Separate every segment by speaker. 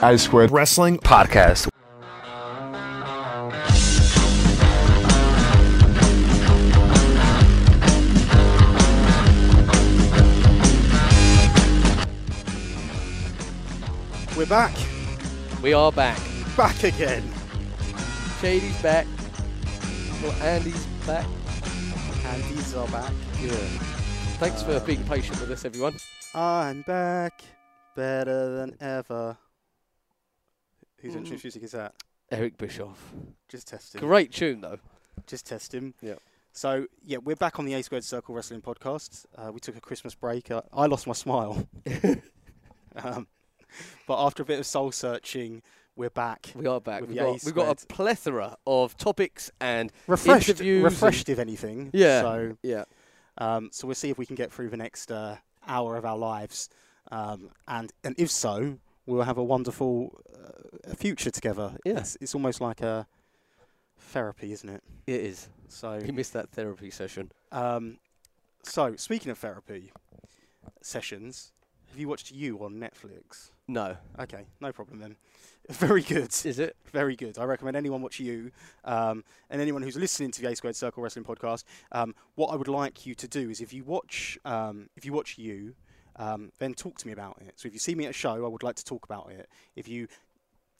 Speaker 1: I squared
Speaker 2: Wrestling Podcast.
Speaker 3: We're back,
Speaker 4: We are back.
Speaker 3: back again.
Speaker 4: Shady's back. Well, Andy's back.
Speaker 3: And these are back.
Speaker 4: Yeah. Thanks for being patient with us, everyone.
Speaker 3: I'm back, better than ever. Whose entrance music is that?
Speaker 4: Eric Bischoff.
Speaker 3: Just test him.
Speaker 4: Mm-hmm. Great tune, though.
Speaker 3: Just test him.
Speaker 4: Yeah.
Speaker 3: So yeah, we're back on the A Squared Circle Wrestling Podcast. Uh, we took a Christmas break. Uh, I lost my smile, um, but after a bit of soul searching, we're back.
Speaker 4: We are back.
Speaker 3: With
Speaker 4: We've
Speaker 3: the
Speaker 4: got,
Speaker 3: Ace
Speaker 4: we've got a
Speaker 3: squared.
Speaker 4: plethora of topics and
Speaker 3: Refreshed,
Speaker 4: interviews.
Speaker 3: refreshed if anything.
Speaker 4: Yeah.
Speaker 3: So
Speaker 4: Yeah.
Speaker 3: Um, so we'll see if we can get through the next uh, hour of our lives, um, and and if so, we'll have a wonderful uh, future together.
Speaker 4: Yeah.
Speaker 3: It's, it's almost like a therapy, isn't it?
Speaker 4: It is.
Speaker 3: So,
Speaker 4: He missed that therapy session.
Speaker 3: um, so speaking of therapy sessions, have you watched You on Netflix?
Speaker 4: No.
Speaker 3: Okay, no problem then. Very good.
Speaker 4: Is it?
Speaker 3: Very good. I recommend anyone watch you um, and anyone who's listening to the A Squared Circle Wrestling podcast. Um, what I would like you to do is if you watch um, if you watch you, um, then talk to me about it. So if you see me at a show, I would like to talk about it. If you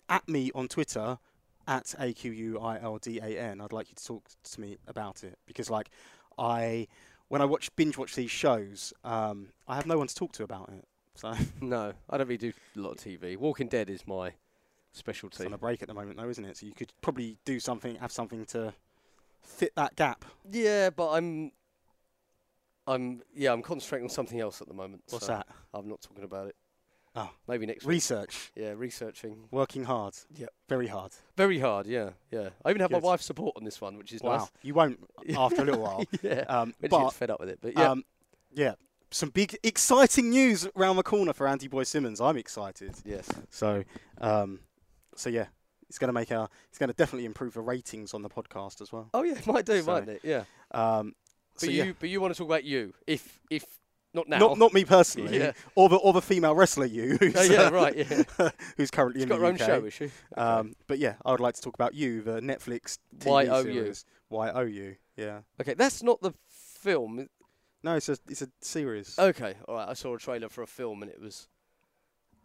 Speaker 3: at me on Twitter at a q u i l d a n, I'd like you to talk to me about it because like I when I watch binge watch these shows, um, I have no one to talk to about it. So
Speaker 4: No. I don't really do a lot of TV. Walking Dead is my
Speaker 3: It's
Speaker 4: specialty.
Speaker 3: on a break at the moment, though, isn't it? So you could probably do something, have something to fit that gap.
Speaker 4: Yeah, but I'm. I'm yeah, I'm concentrating on something else at the moment.
Speaker 3: What's
Speaker 4: so
Speaker 3: that?
Speaker 4: I'm not talking about it.
Speaker 3: Oh.
Speaker 4: maybe next week.
Speaker 3: Research.
Speaker 4: Yeah, researching.
Speaker 3: Working hard.
Speaker 4: Yep.
Speaker 3: Very hard.
Speaker 4: Very hard. Yeah, yeah. I even have
Speaker 3: Good.
Speaker 4: my wife's support on this one, which is
Speaker 3: wow. You won't after a little while.
Speaker 4: nice. yeah,
Speaker 3: Um,
Speaker 4: when she
Speaker 3: but
Speaker 4: gets fed up with it. But yeah,
Speaker 3: um, yeah, some big, exciting news around the corner for Andy Boy Simmons. I'm excited.
Speaker 4: yes,
Speaker 3: So, um, so yeah, it's going to make our, it's going to definitely improve the ratings on the podcast as well.
Speaker 4: Oh yeah, it might do,
Speaker 3: So-
Speaker 4: mightn't it? Yeah.
Speaker 3: Um,
Speaker 4: But
Speaker 3: so
Speaker 4: you,
Speaker 3: yeah.
Speaker 4: but you want to talk about you? If, if not now.
Speaker 3: Not, not me personally,
Speaker 4: Yeah.
Speaker 3: or the or the female wrestler you, who's,
Speaker 4: Oh, yeah,
Speaker 3: uh,
Speaker 4: right. Yeah.
Speaker 3: who's currently
Speaker 4: She's
Speaker 3: in
Speaker 4: got
Speaker 3: the
Speaker 4: her own
Speaker 3: UK.
Speaker 4: show, is she? Okay.
Speaker 3: Um, but yeah, I would like to talk about you, the Netflix TV
Speaker 4: YOU.
Speaker 3: series. Y-O-U, yeah.
Speaker 4: okay, that's not the film. is-
Speaker 3: No, it's a it's a series.
Speaker 4: Okay, all right. I saw a trailer for a film and it was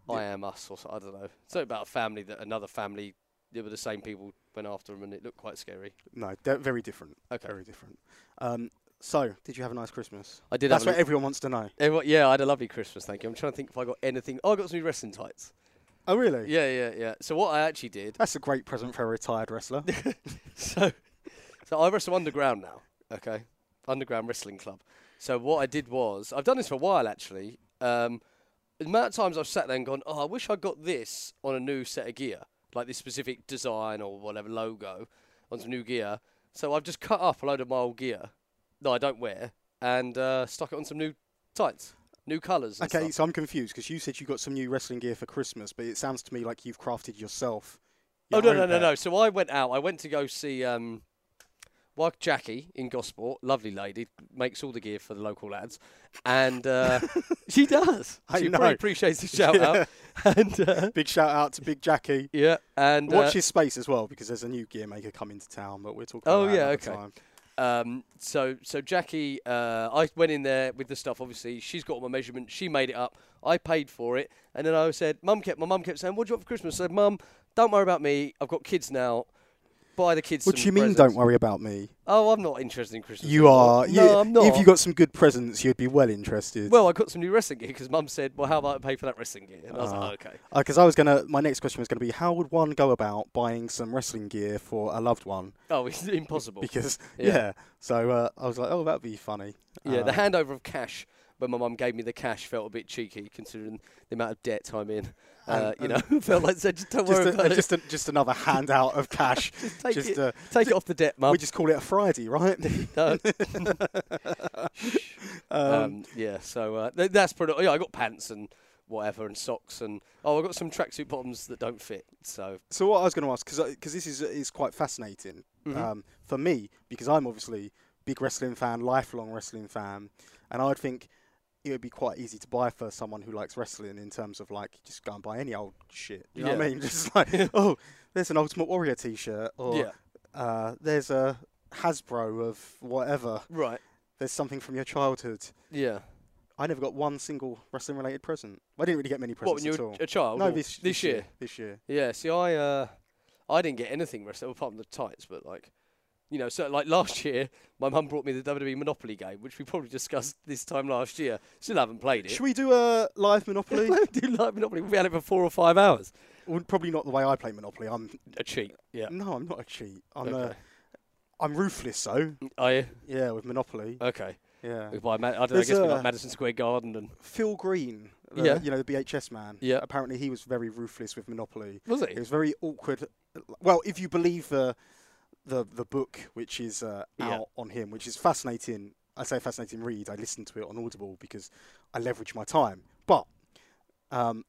Speaker 3: Yeah.
Speaker 4: I Am Us or so, I don't know. It's not about a family that another family. They were the same people went after them and it looked quite scary.
Speaker 3: No, they're very different.
Speaker 4: Okay.
Speaker 3: Very different. Um, so, did you have a nice Christmas?
Speaker 4: I did.
Speaker 3: That's
Speaker 4: have
Speaker 3: what
Speaker 4: a look-
Speaker 3: everyone wants to know.
Speaker 4: everyone- yeah, I had a lovely Christmas. Thank you. I'm trying to think if I got anything. Oh, I got some new wrestling tights.
Speaker 3: Oh, really?
Speaker 4: Yeah, yeah, yeah. So what I actually did.
Speaker 3: That's a great present for a retired wrestler.
Speaker 4: so, so I wrestle underground now. Okay, underground wrestling club. So what I did was I've done this for a while actually. Um, the amount of times I've sat there and gone, oh, I wish I got this on a new set of gear, like this specific design or whatever logo on some new gear. So I've just cut up a load of my old gear that I don't wear and uh, stuck it on some new tights, new colours. and
Speaker 3: okay,
Speaker 4: stuff.
Speaker 3: so I'm confused because you said you got some new wrestling gear for Christmas, but it sounds to me like you've crafted yourself.
Speaker 4: Oh
Speaker 3: your
Speaker 4: no no
Speaker 3: own
Speaker 4: no
Speaker 3: pair.
Speaker 4: no! So I went out. I went to go see um, Wyke Jackie in Gosport. Lovely lady makes all the gear for the local lads, and uh, she does.
Speaker 3: I
Speaker 4: she
Speaker 3: know.
Speaker 4: probably appreciates the shout out. And uh,
Speaker 3: Big shout out to Big Jackie.
Speaker 4: yeah, and uh,
Speaker 3: Watch his space as well because there's a new gear maker coming to town, but we're talking
Speaker 4: Oh,
Speaker 3: about that
Speaker 4: yeah,
Speaker 3: another time.
Speaker 4: okay. Um, so so Jackie, uh, I went in there with the stuff. Obviously, she's got all my measurements. She made it up. I paid for it, and then I said, "Mum kept my mum kept saying, what do you want for Christmas?" I said, "Mum, don't worry about me. I've got kids now. Buy the kids."
Speaker 3: What
Speaker 4: some
Speaker 3: do you mean,
Speaker 4: presents."
Speaker 3: don't worry about me?
Speaker 4: Oh, I'm not interested in Christmas.
Speaker 3: You
Speaker 4: anymore.
Speaker 3: are.
Speaker 4: No,
Speaker 3: you,
Speaker 4: I'm not.
Speaker 3: If you got some good presents, you'd be well interested.
Speaker 4: Well, I got some new wrestling gear because Mum said, "Well, how about I pay for that wrestling gear?" And I was
Speaker 3: Ah.
Speaker 4: like, "Okay."
Speaker 3: because I was gonna, my next question was gonna be, how would one go about buying some wrestling gear for a loved one?
Speaker 4: Oh, it's impossible.
Speaker 3: Because yeah,
Speaker 4: Yeah.
Speaker 3: so uh, I was like, oh, that'd be funny.
Speaker 4: yeah, the
Speaker 3: Um,
Speaker 4: handover of cash when my mum gave me the cash felt a bit cheeky considering the amount of debt I'm in. Uh,
Speaker 3: And-
Speaker 4: you know, felt like said, "Just don't
Speaker 3: just
Speaker 4: worry
Speaker 3: a,
Speaker 4: about
Speaker 3: just a, just another handout of cash.
Speaker 4: it. Take
Speaker 3: just
Speaker 4: it, Um,
Speaker 3: uh,
Speaker 4: take it off the debt, Mum."
Speaker 3: we just call it a Friday, right?
Speaker 4: No.
Speaker 3: um,
Speaker 4: um, yeah, so uh, th- that's pretty. Yeah, I got pants and whatever and socks and oh, I got some tracksuit bottoms that don't fit. So
Speaker 3: so what I was going to ask, because this is is quite fascinating
Speaker 4: Mm-hmm.
Speaker 3: um, for me, because I'm obviously big wrestling fan, lifelong wrestling fan, and I'd think it would be quite easy to buy for someone who likes wrestling in terms of like just go and buy any old shit. You know what I
Speaker 4: Yeah.
Speaker 3: mean? Just like, oh, there's an Ultimate Warrior T-shirt, or
Speaker 4: Yeah.
Speaker 3: uh, there's a Hasbro of whatever.
Speaker 4: Right.
Speaker 3: There's something from your childhood.
Speaker 4: Yeah.
Speaker 3: I never got one single wrestling-related present. I didn't really get many
Speaker 4: What, when
Speaker 3: presents
Speaker 4: you
Speaker 3: at all.
Speaker 4: were a child?
Speaker 3: no,
Speaker 4: or
Speaker 3: this,
Speaker 4: year.
Speaker 3: This year.
Speaker 4: Yeah, see, I uh, I didn't get anything wrestling apart from the tights, but like, you know, so like last year, my mum brought me the WWE Monopoly game, which we probably discussed this time last year. Still haven't played it.
Speaker 3: Should we do a live Monopoly?
Speaker 4: I do like Monopoly. We've had it for four or five hours.
Speaker 3: well, probably not the way I play Monopoly. I'm
Speaker 4: A cheat. Yeah.
Speaker 3: no, I'm not a cheat. I'm uh
Speaker 4: Okay.
Speaker 3: I'm ruthless. So
Speaker 4: Are you?
Speaker 3: yeah, with Monopoly.
Speaker 4: Oh, Okay.
Speaker 3: Yeah.
Speaker 4: By Ma- I don't know, I
Speaker 3: There's
Speaker 4: guess we're
Speaker 3: a-
Speaker 4: like Madison Square Garden and.
Speaker 3: Phil Green, the,
Speaker 4: Yeah.
Speaker 3: you know, the BHS man.
Speaker 4: Yeah.
Speaker 3: Apparently, he was very ruthless with Monopoly.
Speaker 4: Was
Speaker 3: It
Speaker 4: it?
Speaker 3: was very awkward. Well, if you believe the the the book, which is uh, out
Speaker 4: Yeah.
Speaker 3: on him, which is fascinating. I say fascinating read. I listened to it on Audible because I leverage my time. But um,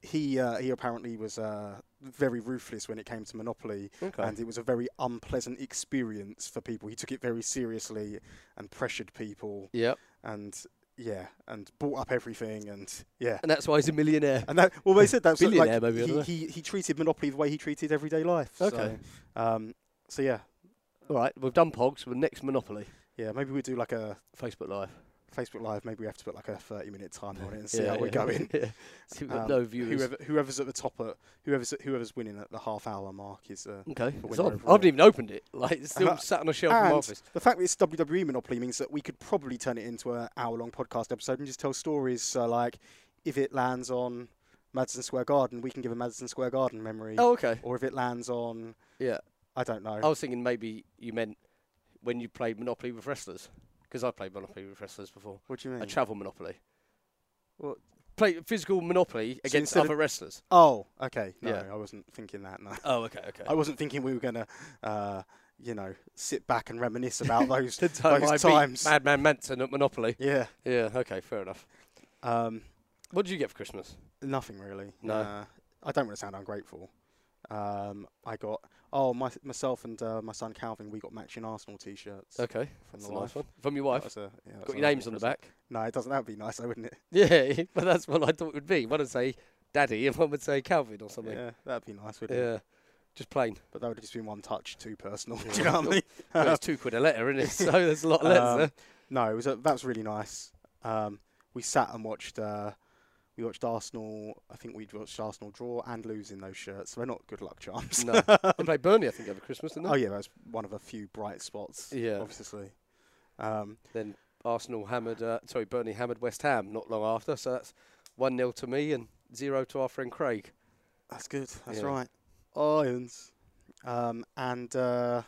Speaker 3: he uh, he apparently was uh, very ruthless when it came to Monopoly,
Speaker 4: Okay.
Speaker 3: and it was a very unpleasant experience for people. He took it very seriously and pressured people
Speaker 4: yeah.
Speaker 3: and yeah, and bought up everything, and yeah,
Speaker 4: And that's why he's a millionaire.
Speaker 3: and that well, they said that's
Speaker 4: Billionaire,
Speaker 3: like
Speaker 4: maybe, I don't
Speaker 3: he, he
Speaker 4: know.
Speaker 3: he treated Monopoly the way he treated everyday life.
Speaker 4: Okay.
Speaker 3: So, um, so yeah,
Speaker 4: All right. We've done Pogs. We're next Monopoly.
Speaker 3: yeah, maybe we do like a
Speaker 4: Facebook Live.
Speaker 3: Facebook Live. Maybe we have to put like a thirty-minute timer on it and see
Speaker 4: Yeah,
Speaker 3: how we're
Speaker 4: yeah.
Speaker 3: going.
Speaker 4: Yeah. See, we've got
Speaker 3: Um,
Speaker 4: no viewers.
Speaker 3: Whoever, whoever's at the top, at, whoever's whoever's winning at the half-hour mark is. Uh,
Speaker 4: Okay,
Speaker 3: But
Speaker 4: it's
Speaker 3: when you're
Speaker 4: on.
Speaker 3: over
Speaker 4: I haven't
Speaker 3: it-
Speaker 4: even opened it. Like, it's still
Speaker 3: And-
Speaker 4: sat on a shelf in my
Speaker 3: Uh-huh. and
Speaker 4: office.
Speaker 3: the fact that it's WWE Monopoly means that we could probably turn it into an hour-long podcast episode and just tell stories. So like, if it lands on Madison Square Garden, we can give a Madison Square Garden memory.
Speaker 4: Oh, okay.
Speaker 3: Or if it lands on,
Speaker 4: Yeah.
Speaker 3: I don't know.
Speaker 4: I was thinking maybe you meant when you played Monopoly with wrestlers, because I played Monopoly with wrestlers before.
Speaker 3: What do you mean?
Speaker 4: A travel Monopoly.
Speaker 3: What?
Speaker 4: Play physical Monopoly against
Speaker 3: instead of-
Speaker 4: other wrestlers.
Speaker 3: Oh, okay. No,
Speaker 4: Yeah.
Speaker 3: I wasn't thinking that. No,
Speaker 4: Oh, okay, okay.
Speaker 3: I wasn't thinking we were gonna, uh, you know, sit back and reminisce about those.
Speaker 4: The time
Speaker 3: those
Speaker 4: I beat
Speaker 3: times.
Speaker 4: Madman Manson at Monopoly.
Speaker 3: yeah.
Speaker 4: Yeah. Okay. Fair enough.
Speaker 3: Um,
Speaker 4: What did you get for Christmas?
Speaker 3: nothing really.
Speaker 4: No.
Speaker 3: Uh, I don't want to sound ungrateful. Um, I got oh my myself and uh, my son Calvin. We got matching Arsenal T-shirts.
Speaker 4: Okay.
Speaker 3: from
Speaker 4: That's
Speaker 3: the
Speaker 4: a nice
Speaker 3: wife.
Speaker 4: one. From your
Speaker 3: That
Speaker 4: wife.
Speaker 3: was a- yeah, that was
Speaker 4: Got
Speaker 3: a
Speaker 4: your
Speaker 3: lovely
Speaker 4: names on the
Speaker 3: present.
Speaker 4: back.
Speaker 3: No, it doesn't. That'd be nice, though, wouldn't it?
Speaker 4: Yeah, but that's what I thought it would be. One would say Daddy, and one would say Calvin or something.
Speaker 3: Yeah, that'd be nice, wouldn't it?
Speaker 4: yeah. Just plain.
Speaker 3: But that would have just been one touch, too personal.
Speaker 4: Yeah.
Speaker 3: Do you know what I mean?
Speaker 4: Well, it's two quid a letter, isn't it? So there's a lot of
Speaker 3: Um,
Speaker 4: letters
Speaker 3: No, it was a, that was really nice. Um, we sat and watched. Uh, we watched Arsenal. I think we'd watched Arsenal draw and lose in those shirts. So they're not good luck charms.
Speaker 4: there. No. they played Burnley, I think, over Christmas, didn't they?
Speaker 3: oh yeah, that was one of a few bright spots.
Speaker 4: Yeah.
Speaker 3: obviously. Um,
Speaker 4: Then Arsenal hammered, uh, sorry, Burnley hammered West Ham not long after. So that's 1 nil to me and 0 to our friend Craig.
Speaker 3: that's good. That's
Speaker 4: Yeah.
Speaker 3: right. Irons. Um, and uh,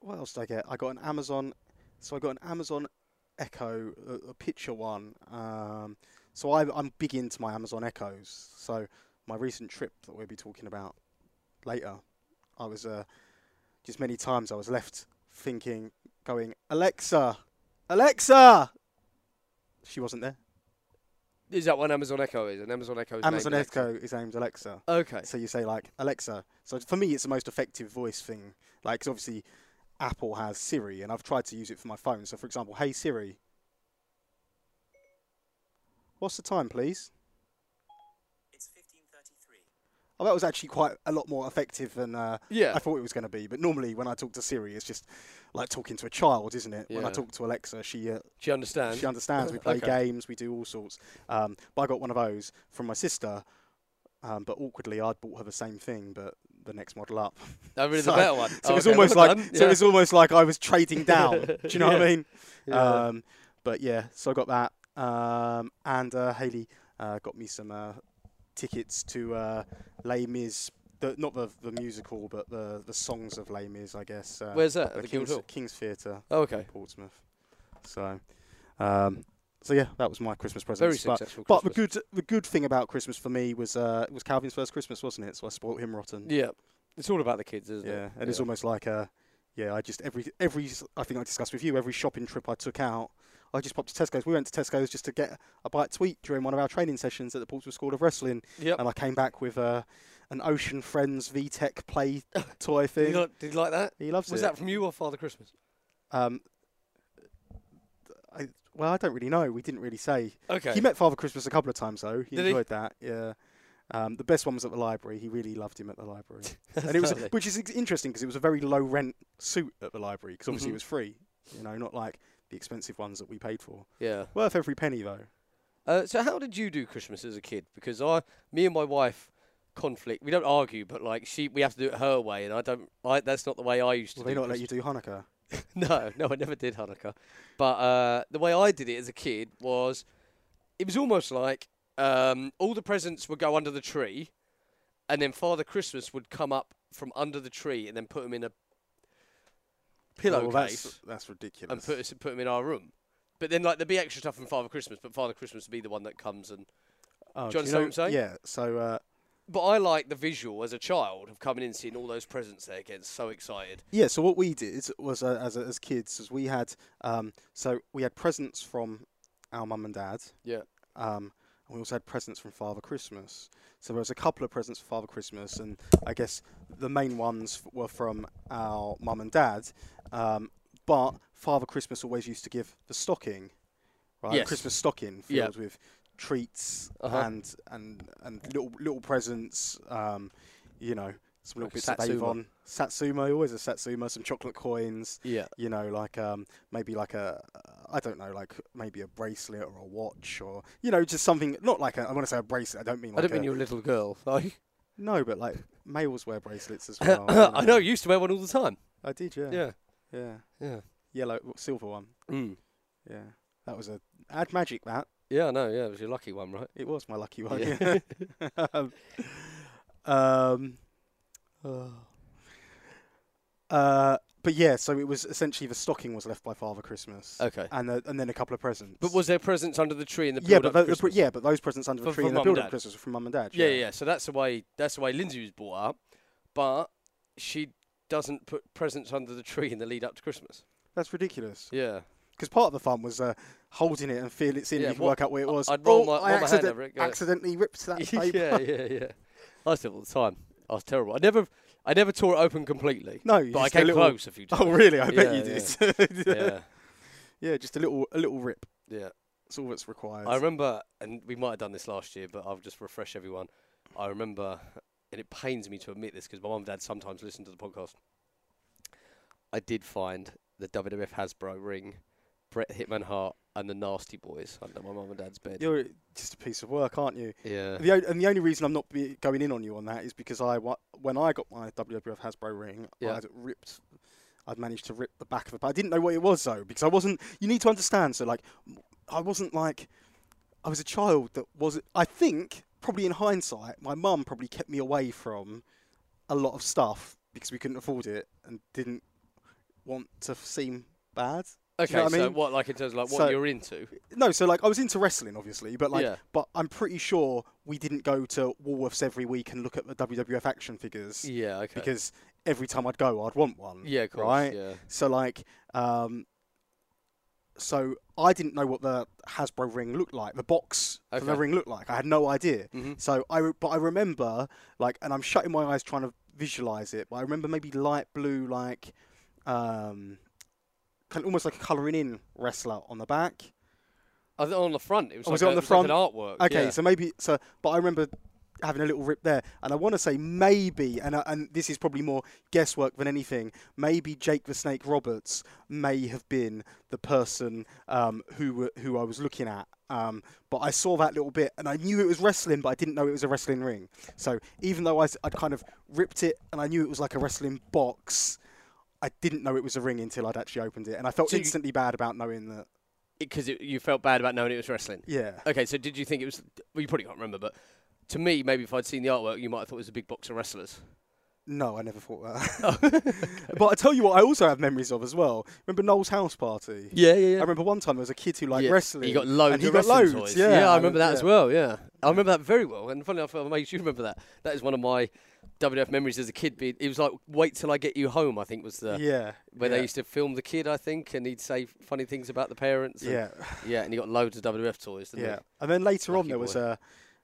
Speaker 3: what else did I get? I got an Amazon. So I got an Amazon Echo, a, a picture one. Um, so I, I'm big into my Amazon Echoes. So my recent trip that we'll be talking about later, I was uh, just many times I was left thinking, going, Alexa, Alexa. She wasn't there.
Speaker 4: Is that what an Amazon Echo is? An Amazon Echo is
Speaker 3: Amazon
Speaker 4: named
Speaker 3: Echo is named Alexa.
Speaker 4: Alexa. Okay.
Speaker 3: So you say like Alexa. So for me, it's the most effective voice thing. Like 'cause obviously, Apple has Siri, and I've tried to use it for my phone. So for example, Hey Siri, what's the time, please?
Speaker 1: It's 1533.
Speaker 3: Oh, that was actually quite a lot more effective than uh,
Speaker 4: Yeah.
Speaker 3: I thought it was going to be. But normally, when I talk to Siri, it's just like talking to a child, isn't it? When I
Speaker 4: Yeah.
Speaker 3: talk to Alexa, she uh,
Speaker 4: She understands.
Speaker 3: She understands. We play
Speaker 4: Okay.
Speaker 3: games. We do all sorts. Um, but I got one of those from my sister. Um, but awkwardly, I'd bought her the same thing, but the next model up.
Speaker 4: that really
Speaker 3: so-
Speaker 4: the better one.
Speaker 3: So
Speaker 4: Oh,
Speaker 3: it was
Speaker 4: okay,
Speaker 3: almost
Speaker 4: well
Speaker 3: like
Speaker 4: done.
Speaker 3: so it
Speaker 4: Yeah.
Speaker 3: was almost like I was trading down. do you know what I mean?
Speaker 4: Yeah.
Speaker 3: Um, but yeah, so I got that. Um, and uh, Haley uh, got me some uh, tickets to uh, Les Mis. The, not the the musical, but the the songs of Les Mis, I guess. Uh,
Speaker 4: Where's that? At
Speaker 3: the
Speaker 4: the Guildhall?
Speaker 3: King's, King's Theatre.
Speaker 4: Oh, okay.
Speaker 3: Portsmouth. So, um, so yeah, that was my Christmas present.
Speaker 4: Very
Speaker 3: but,
Speaker 4: successful.
Speaker 3: but the
Speaker 4: Christmas.
Speaker 3: good, the good thing about Christmas for me was uh, it was Calvin's first Christmas, wasn't it? So I spoilt him rotten.
Speaker 4: Yeah. It's all about the kids, isn't
Speaker 3: yeah,
Speaker 4: it?
Speaker 3: and it's almost like uh yeah. I just every every s- I think I discussed with you every shopping trip I took out. I just popped to Tesco's. We went to Tesco's just to get a bite to eat during one of our training sessions at the Portsmouth School of Wrestling,
Speaker 4: Yep.
Speaker 3: and I came back with uh, an Ocean Friends VTech play toy
Speaker 4: Did
Speaker 3: thing.
Speaker 4: you, like, did you like that?
Speaker 3: he loves
Speaker 4: Was
Speaker 3: it.
Speaker 4: that from you or Father Christmas?
Speaker 3: Um, I, Well, I don't really know. We didn't really say.
Speaker 4: Okay.
Speaker 3: He met Father Christmas a couple of times though. He
Speaker 4: Did he?
Speaker 3: enjoyed that. Yeah. Um, the best one was at the library. He really loved him at the library, and it was
Speaker 4: lovely.
Speaker 3: which is ex- interesting because it was a very low rent suit at the library because obviously
Speaker 4: Mhm.
Speaker 3: it was free. You know, not like the expensive ones that we paid for.
Speaker 4: yeah.
Speaker 3: Worth every penny though.
Speaker 4: Uh, so how did you do Christmas as a kid? Because I, me and my wife, conflict. We don't argue, but like she, we have to do it her way, and I don't. I, that's not the way I used to.
Speaker 3: Will they
Speaker 4: do
Speaker 3: not let you do Hanukkah?
Speaker 4: no, no, I never did Hanukkah. But uh, the way I did it as a kid was, it was almost like um, all the presents would go under the tree, and then Father Christmas would come up from under the tree and then put them in a
Speaker 3: Well,
Speaker 4: pillowcase
Speaker 3: that's, that's ridiculous.
Speaker 4: and put us, put them in our room. But then like there'd be extra stuff from Father Christmas, but Father Christmas would be the one that comes and.
Speaker 3: Oh,
Speaker 4: do you
Speaker 3: know-
Speaker 4: understand what I'm saying?
Speaker 3: Yeah. So uh,
Speaker 4: But I like the visual as a child of coming in and seeing all those presents there, getting so excited.
Speaker 3: Yeah, so what we did was uh, as as kids is we had um, so we had presents from our mum and dad.
Speaker 4: Yeah.
Speaker 3: Um, and we also had presents from Father Christmas. So there was a couple of presents for Father Christmas, and I guess the main ones f- were from our mum and dad. Um, but Father Christmas always used to give the stocking, right?
Speaker 4: Yes.
Speaker 3: Christmas stocking
Speaker 4: Yeah.
Speaker 3: filled with treats
Speaker 4: Uh-huh.
Speaker 3: and and and little little presents. Um, you know, some little
Speaker 4: Like a
Speaker 3: bits of
Speaker 4: satsuma.
Speaker 3: Avon. Satsuma, always a Satsuma, some chocolate coins,
Speaker 4: Yeah.
Speaker 3: you know, like um, maybe like a, I don't know, like maybe a bracelet or a watch or, you know, just something, not like a, I want to say a bracelet, I don't mean like
Speaker 4: I don't
Speaker 3: a-
Speaker 4: mean you're a little girl. I,
Speaker 3: No, but like males wear bracelets as well. you
Speaker 4: I know, you used to wear one all the time.
Speaker 3: I did, yeah.
Speaker 4: Yeah.
Speaker 3: Yeah.
Speaker 4: Yeah.
Speaker 3: Yellow, silver one.
Speaker 4: Mm.
Speaker 3: Yeah. That was a, ad magic that.
Speaker 4: Yeah, I know. Yeah, it was your lucky one, right?
Speaker 3: It was my lucky one.
Speaker 4: Yeah.
Speaker 3: yeah. um, um, oh. uh, but yeah, so it was essentially the stocking was left by Father Christmas,
Speaker 4: Okay.
Speaker 3: and the, and then a couple of presents.
Speaker 4: But was there presents under the tree in the
Speaker 3: yeah, but
Speaker 4: build-up
Speaker 3: tho-
Speaker 4: to
Speaker 3: the, pre-
Speaker 4: Christmas?
Speaker 3: yeah, but those presents under the
Speaker 4: From-
Speaker 3: tree
Speaker 4: from
Speaker 3: in the
Speaker 4: Mum and
Speaker 3: build up
Speaker 4: Dad.
Speaker 3: to Christmas were from Mum and Dad.
Speaker 4: yeah, yeah, yeah. So that's the way that's the way Lindsay was brought up, but she doesn't put presents under the tree in the lead up to Christmas.
Speaker 3: That's ridiculous.
Speaker 4: Yeah.
Speaker 3: Because part of the fun was uh, holding it and feel it's in.
Speaker 4: Yeah,
Speaker 3: and you can
Speaker 4: what-
Speaker 3: work out where it
Speaker 4: I-
Speaker 3: was.
Speaker 4: I'd roll
Speaker 3: oh,
Speaker 4: my-
Speaker 3: I
Speaker 4: roll my hand
Speaker 3: accident-
Speaker 4: over it, go.
Speaker 3: accidentally ripped that paper.
Speaker 4: yeah, yeah, yeah. I used to do it all the time. I was terrible. I never, I never tore it open completely.
Speaker 3: No, you
Speaker 4: but I
Speaker 3: just did a
Speaker 4: came
Speaker 3: little-
Speaker 4: close a few times.
Speaker 3: Oh really? I bet
Speaker 4: Yeah,
Speaker 3: you did. Yeah.
Speaker 4: yeah,
Speaker 3: just a little a little rip.
Speaker 4: yeah.
Speaker 3: That's all that's required.
Speaker 4: I remember, and we might have done this last year, but I'll just refresh everyone. I remember, and it pains me to admit this because my mum and dad sometimes listen to the podcast. I did find the WWF Hasbro ring, Bret Hitman Hart, and the Nasty Boys under my mum and dad's bed.
Speaker 3: You're just a piece of work, aren't you?
Speaker 4: yeah.
Speaker 3: The o- and the only reason I'm not be going in on you on that is because I wa- when I got my WWF Hasbro ring,
Speaker 4: Yeah.
Speaker 3: I'd ripped. I'd managed to rip the back of it, but I didn't know what it was though because I wasn't. You need to understand. So like, m- I wasn't like, I was a child that was. I think probably in hindsight, my mum probably kept me away from a lot of stuff because we couldn't afford it and didn't want to f- seem bad.
Speaker 4: Okay,
Speaker 3: you know what I
Speaker 4: so
Speaker 3: mean?
Speaker 4: what, like in terms of like what
Speaker 3: So-
Speaker 4: you're into?
Speaker 3: No, so like I was into wrestling, obviously, but like,
Speaker 4: Yeah.
Speaker 3: but I'm pretty sure we didn't go to Woolworths every week and look at the WWF action figures
Speaker 4: Yeah. Okay.
Speaker 3: because every time I'd go, I'd want one.
Speaker 4: yeah, of course.
Speaker 3: right.
Speaker 4: Yeah.
Speaker 3: So like, um, so I didn't know what the Hasbro ring looked like, the box for the
Speaker 4: Okay.
Speaker 3: ring looked like. I had no idea.
Speaker 4: Mm-hmm.
Speaker 3: So I, re- but I remember like, and I'm shutting my eyes trying to visualize it, but I remember maybe light blue, like, um, kind of almost like a colouring in wrestler on the back.
Speaker 4: I think on the front. It was,
Speaker 3: Oh, was
Speaker 4: like
Speaker 3: it on
Speaker 4: a-
Speaker 3: the
Speaker 4: was like
Speaker 3: front?
Speaker 4: an artwork.
Speaker 3: Okay,
Speaker 4: yeah.
Speaker 3: so maybe so, but I remember having a little rip there, and I want to say maybe, and I, and this is probably more guesswork than anything. Maybe Jake the Snake Roberts may have been the person um, who were- who I was looking at. Um, but I saw that little bit, and I knew it was wrestling, but I didn't know it was a wrestling ring. So even though I s- I'd kind of ripped it, and I knew it was like a wrestling box. I didn't know it was a ring until I'd actually opened it, and I felt
Speaker 4: So you-
Speaker 3: instantly bad about knowing that.
Speaker 4: because you felt bad about knowing it was wrestling.
Speaker 3: Yeah,
Speaker 4: Okay, so did you think it was? Well, you probably can't remember, but to me, maybe if I'd seen the artwork, you might have thought it was a big box of wrestlers.
Speaker 3: No, I never thought that.
Speaker 4: Oh,
Speaker 3: but I tell you what, I also have memories of as well. Remember Noel's house party?
Speaker 4: Yeah, yeah,
Speaker 3: I remember one time there was a kid who liked wrestling.
Speaker 4: He got loads.
Speaker 3: and he
Speaker 4: of
Speaker 3: got
Speaker 4: wrestling
Speaker 3: loads.
Speaker 4: toys.
Speaker 3: Yeah,
Speaker 4: I remember that
Speaker 3: yeah.
Speaker 4: as well. Yeah, I remember that very well. And funny enough, I made you remember that. That is one of my WF memories as a kid. Being, it was like, "Wait till I get you home." I think was the
Speaker 3: yeah,
Speaker 4: where
Speaker 3: yeah.
Speaker 4: they used to film the kid. I think, and he'd say funny things about the parents. And
Speaker 3: yeah,
Speaker 4: yeah, and he got loads of WF toys. Didn't
Speaker 3: yeah. And then later on,
Speaker 4: Lucky
Speaker 3: there was
Speaker 4: boy.
Speaker 3: uh,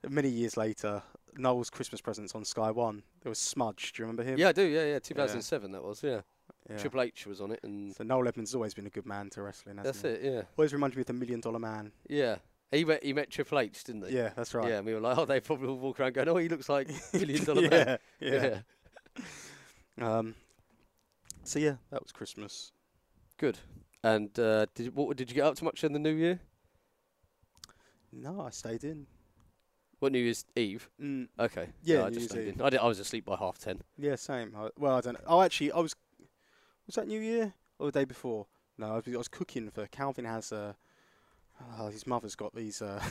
Speaker 3: many years later Noel's Christmas presents on Sky One. There was Smudge. Do you remember him?
Speaker 4: He? Yeah, I do. Yeah, yeah. 2007 that was. Yeah.
Speaker 3: Yeah.
Speaker 4: Triple H was on it, and
Speaker 3: So Noel Edmonds has always been a good man to wrestling. Hasn't
Speaker 4: that's
Speaker 3: he?
Speaker 4: it. Yeah,
Speaker 3: Always reminded me of the Million Dollar Man.
Speaker 4: yeah. He met he met Triple H, didn't they?
Speaker 3: Yeah, that's right.
Speaker 4: Yeah, and we were like, oh, they probably all walk around going, oh, he looks like Billion Dollar Man.
Speaker 3: yeah, yeah.
Speaker 4: yeah.
Speaker 3: Um, so yeah, that was Christmas.
Speaker 4: Good. And uh, did you- what did you get up to much in the New Year?
Speaker 3: No, I stayed in.
Speaker 4: What New Year's Eve?
Speaker 3: Mm,
Speaker 4: Okay.
Speaker 3: Yeah,
Speaker 4: No, I
Speaker 3: New
Speaker 4: just
Speaker 3: Year's
Speaker 4: stayed
Speaker 3: Eve.
Speaker 4: in. I, did, I was asleep by half ten.
Speaker 3: yeah, same. I, well, I don't know. Oh, actually, I was. Was that New Year or the day before? No, I was, I was cooking for Calvin. Has uh, oh, his mother's got these uh,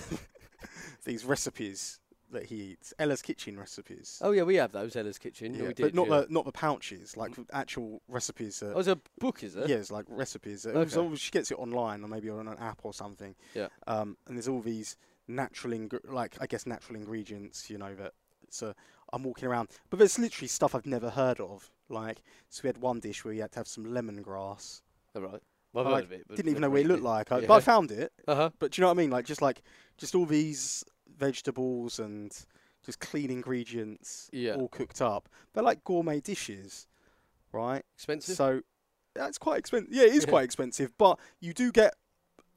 Speaker 3: these recipes that he eats. Ella's kitchen recipes.
Speaker 4: Oh yeah, we have those Ella's Kitchen.
Speaker 3: Yeah,
Speaker 4: we did.
Speaker 3: but not
Speaker 4: yeah. Mm.
Speaker 3: the not the pouches, like actual recipes. That
Speaker 4: Oh, it's a book, is it?
Speaker 3: Yeah, it's like recipes. Uh,
Speaker 4: Okay.
Speaker 3: So she gets it online or maybe on an app or something.
Speaker 4: Yeah.
Speaker 3: Um, and there's all these natural, ingre- like I guess natural ingredients, you know, that so I'm walking around. But there's literally stuff I've never heard of. Like, so we had one dish where you had to have some lemongrass.
Speaker 4: All right. Well, I've
Speaker 3: I
Speaker 4: heard of it, but
Speaker 3: Didn't even know
Speaker 4: never
Speaker 3: what it
Speaker 4: really-
Speaker 3: looked like. I,
Speaker 4: Yeah.
Speaker 3: But I found it.
Speaker 4: Uh-huh.
Speaker 3: But do you know what I mean? Like, just like, just all these vegetables and just clean ingredients
Speaker 4: Yeah.
Speaker 3: all cooked up. They're like gourmet dishes, right?
Speaker 4: Expensive.
Speaker 3: So that's quite expensive. Yeah, it is
Speaker 4: Yeah.
Speaker 3: quite expensive, but you do get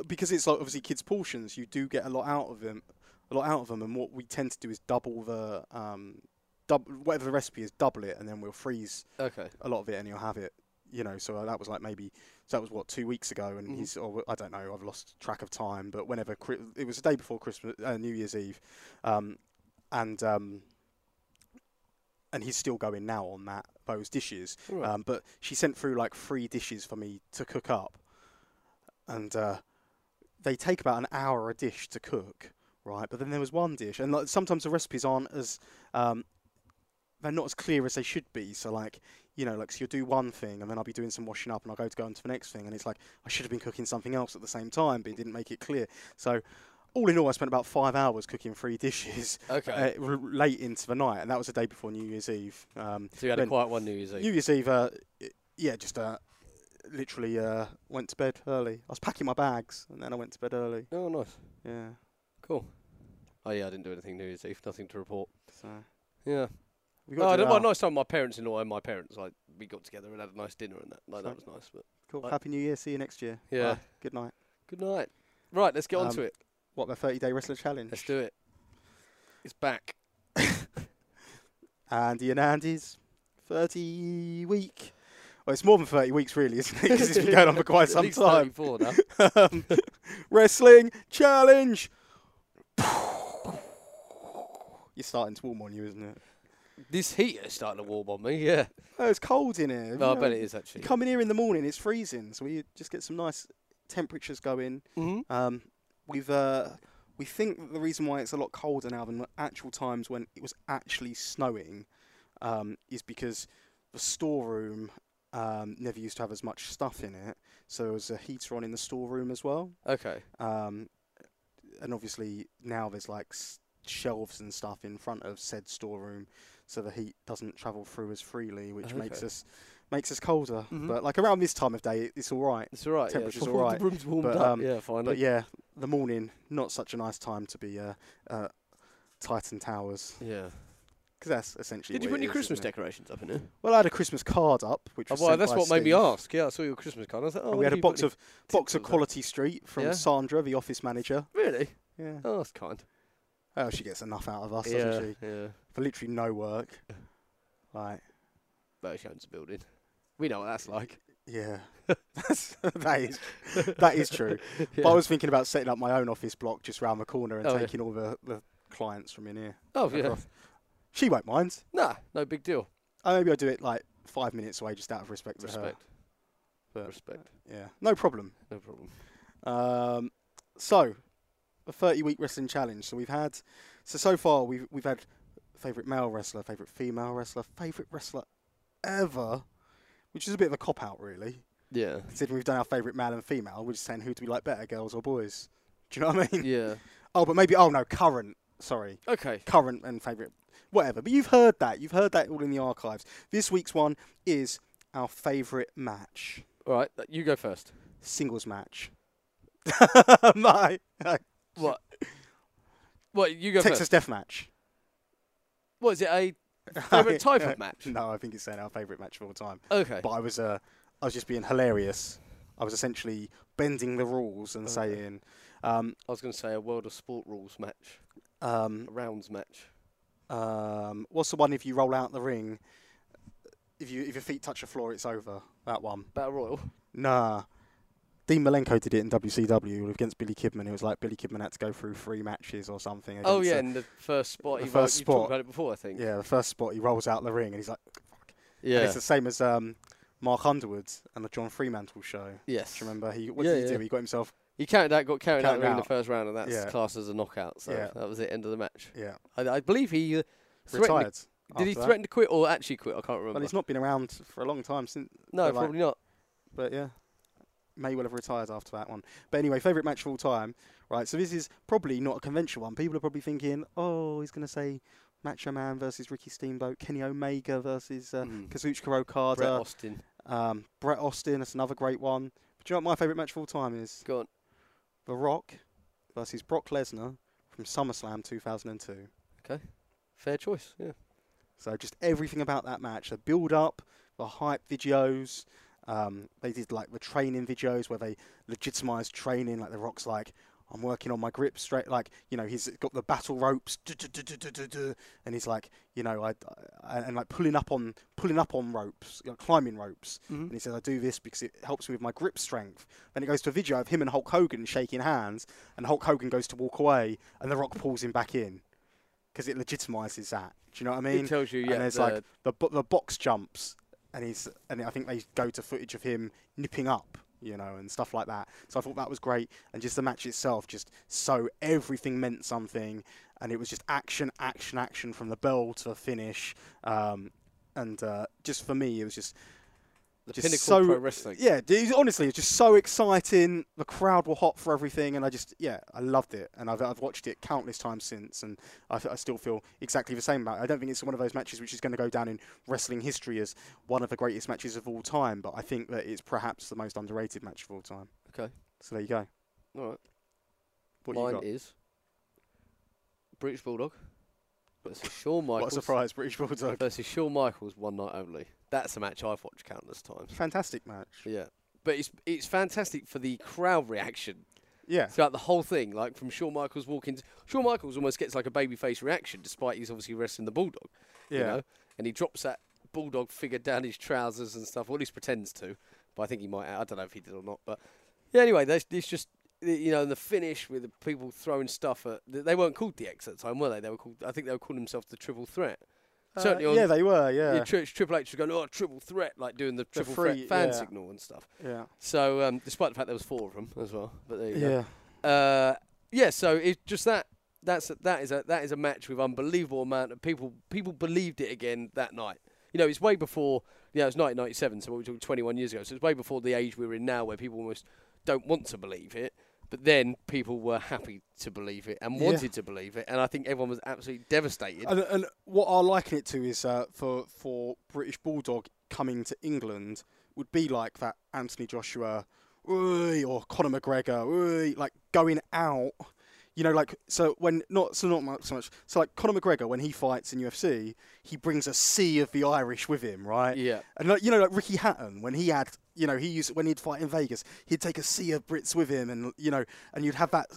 Speaker 3: because it's like obviously kids' portions. You do get a lot out of them, a lot out of them. And what we tend to do is double the um, dub- whatever the recipe is, double it, and then we'll freeze
Speaker 4: okay.
Speaker 3: a lot of it, and you'll have it. You know, so uh, that was like maybe so that was what two weeks ago, and
Speaker 4: Mhm.
Speaker 3: he's or I don't know, I've lost track of time, but whenever Chri- it was the day before Christmas, uh, New Year's Eve, um, and um, and he's still going now on that those dishes.
Speaker 4: All right.
Speaker 3: Um, but she sent through like three dishes for me to cook up, and uh, they take about an hour a dish to cook, right? But then there was one dish, and like, sometimes the recipes aren't as um, they're not as clear as they should be. So like you know, like so you'll do one thing, and then I'll be doing some washing up, and I'll go to go into the next thing, and it's like I should have been cooking something else at the same time, but it didn't make it clear. So. All in all, I spent about five hours cooking three dishes
Speaker 4: Okay.
Speaker 3: uh, r- late into the night, and that was the day before New Year's Eve. Um,
Speaker 4: so you had a
Speaker 3: when-
Speaker 4: quiet one New Year's Eve.
Speaker 3: New Year's Eve, uh, i- yeah, just uh, literally uh, went to bed early. I was packing my bags and then I went to bed early.
Speaker 4: oh, nice.
Speaker 3: Yeah,
Speaker 4: Cool. Oh yeah, I didn't do anything New Year's Eve. Nothing to report.
Speaker 3: so
Speaker 4: Yeah.
Speaker 3: we
Speaker 4: Oh,
Speaker 3: to
Speaker 4: I
Speaker 3: do
Speaker 4: did- well,
Speaker 3: that.
Speaker 4: nice time. with My parents-in-law and my parents, like, we got together and had a nice dinner and that. Like, that was
Speaker 3: Fine.
Speaker 4: nice. But
Speaker 3: Cool.
Speaker 4: I-
Speaker 3: Happy New Year. See you next year. Bye.
Speaker 4: Yeah.
Speaker 3: Good night.
Speaker 4: good night. Right, let's get on to
Speaker 3: Um,
Speaker 4: it.
Speaker 3: What the 30-day wrestler challenge?
Speaker 4: Let's do it. It's back.
Speaker 3: Andy and Andy's 30 week. Well, it's more than 30 weeks, really, isn't it? Because it's been going on for quite
Speaker 4: At
Speaker 3: some
Speaker 4: least
Speaker 3: time.
Speaker 4: 34 now.
Speaker 3: Um, wrestling challenge. You're starting to warm on you, isn't it?
Speaker 4: this heat is starting to warm on me. Yeah.
Speaker 3: Oh, it's cold in here.
Speaker 4: No, I
Speaker 3: you know.
Speaker 4: bet it is actually.
Speaker 3: You come in here in the morning, it's freezing, so we just get some nice temperatures going.
Speaker 4: Mhm.
Speaker 3: Um, we've uh, we think that the reason why it's a lot colder now than the actual times when it was actually snowing um, is because the storeroom um, never used to have as much stuff in it, so there was a heater on in the storeroom as well.
Speaker 4: Okay.
Speaker 3: Um, and obviously now there's like s- shelves and stuff in front of said storeroom, so the heat doesn't travel through as freely, which makes
Speaker 4: Okay.
Speaker 3: us makes us colder.
Speaker 4: Mhm.
Speaker 3: But like around this time of day, it- it's all right.
Speaker 4: It's all right.
Speaker 3: Temperature's
Speaker 4: yeah.
Speaker 3: all right,
Speaker 4: The room's warmed
Speaker 3: but,
Speaker 4: up.
Speaker 3: um,
Speaker 4: yeah, finally.
Speaker 3: But yeah, the morning not such a nice time to be uh, uh, Titan Towers
Speaker 4: Yeah.
Speaker 3: because that's essentially.
Speaker 4: Did you
Speaker 3: what
Speaker 4: put
Speaker 3: it
Speaker 4: your
Speaker 3: is,
Speaker 4: Christmas
Speaker 3: isn't it?
Speaker 4: decorations up in here?
Speaker 3: Well, I had a Christmas card up, which
Speaker 4: Oh,
Speaker 3: was
Speaker 4: well,
Speaker 3: sent
Speaker 4: that's
Speaker 3: by
Speaker 4: what made me
Speaker 3: Steve.
Speaker 4: ask. Yeah, I saw your Christmas card. I was like, oh,
Speaker 3: And we
Speaker 4: wonder
Speaker 3: had a
Speaker 4: if you put
Speaker 3: box
Speaker 4: any-
Speaker 3: of box of
Speaker 4: tinsels up.
Speaker 3: Quality Street from
Speaker 4: Yeah.
Speaker 3: Sandra, the office manager.
Speaker 4: Really?
Speaker 3: Yeah.
Speaker 4: Oh, that's kind.
Speaker 3: Oh, she gets enough out of us,
Speaker 4: yeah.
Speaker 3: doesn't she?
Speaker 4: Yeah.
Speaker 3: For literally no work. Like,
Speaker 4: But she owns the building. We know what that's like.
Speaker 3: Yeah, That's, that is that is true. But I was thinking about setting up my own office block just round the corner and
Speaker 4: Oh, yeah.
Speaker 3: taking all the, the clients from in here.
Speaker 4: Oh, yeah.
Speaker 3: across. She won't mind.
Speaker 4: Nah, no big deal.
Speaker 3: Uh, maybe I do it like five minutes away, just out of respect to her.
Speaker 4: Respect.
Speaker 3: But-
Speaker 4: Respect.
Speaker 3: Yeah, no problem.
Speaker 4: No problem.
Speaker 3: Um, so, a 30-week wrestling challenge. So we've had, so so far we've we've had favorite male wrestler, favorite female wrestler, favorite wrestler ever, which is a bit of a cop out, really.
Speaker 4: Yeah.
Speaker 3: considering we've done our favourite male and female, we're just saying who do we like better, girls or boys? Do you know what I mean?
Speaker 4: Yeah.
Speaker 3: Oh, but maybe. Oh no, current. Sorry,
Speaker 4: Okay.
Speaker 3: current and favourite, whatever. But you've heard that. You've heard that all in the archives. This week's one is our favourite match,
Speaker 4: All right. th- You go first.
Speaker 3: singles match. My uh,
Speaker 4: What? What? You go
Speaker 3: Texas
Speaker 4: first.
Speaker 3: Death Match.
Speaker 4: What is it? A favorite type of match?
Speaker 3: No, I think it's saying our favourite match of all time.
Speaker 4: Okay.
Speaker 3: But I was uh, I was just being hilarious. I was essentially bending the rules and saying, um,
Speaker 4: I was going to say a World of Sport rules match,
Speaker 3: um,
Speaker 4: a rounds match.
Speaker 3: um, "What's the one if you roll out the ring? If you if your feet touch the floor, it's over." That one.
Speaker 4: Battle Royal.
Speaker 3: Nah. Dean Malenko did it in WCW against Billy Kidman. It was like Billy Kidman had to go through three matches or something.
Speaker 4: Oh
Speaker 3: against
Speaker 4: yeah,
Speaker 3: a-
Speaker 4: in the first spot.
Speaker 3: the
Speaker 4: he
Speaker 3: first
Speaker 4: you talked
Speaker 3: spot.
Speaker 4: about it before, I think.
Speaker 3: yeah, the first spot he rolls out the ring and he's like, and
Speaker 4: Yeah.
Speaker 3: it's the same as um, Mark Underwood and the John Fremantle show. Do
Speaker 4: Yes.
Speaker 3: you remember? He what
Speaker 4: Yeah,
Speaker 3: did he
Speaker 4: yeah.
Speaker 3: do? He got himself.
Speaker 4: He counted out, got carried out
Speaker 3: Counted
Speaker 4: during the
Speaker 3: out.
Speaker 4: first round, and that's
Speaker 3: Yeah.
Speaker 4: classed as a knockout. So
Speaker 3: Yeah.
Speaker 4: that was the end of the match.
Speaker 3: Yeah,
Speaker 4: I, I believe he uh, threatened to-
Speaker 3: retired.
Speaker 4: Did he
Speaker 3: after that.
Speaker 4: threaten to quit or actually quit? I can't remember.
Speaker 3: Well, he's not been around for a long time since.
Speaker 4: no,
Speaker 3: like-
Speaker 4: probably not.
Speaker 3: But yeah, may well have retired after that one. But anyway, favourite match of all time. Right, so this is probably not a conventional one. People are probably thinking, oh, he's going to say Macho Man versus Ricky Steamboat, Kenny Omega versus uh,
Speaker 4: Mm.
Speaker 3: Kazuchika
Speaker 4: Brett
Speaker 3: Okada,
Speaker 4: Austin.
Speaker 3: um, Brett Austin. That's another great one. But do you know what my favourite match of all time is?
Speaker 4: Go on.
Speaker 3: The Rock versus Brock Lesnar from SummerSlam 2002.
Speaker 4: Fair choice. Yeah.
Speaker 3: So just everything about that match, the build up, the hype videos. Um, they did like the training videos where they legitimized training. Like the Rock's like, I'm working on my grip straight. Like you know he's got the battle ropes, duh, duh, duh, duh, duh, duh, duh, and he's like, you know, I, I and like pulling up on pulling up on ropes, you know, climbing ropes.
Speaker 4: Mm-hmm.
Speaker 3: And he says, I do this because it helps me with my grip strength. Then it goes to a video of him and Hulk Hogan shaking hands, and Hulk Hogan goes to walk away, and The Rock pulls him back in because it legitimizes that. Do you know what I mean?
Speaker 4: It tells you.
Speaker 3: and
Speaker 4: Yeah.
Speaker 3: there's
Speaker 4: the-
Speaker 3: like the bo- the box jumps, and he's and I think they go to footage of him nipping up, you know, and stuff like that. So I thought that was great, and just the match itself, just so everything meant something, and it was just action, action, action from the bell to the finish, um, and uh, just for me, it was just
Speaker 4: the
Speaker 3: just
Speaker 4: pinnacle
Speaker 3: so-
Speaker 4: pro wrestling.
Speaker 3: yeah, dude, honestly, it's just so exciting. The crowd were hot for everything, and I just, yeah, I loved it. And I've, I've watched it countless times since, and I, f- I still feel exactly the same about it. I don't think it's one of those matches which is going to go down in wrestling history as one of the greatest matches of all time, but I think that it's perhaps the most underrated match of all time.
Speaker 4: Okay.
Speaker 3: So there you go.
Speaker 4: All right.
Speaker 3: What you
Speaker 4: Mine
Speaker 3: got?
Speaker 4: is British Bulldog versus Shawn Michaels.
Speaker 3: What a surprise, British Bulldog.
Speaker 4: Versus Shawn Michaels, one night only. That's a match I've watched countless times.
Speaker 3: Fantastic match.
Speaker 4: Yeah. But it's it's fantastic for the crowd reaction
Speaker 3: Yeah.
Speaker 4: throughout the whole thing. Like from Shawn Michaels walking, to, Shawn Michaels almost gets like a babyface reaction, despite he's obviously wrestling the bulldog.
Speaker 3: Yeah.
Speaker 4: You know? And he drops that bulldog figure down his trousers and stuff. Or at least pretends to. But I think he might. I don't know if he did or not. But yeah, anyway, that's it's just you know the finish with the people throwing stuff at. They weren't called DX at the time, were they? They were called. I think they were calling themselves the Triple Threat.
Speaker 3: Uh,
Speaker 4: Certainly on
Speaker 3: yeah, they were, yeah.
Speaker 4: yeah, Tri- Triple H was going, oh, Triple Threat, like doing the Triple
Speaker 3: free-
Speaker 4: Threat fan
Speaker 3: yeah.
Speaker 4: signal and stuff.
Speaker 3: yeah.
Speaker 4: So, um, despite the fact there was four of them as well, but there you go.
Speaker 3: Yeah.
Speaker 4: Uh, yeah, so it's just that. That's a, that is a that is a match with unbelievable amount of people. People believed it again that night. You know, it's way before. Yeah, it's 1997, so we're talking 21 years ago. So it's way before the age we're in now, where people almost don't want to believe it. But then people were happy to believe it and
Speaker 3: Yeah.
Speaker 4: wanted to believe it, and I think everyone was absolutely devastated.
Speaker 3: And, and what I liken it to is uh, for for British Bulldog coming to England would be like that Anthony Joshua "Oi," or Conor McGregor, "Oi," like going out. You know, like so when not so not much so much so like Conor McGregor when he fights in UFC, he brings a sea of the Irish with him, right?
Speaker 4: Yeah.
Speaker 3: And like, you know, like Ricky Hatton, when he had, you know, he used when he'd fight in Vegas, he'd take a sea of Brits with him, and you know, and you'd have that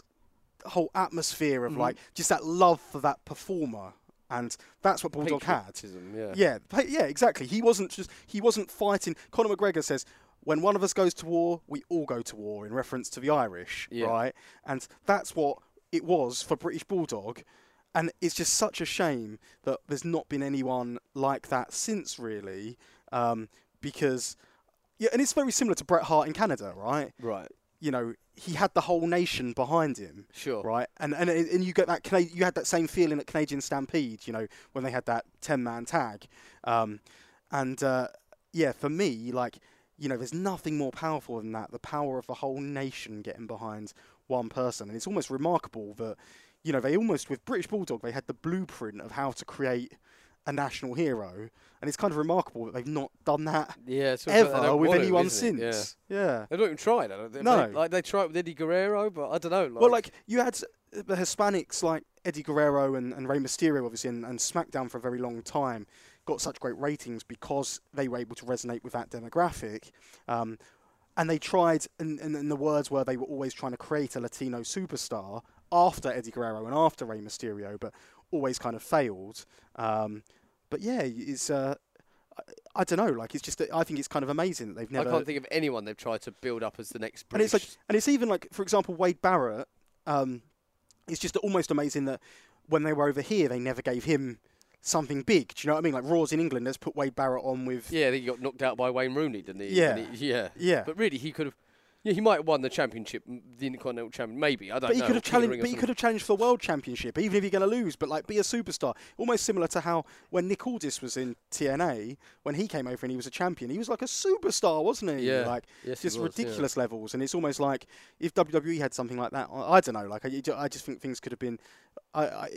Speaker 3: whole atmosphere of
Speaker 4: Mm-hmm.
Speaker 3: like just that love for that performer, and that's what Bulldog had.
Speaker 4: Patriotism, yeah.
Speaker 3: Yeah, pa- yeah, exactly. He wasn't just he wasn't fighting. Conor McGregor says, "When one of us goes to war, we all go to war." In reference to the Irish,
Speaker 4: Yeah.
Speaker 3: right? And that's what it was for British Bulldog, and it's just such a shame that there's not been anyone like that since, really, um, because yeah, and it's very similar to Bret Hart in Canada, right?
Speaker 4: Right.
Speaker 3: you know he had the whole nation behind him.
Speaker 4: Sure.
Speaker 3: Right. And and and you get that Cana- you had that same feeling at Canadian Stampede, you know, when they had that ten man tag, um, and uh, yeah, for me, like you know, there's nothing more powerful than that. The power of the whole nation getting behind one person, and it's almost remarkable that you know they almost with British Bulldog they had the blueprint of how to create a national hero, and it's kind of remarkable that they've not done that
Speaker 4: Yeah. It's sort of like they
Speaker 3: ever
Speaker 4: don't
Speaker 3: with
Speaker 4: want to,
Speaker 3: anyone
Speaker 4: isn't it? Yeah.
Speaker 3: since. yeah.
Speaker 4: They don't even try it. I don't think.
Speaker 3: No.
Speaker 4: They- like they try it with Eddie Guerrero, but I don't know. Like,
Speaker 3: Well, like you had the Hispanics like Eddie Guerrero and, and Rey Mysterio, obviously, and, and SmackDown for a very long time. got such great ratings because they were able to resonate with that demographic. Um, and they tried, and, and, and the words were they were always trying to create a Latino superstar after Eddie Guerrero and after Rey Mysterio, but always kind of failed. Um, but yeah, it's uh, I, I don't know. Like it's just that I think it's kind of amazing that they've never.
Speaker 4: I can't think of anyone they've tried to build up as the next
Speaker 3: and it's
Speaker 4: British.
Speaker 3: like, and it's even like, for example, Wade Barrett. Um, it's just almost amazing that when they were over here, they never gave him something big. Do you know what I mean? Like Raw's in England, let's put Wade Barrett on with.
Speaker 4: yeah, I think he got knocked out by Wayne Rooney, didn't he?
Speaker 3: Yeah.
Speaker 4: And he- yeah.
Speaker 3: Yeah.
Speaker 4: But really, he could have. Yeah, he might have won the championship, m- the Intercontinental Champion, maybe. I don't
Speaker 3: But he
Speaker 4: know.
Speaker 3: could have
Speaker 4: King of
Speaker 3: challenged.
Speaker 4: Ring or
Speaker 3: But he
Speaker 4: something.
Speaker 3: could have challenged for the world championship, even if you're going to lose. But like, be a superstar. Almost similar to how when Nick Aldis was in TNA, when he came over and he was a champion, he was like a superstar, wasn't he?
Speaker 4: Yeah.
Speaker 3: Like
Speaker 4: Yes, he
Speaker 3: just
Speaker 4: was, yeah.
Speaker 3: ridiculous levels. And it's almost like if WWE had something like that, I, I don't know. Like I, you ju- I just think things could have been. I, I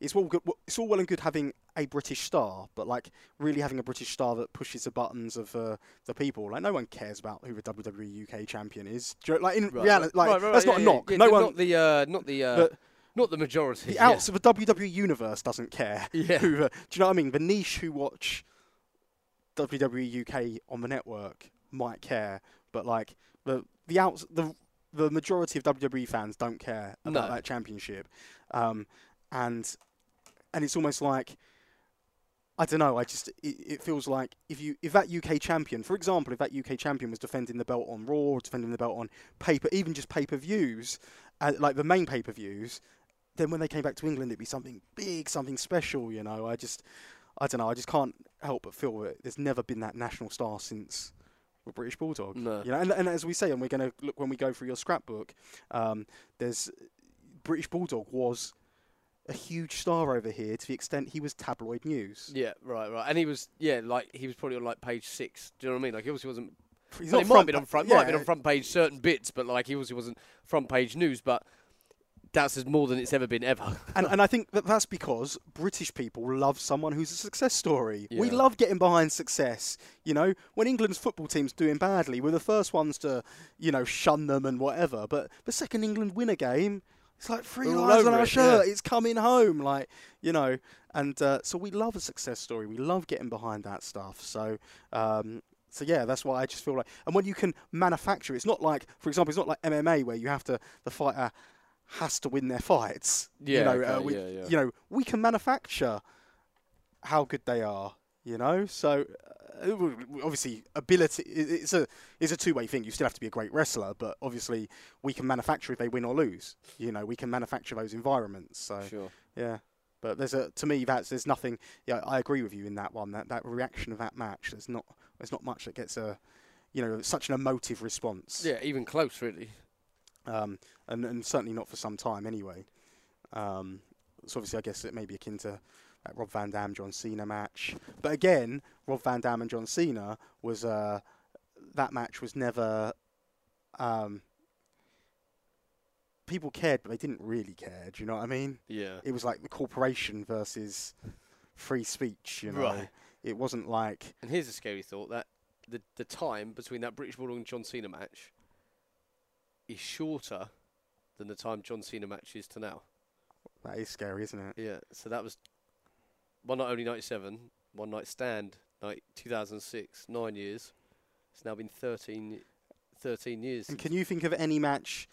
Speaker 3: it's all good, it's all well and good having a British star, but like really having a British star that pushes the buttons of uh, the people. Like no one cares about who the WWE UK E champion is. Do you know- Like in
Speaker 4: Right,
Speaker 3: reality,
Speaker 4: right,
Speaker 3: like
Speaker 4: right, right,
Speaker 3: that's
Speaker 4: yeah,
Speaker 3: not a
Speaker 4: yeah,
Speaker 3: knock.
Speaker 4: yeah,
Speaker 3: no
Speaker 4: the-
Speaker 3: one.
Speaker 4: Not the. Uh, not the. Uh,
Speaker 3: But-
Speaker 4: not the majority.
Speaker 3: The
Speaker 4: yeah.
Speaker 3: outs of the WWE universe doesn't care.
Speaker 4: Yeah.
Speaker 3: Who, uh, do you know what I mean? The niche who watch WWE UK on the network might care, but like the the outs the the majority of WWE fans don't care about
Speaker 4: No.
Speaker 3: that championship, um, and and it's almost like I don't know. I just it, it feels like if you if that UK champion, for example, if that UK champion was defending the belt on Raw, or defending the belt on paper, even just pay per views, uh, like the main pay per views, then when they came back to England, it'd be something big, something special. You know, I just I don't know. I just can't help but feel that there's never been that national star since the British Bulldog.
Speaker 4: No.
Speaker 3: You know, and, and as we say, and we're going to look when we go through your scrapbook. Um, there's British Bulldog was a huge star over here to the extent he was tabloid news.
Speaker 4: Yeah, right, right. And he was, yeah, like he was probably on like page six. Do you know what I mean? Like he obviously wasn't.
Speaker 3: He's
Speaker 4: well,
Speaker 3: not
Speaker 4: he might
Speaker 3: front
Speaker 4: have been on
Speaker 3: pa-
Speaker 4: front, might have been
Speaker 3: yeah.
Speaker 4: on front page certain bits, but like he obviously wasn't front page news. But that's as more than it's ever been ever.
Speaker 3: and, and I think that that's because British people love someone who's a success story. We
Speaker 4: Yeah.
Speaker 3: love getting behind success. You know, when England's football team's doing badly, we're the first ones to, you know, shun them and whatever. But the second England win a game, it's like three
Speaker 4: We're all
Speaker 3: lives on
Speaker 4: over
Speaker 3: our
Speaker 4: it,
Speaker 3: shirt. It's coming home, like you know. And uh, so we love a success story. We love getting behind that stuff. So. Um, so yeah, that's why I just feel like, and when you can manufacture, it's not like, for example, it's not like MMA where you have to the fighter has to win their fights. you
Speaker 4: Yeah,
Speaker 3: know, uh,
Speaker 4: okay,
Speaker 3: we,
Speaker 4: yeah, yeah.
Speaker 3: you know, we can manufacture how good they are. You know, so uh, w- w- obviously ability i- i- it's a it's a two way thing. You still have to be a great wrestler, but obviously we can manufacture if they win or lose. You know, we can manufacture those environments. So
Speaker 4: Sure.
Speaker 3: yeah, but there's a to me that's there's nothing. Yeah, I agree with you in that one. That that reaction of that match. There's not there's not much that gets a you know such an emotive response.
Speaker 4: Yeah, even close, really.
Speaker 3: um, and, and certainly not for some time anyway. Um, so obviously, I guess it may be akin to that Rob Van Dam John Cena match. But again, Rob Van Dam and John Cena was uh, that match was never. Um, people cared, but they didn't really care. Do you know what I mean?
Speaker 4: Yeah.
Speaker 3: It was like the corporation versus free speech. You know,
Speaker 4: Right.
Speaker 3: it wasn't like
Speaker 4: And here's a scary thought: that the the time between that British Bulldog and John Cena match is shorter than the time John Cena match is to now.
Speaker 3: that is scary, isn't it?
Speaker 4: Yeah. So that was one night only ninety seven, one night stand, night two thousand six, nine years. It's now been 13, 13 years.
Speaker 3: And
Speaker 4: since-
Speaker 3: can you think of any match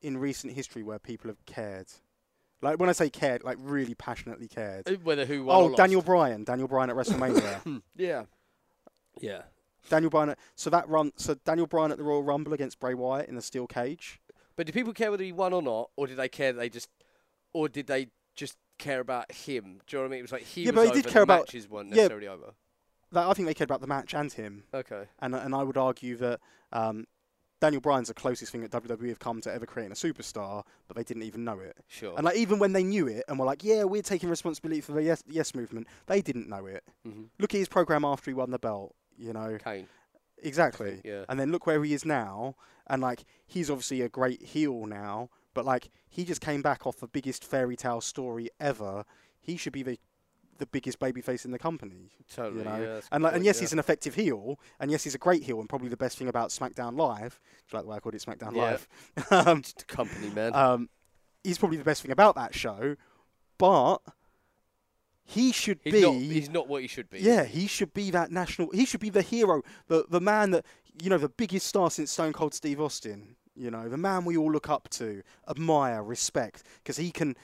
Speaker 3: in recent history where people have cared? Like when I say cared, like really passionately cared.
Speaker 4: Uh, Whether who won or
Speaker 3: Oh,
Speaker 4: lost.
Speaker 3: Daniel Bryan, Daniel Bryan at WrestleMania.
Speaker 4: Yeah. Yeah.
Speaker 3: Daniel Bryan. At, so that run, so Daniel Bryan at the Royal Rumble against Bray Wyatt in the steel cage.
Speaker 4: But do people care whether he won or not, or did they care that they just, or did they just care about him? Do you know what I mean? It was like he
Speaker 3: Yeah,
Speaker 4: was
Speaker 3: but they
Speaker 4: over,
Speaker 3: did
Speaker 4: the
Speaker 3: care about-
Speaker 4: matches weren't
Speaker 3: yeah.
Speaker 4: necessarily over.
Speaker 3: That I think they cared about the match and him.
Speaker 4: Okay.
Speaker 3: And and I would argue that um, Daniel Bryan's the closest thing that WWE have come to ever creating a superstar, but they didn't even know it.
Speaker 4: Sure.
Speaker 3: And like even when they knew it and were like, yeah, we're taking responsibility for the yes, yes movement, they didn't know it.
Speaker 4: Mhm.
Speaker 3: Look at his program after he won the belt. You know.
Speaker 4: Kane.
Speaker 3: Exactly.
Speaker 4: yeah.
Speaker 3: And then look where he is now, and like he's obviously a great heel now, but like he just came back off the biggest fairy tale story ever. He should be the the biggest babyface in the company.
Speaker 4: Totally.
Speaker 3: you know?
Speaker 4: yeah, that's a
Speaker 3: and
Speaker 4: good
Speaker 3: like, and
Speaker 4: point,
Speaker 3: yes,
Speaker 4: yeah.
Speaker 3: he's an effective heel, and yes, he's a great heel, and probably the best thing about SmackDown Live, which I like the way I called it SmackDown
Speaker 4: Yeah.
Speaker 3: Live. um,
Speaker 4: Just a company man.
Speaker 3: um, he's probably the best thing about that show, but He should
Speaker 4: He's
Speaker 3: be.
Speaker 4: not. He's not what he should be.
Speaker 3: Yeah, he should be that national. He should be the hero, the the man that you know, the biggest star since Stone Cold Steve Austin. You know, the man we all look up to, admire, respect, because he can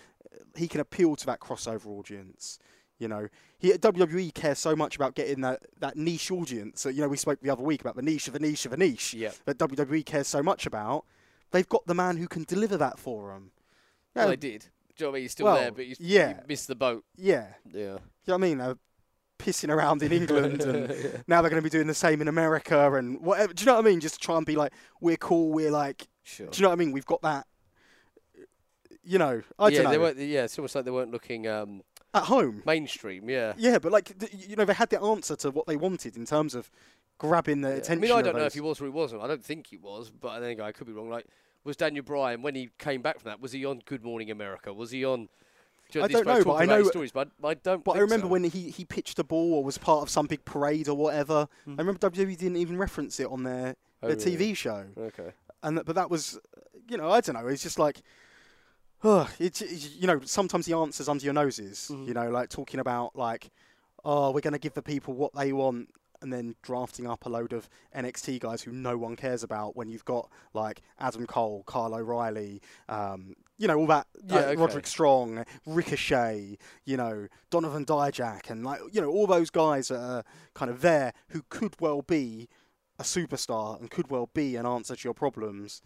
Speaker 3: he can appeal to that crossover audience. You know, he at WWE cares so much about getting that, that niche audience. So, you know, we spoke the other week about the niche of the niche of the niche
Speaker 4: Yep.
Speaker 3: that WWE cares so much about. They've got the man who can deliver that for them. Yeah,
Speaker 4: Well, they did. Do you know what I mean? He's still
Speaker 3: Well,
Speaker 4: there, but he's,
Speaker 3: yeah.
Speaker 4: he missed the boat.
Speaker 3: yeah.
Speaker 4: Yeah.
Speaker 3: Do you know what I mean? They're pissing around in England, and now they're going to be doing the same in America and whatever. Do you know what I mean? Just to try and be like, we're cool. We're like,
Speaker 4: Sure.
Speaker 3: do you know what I mean? We've got that. You know, I
Speaker 4: yeah,
Speaker 3: don't
Speaker 4: they
Speaker 3: know.
Speaker 4: weren't. Yeah, it's almost like they weren't looking um,
Speaker 3: At home,
Speaker 4: mainstream. Yeah.
Speaker 3: yeah, but like, th- you know, they had the answer to what they wanted in terms of grabbing their
Speaker 4: Yeah. I
Speaker 3: attention.
Speaker 4: mean, I
Speaker 3: of
Speaker 4: don't know
Speaker 3: those.
Speaker 4: if he was or he wasn't. I don't think he was, but I think I could be wrong. Like, was Daniel Bryan when he came back from that? Was he on Good Morning America? Was he on? do you
Speaker 3: I
Speaker 4: these
Speaker 3: don't know,
Speaker 4: blokes
Speaker 3: but
Speaker 4: talking
Speaker 3: I
Speaker 4: about
Speaker 3: know-
Speaker 4: his stories, but I, I don't.
Speaker 3: But I
Speaker 4: think
Speaker 3: remember
Speaker 4: so.
Speaker 3: when he, he pitched a ball or was part of some big parade or whatever. I remember WWE didn't even reference it on their,
Speaker 4: Mm-hmm. Oh,
Speaker 3: their
Speaker 4: really?
Speaker 3: TV show.
Speaker 4: Okay.
Speaker 3: and that, but that was, you know, I don't know. It's just like, ugh, it's, it's- you know, sometimes the answers under your noses.
Speaker 4: Mm-hmm.
Speaker 3: You know, like talking about like, oh, we're going to give the people what they want, and then drafting up a load of NXT guys who no one cares about when you've got like Adam Cole, Kyle O'Reilly. Um, you know all that,
Speaker 4: Yeah,
Speaker 3: uh,
Speaker 4: okay.
Speaker 3: Roderick Strong, Ricochet, you know Donovan Dijak, and like you know all those guys that are kind of there who could well be a superstar and could well be an answer to your problems,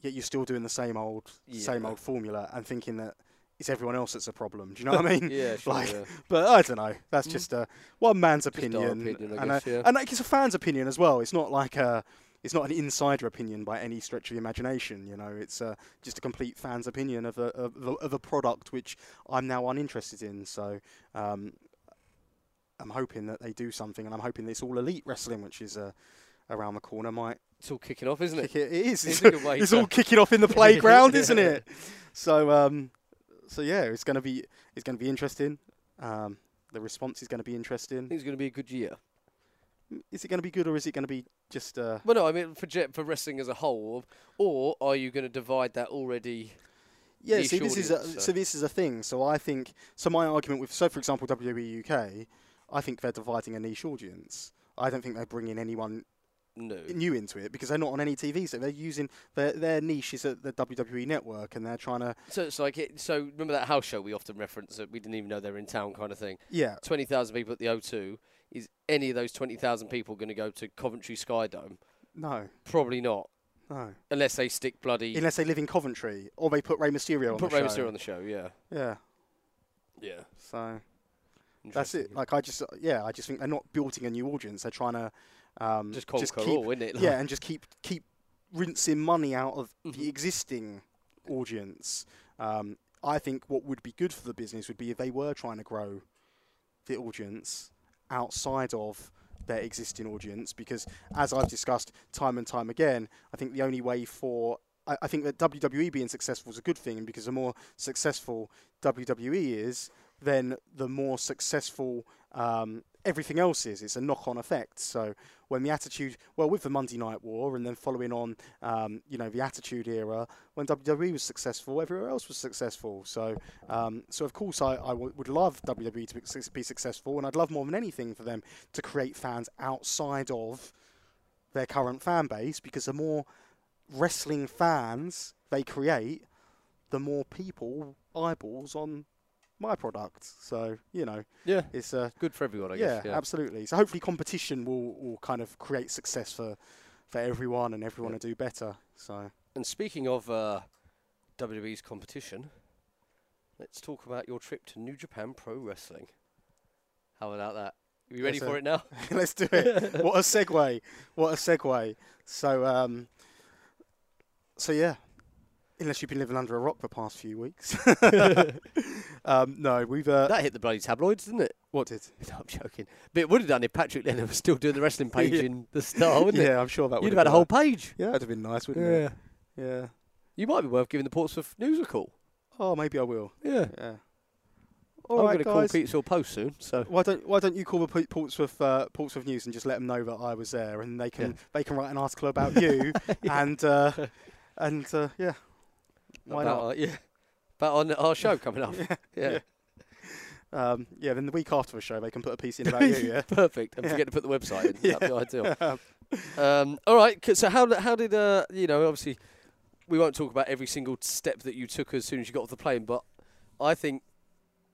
Speaker 3: yet you're still doing the same old same
Speaker 4: Yeah.
Speaker 3: old formula and thinking that it's everyone else that's a problem. Do you know what I mean?
Speaker 4: Yeah, sure.
Speaker 3: like,
Speaker 4: yeah. Mm.
Speaker 3: but I don't know. That's just a one man's opinion,
Speaker 4: opinion, I
Speaker 3: and
Speaker 4: guess,
Speaker 3: a,
Speaker 4: yeah.
Speaker 3: and like, it's a fan's opinion as well. It's not like a it's not an insider opinion by any stretch of the imagination. You know, it's uh, just a complete fan's opinion of a of, a- of a product which I'm now uninterested in. So. Um, I'm hoping that they do something, and I'm hoping this all elite wrestling, which is uh, around the corner, might
Speaker 4: It's all kicking off, isn't it?
Speaker 3: kick it. It is. It's,
Speaker 4: It's a good way
Speaker 3: it's
Speaker 4: to-
Speaker 3: all kicking off in the playground, isn't
Speaker 4: Yeah.
Speaker 3: it? So, um, so yeah, it's gonna be it's gonna be interesting. Um, the response is gonna be
Speaker 4: I
Speaker 3: interesting.
Speaker 4: think it's going to be a good year.
Speaker 3: Is it gonna be good or is it gonna be just? Uh,
Speaker 4: Well, no, I mean for jet, for wrestling as a whole, or are you going to divide that already?
Speaker 3: yeah.
Speaker 4: niche
Speaker 3: See, this is a,
Speaker 4: audience, so-
Speaker 3: so. this is a thing. So I think so. My argument with so, for example, WWE UK, I think they're dividing a niche audience. I don't think they're bringing anyone
Speaker 4: No.
Speaker 3: new into it because they're not on any TV. So they're using their their niche is at the WWE network, and they're trying to
Speaker 4: So it's like it, so. Remember that house show we often reference that we didn't even know they were in town, kind of thing.
Speaker 3: yeah.
Speaker 4: Twenty thousand people at the O2. Is any of those twenty thousand people going to go to Coventry Sky Dome?
Speaker 3: No,
Speaker 4: Probably not,
Speaker 3: no.
Speaker 4: unless they stick bloody
Speaker 3: Unless they live in Coventry or they put Rey Mysterio on
Speaker 4: put
Speaker 3: the
Speaker 4: Rey
Speaker 3: show.
Speaker 4: Mysterio on the show. Yeah,
Speaker 3: Yeah.
Speaker 4: yeah.
Speaker 3: So that's it. Like I just yeah, I just think they're not building a new audience. They're trying to um,
Speaker 4: Just cold
Speaker 3: keep
Speaker 4: call, isn't it? Like-
Speaker 3: yeah, and just keep keep rinsing money out of
Speaker 4: Mm-hmm.
Speaker 3: the existing audience. Um, I think what would be good for the business would be if they were trying to grow the audience outside of their existing audience because as I've discussed time and time again, I think the only way for I, I think that WWE being successful is a good thing because the more successful WWE is, then the more successful um, everything else is. It's a knock on effect. So when the attitude well with the Monday night war and then following on um, you know, the attitude era, when WWE was successful, everywhere else was successful. So um, so of course I, I w- would love WWE to be suc- be successful and I'd love more than anything for them to create fans outside of their current fan base because the more wrestling fans they create, the more people eyeballs on my product. So you know,
Speaker 4: yeah.
Speaker 3: it's uh,
Speaker 4: Good for everyone, I
Speaker 3: yeah,
Speaker 4: guess. Yeah,
Speaker 3: absolutely. So hopefully, competition will, will kind of create success for for everyone and everyone to do better. So
Speaker 4: And speaking of uh, WWE's competition, let's talk about your trip to New Japan Pro Wrestling. How about that? Are you ready
Speaker 3: Yes,
Speaker 4: for
Speaker 3: sir.
Speaker 4: it now?
Speaker 3: let's do it. what a segue! What a segue! So um, so yeah. Unless you've been living under a rock the past few weeks. um, no, we've. Uh,
Speaker 4: That hit the bloody tabloids, didn't it?
Speaker 3: what did?
Speaker 4: No, I'm joking. But it would have done if Patrick Leonard was still doing the wrestling page in the Star, wouldn't
Speaker 3: yeah, I'm sure that
Speaker 4: it?
Speaker 3: would
Speaker 4: You'd have had a
Speaker 3: been
Speaker 4: whole page.
Speaker 3: Yeah, that'd have been nice, wouldn't it? Yeah.
Speaker 4: You might be worth giving the Portsmouth News a call.
Speaker 3: Oh, maybe I will.
Speaker 4: Yeah.
Speaker 3: Yeah.
Speaker 4: I'm
Speaker 3: All right,
Speaker 4: going to call
Speaker 3: guys.
Speaker 4: Pete Saw Post soon, so.
Speaker 3: Why don't Why don't you call the P- Portsmouth uh, Portsmouth News and just let them know that I was there, and they can they can write an article about you, and uh, and uh, yeah, why
Speaker 4: about uh,
Speaker 3: not?
Speaker 4: Our, yeah. But on our show coming up. yeah.
Speaker 3: Um, yeah, then the week after the show, they can put a piece in about you. Yeah.
Speaker 4: Perfect. And
Speaker 3: Yeah.
Speaker 4: forget to put the website in. That'd be ideal. Um, all right. c- So how how did uh, you know? Obviously, we won't talk about every single step that you took as soon as you got off the plane, but I think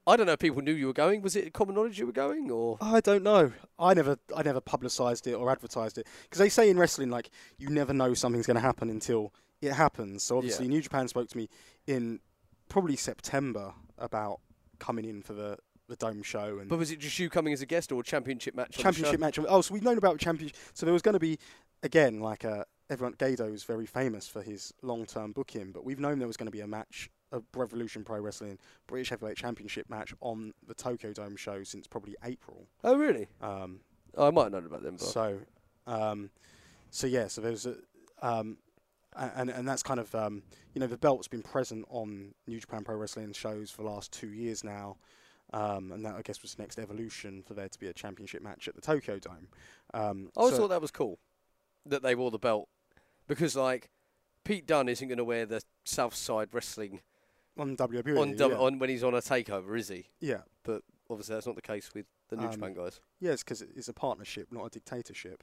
Speaker 4: I don't know. if People knew you were going. Was it common knowledge you were going, or
Speaker 3: I don't know. I never, I never publicised it or advertised it because they say in wrestling, like you never know something's going to happen until it happens. So obviously, New Japan spoke to me in probably September about coming in for the the dome show and
Speaker 4: but was it just you coming as a guest or a championship match?
Speaker 3: championship match. Oh, so we've known about championship. So there was going to be again, like uh, everyone, Gado is very famous for his long-term booking, but we've known there was going to be a match, a Revolution Pro Wrestling British Heavyweight Championship match on the Tokyo Dome show since probably April.
Speaker 4: Oh really?
Speaker 3: Um,
Speaker 4: Oh, I might have known about them. But
Speaker 3: so, um, so yeah, so there's a, um, a- and and that's kind of um, you know the belt's been present on New Japan Pro Wrestling shows for the last two years now, um, and that I guess was the next evolution for there to be a championship match at the Tokyo Dome. Um,
Speaker 4: I always
Speaker 3: so-
Speaker 4: thought that was cool that they wore the belt because like Pete Dunne isn't going to wear the South Side Wrestling
Speaker 3: on WWE.
Speaker 4: on,
Speaker 3: yeah.
Speaker 4: dub on when he's on a takeover, is he?
Speaker 3: yeah,
Speaker 4: But obviously that's not the case with the New
Speaker 3: Um,
Speaker 4: Japan guys.
Speaker 3: yeah, it's because it's a partnership, not a dictatorship.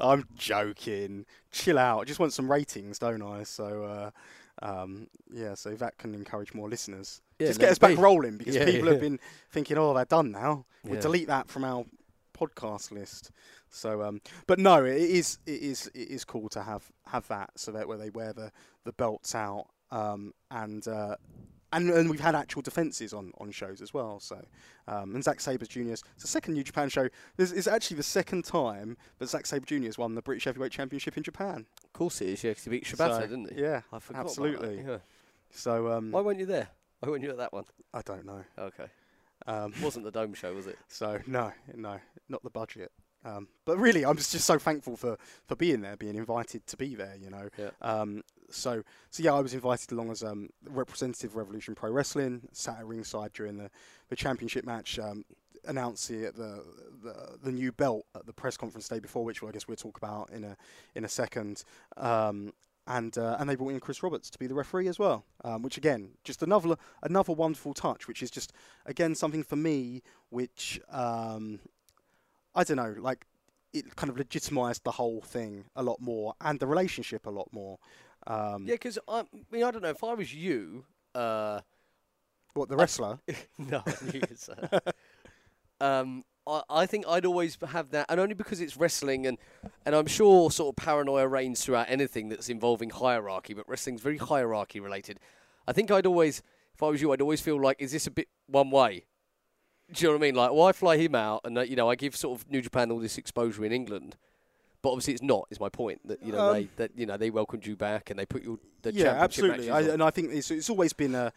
Speaker 3: I'm joking. Chill out. I just want some ratings, don't I? So, uh, um, yeah, so that can encourage more listeners.
Speaker 4: Yeah,
Speaker 3: just
Speaker 4: let
Speaker 3: get
Speaker 4: it
Speaker 3: us back
Speaker 4: be.
Speaker 3: rolling because
Speaker 4: Yeah,
Speaker 3: people
Speaker 4: yeah.
Speaker 3: have been thinking, oh, they're done now.
Speaker 4: Yeah.
Speaker 3: We'll delete that from our podcast list. So, um, but no, it is it is it is cool to have have that so that where they wear the the belts out um, and. Uh, and, and we've had actual defences on, on shows as well. So, um, and Zack Sabres Jr. 's- It's the second New Japan show. This is actually the second time that Zack Sabre Jr. has won the British Heavyweight Championship in Japan.
Speaker 4: Of course it is, yeah, 'cause he beat
Speaker 3: So,
Speaker 4: Shibata, didn't he?
Speaker 3: Yeah,
Speaker 4: I forgot. about that,
Speaker 3: absolutely.
Speaker 4: yeah.
Speaker 3: So um,
Speaker 4: Why weren't you there? Why weren't you at that one?
Speaker 3: I don't know.
Speaker 4: Okay.
Speaker 3: Um,
Speaker 4: Wasn't the Dome Show, was it?
Speaker 3: so no, no, not the budget. Um, but really, I'm just so thankful for, for being there, being invited to be there. You know.
Speaker 4: Yeah.
Speaker 3: Um, so so yeah, I was invited along as um, representative of Revolution Pro Wrestling, sat at ringside during the, the championship match, um, announcing it the, the the new belt at the press conference day before, which I guess we'll talk about in a in a second. Um, and uh, and they brought in Chris Roberts to be the referee as well, um, which again just another another wonderful touch, which is just again something for me which um, I don't know, like it kind of legitimised the whole thing a lot more and the relationship a lot more. Um,
Speaker 4: Yeah, because I mean, I don't know. If I was you, uh,
Speaker 3: What the wrestler?
Speaker 4: no, I knew you'd say that. um, I, I think I'd always have that, and only because it's wrestling, and and I'm sure sort of paranoia reigns throughout anything that's involving hierarchy, but wrestling's very hierarchy related. I think I'd always, if I was you, I'd always feel like, is this a bit one way? Do you know what I mean? Like, well, I fly him out, and uh, you know, I give sort of New Japan all this exposure in England. But obviously, it's not. Is my point that you know
Speaker 3: Um,
Speaker 4: they that you know they welcomed you back and they put you the
Speaker 3: yeah,
Speaker 4: championship
Speaker 3: absolutely. I,
Speaker 4: matches on.
Speaker 3: and I think it's, it's always been a,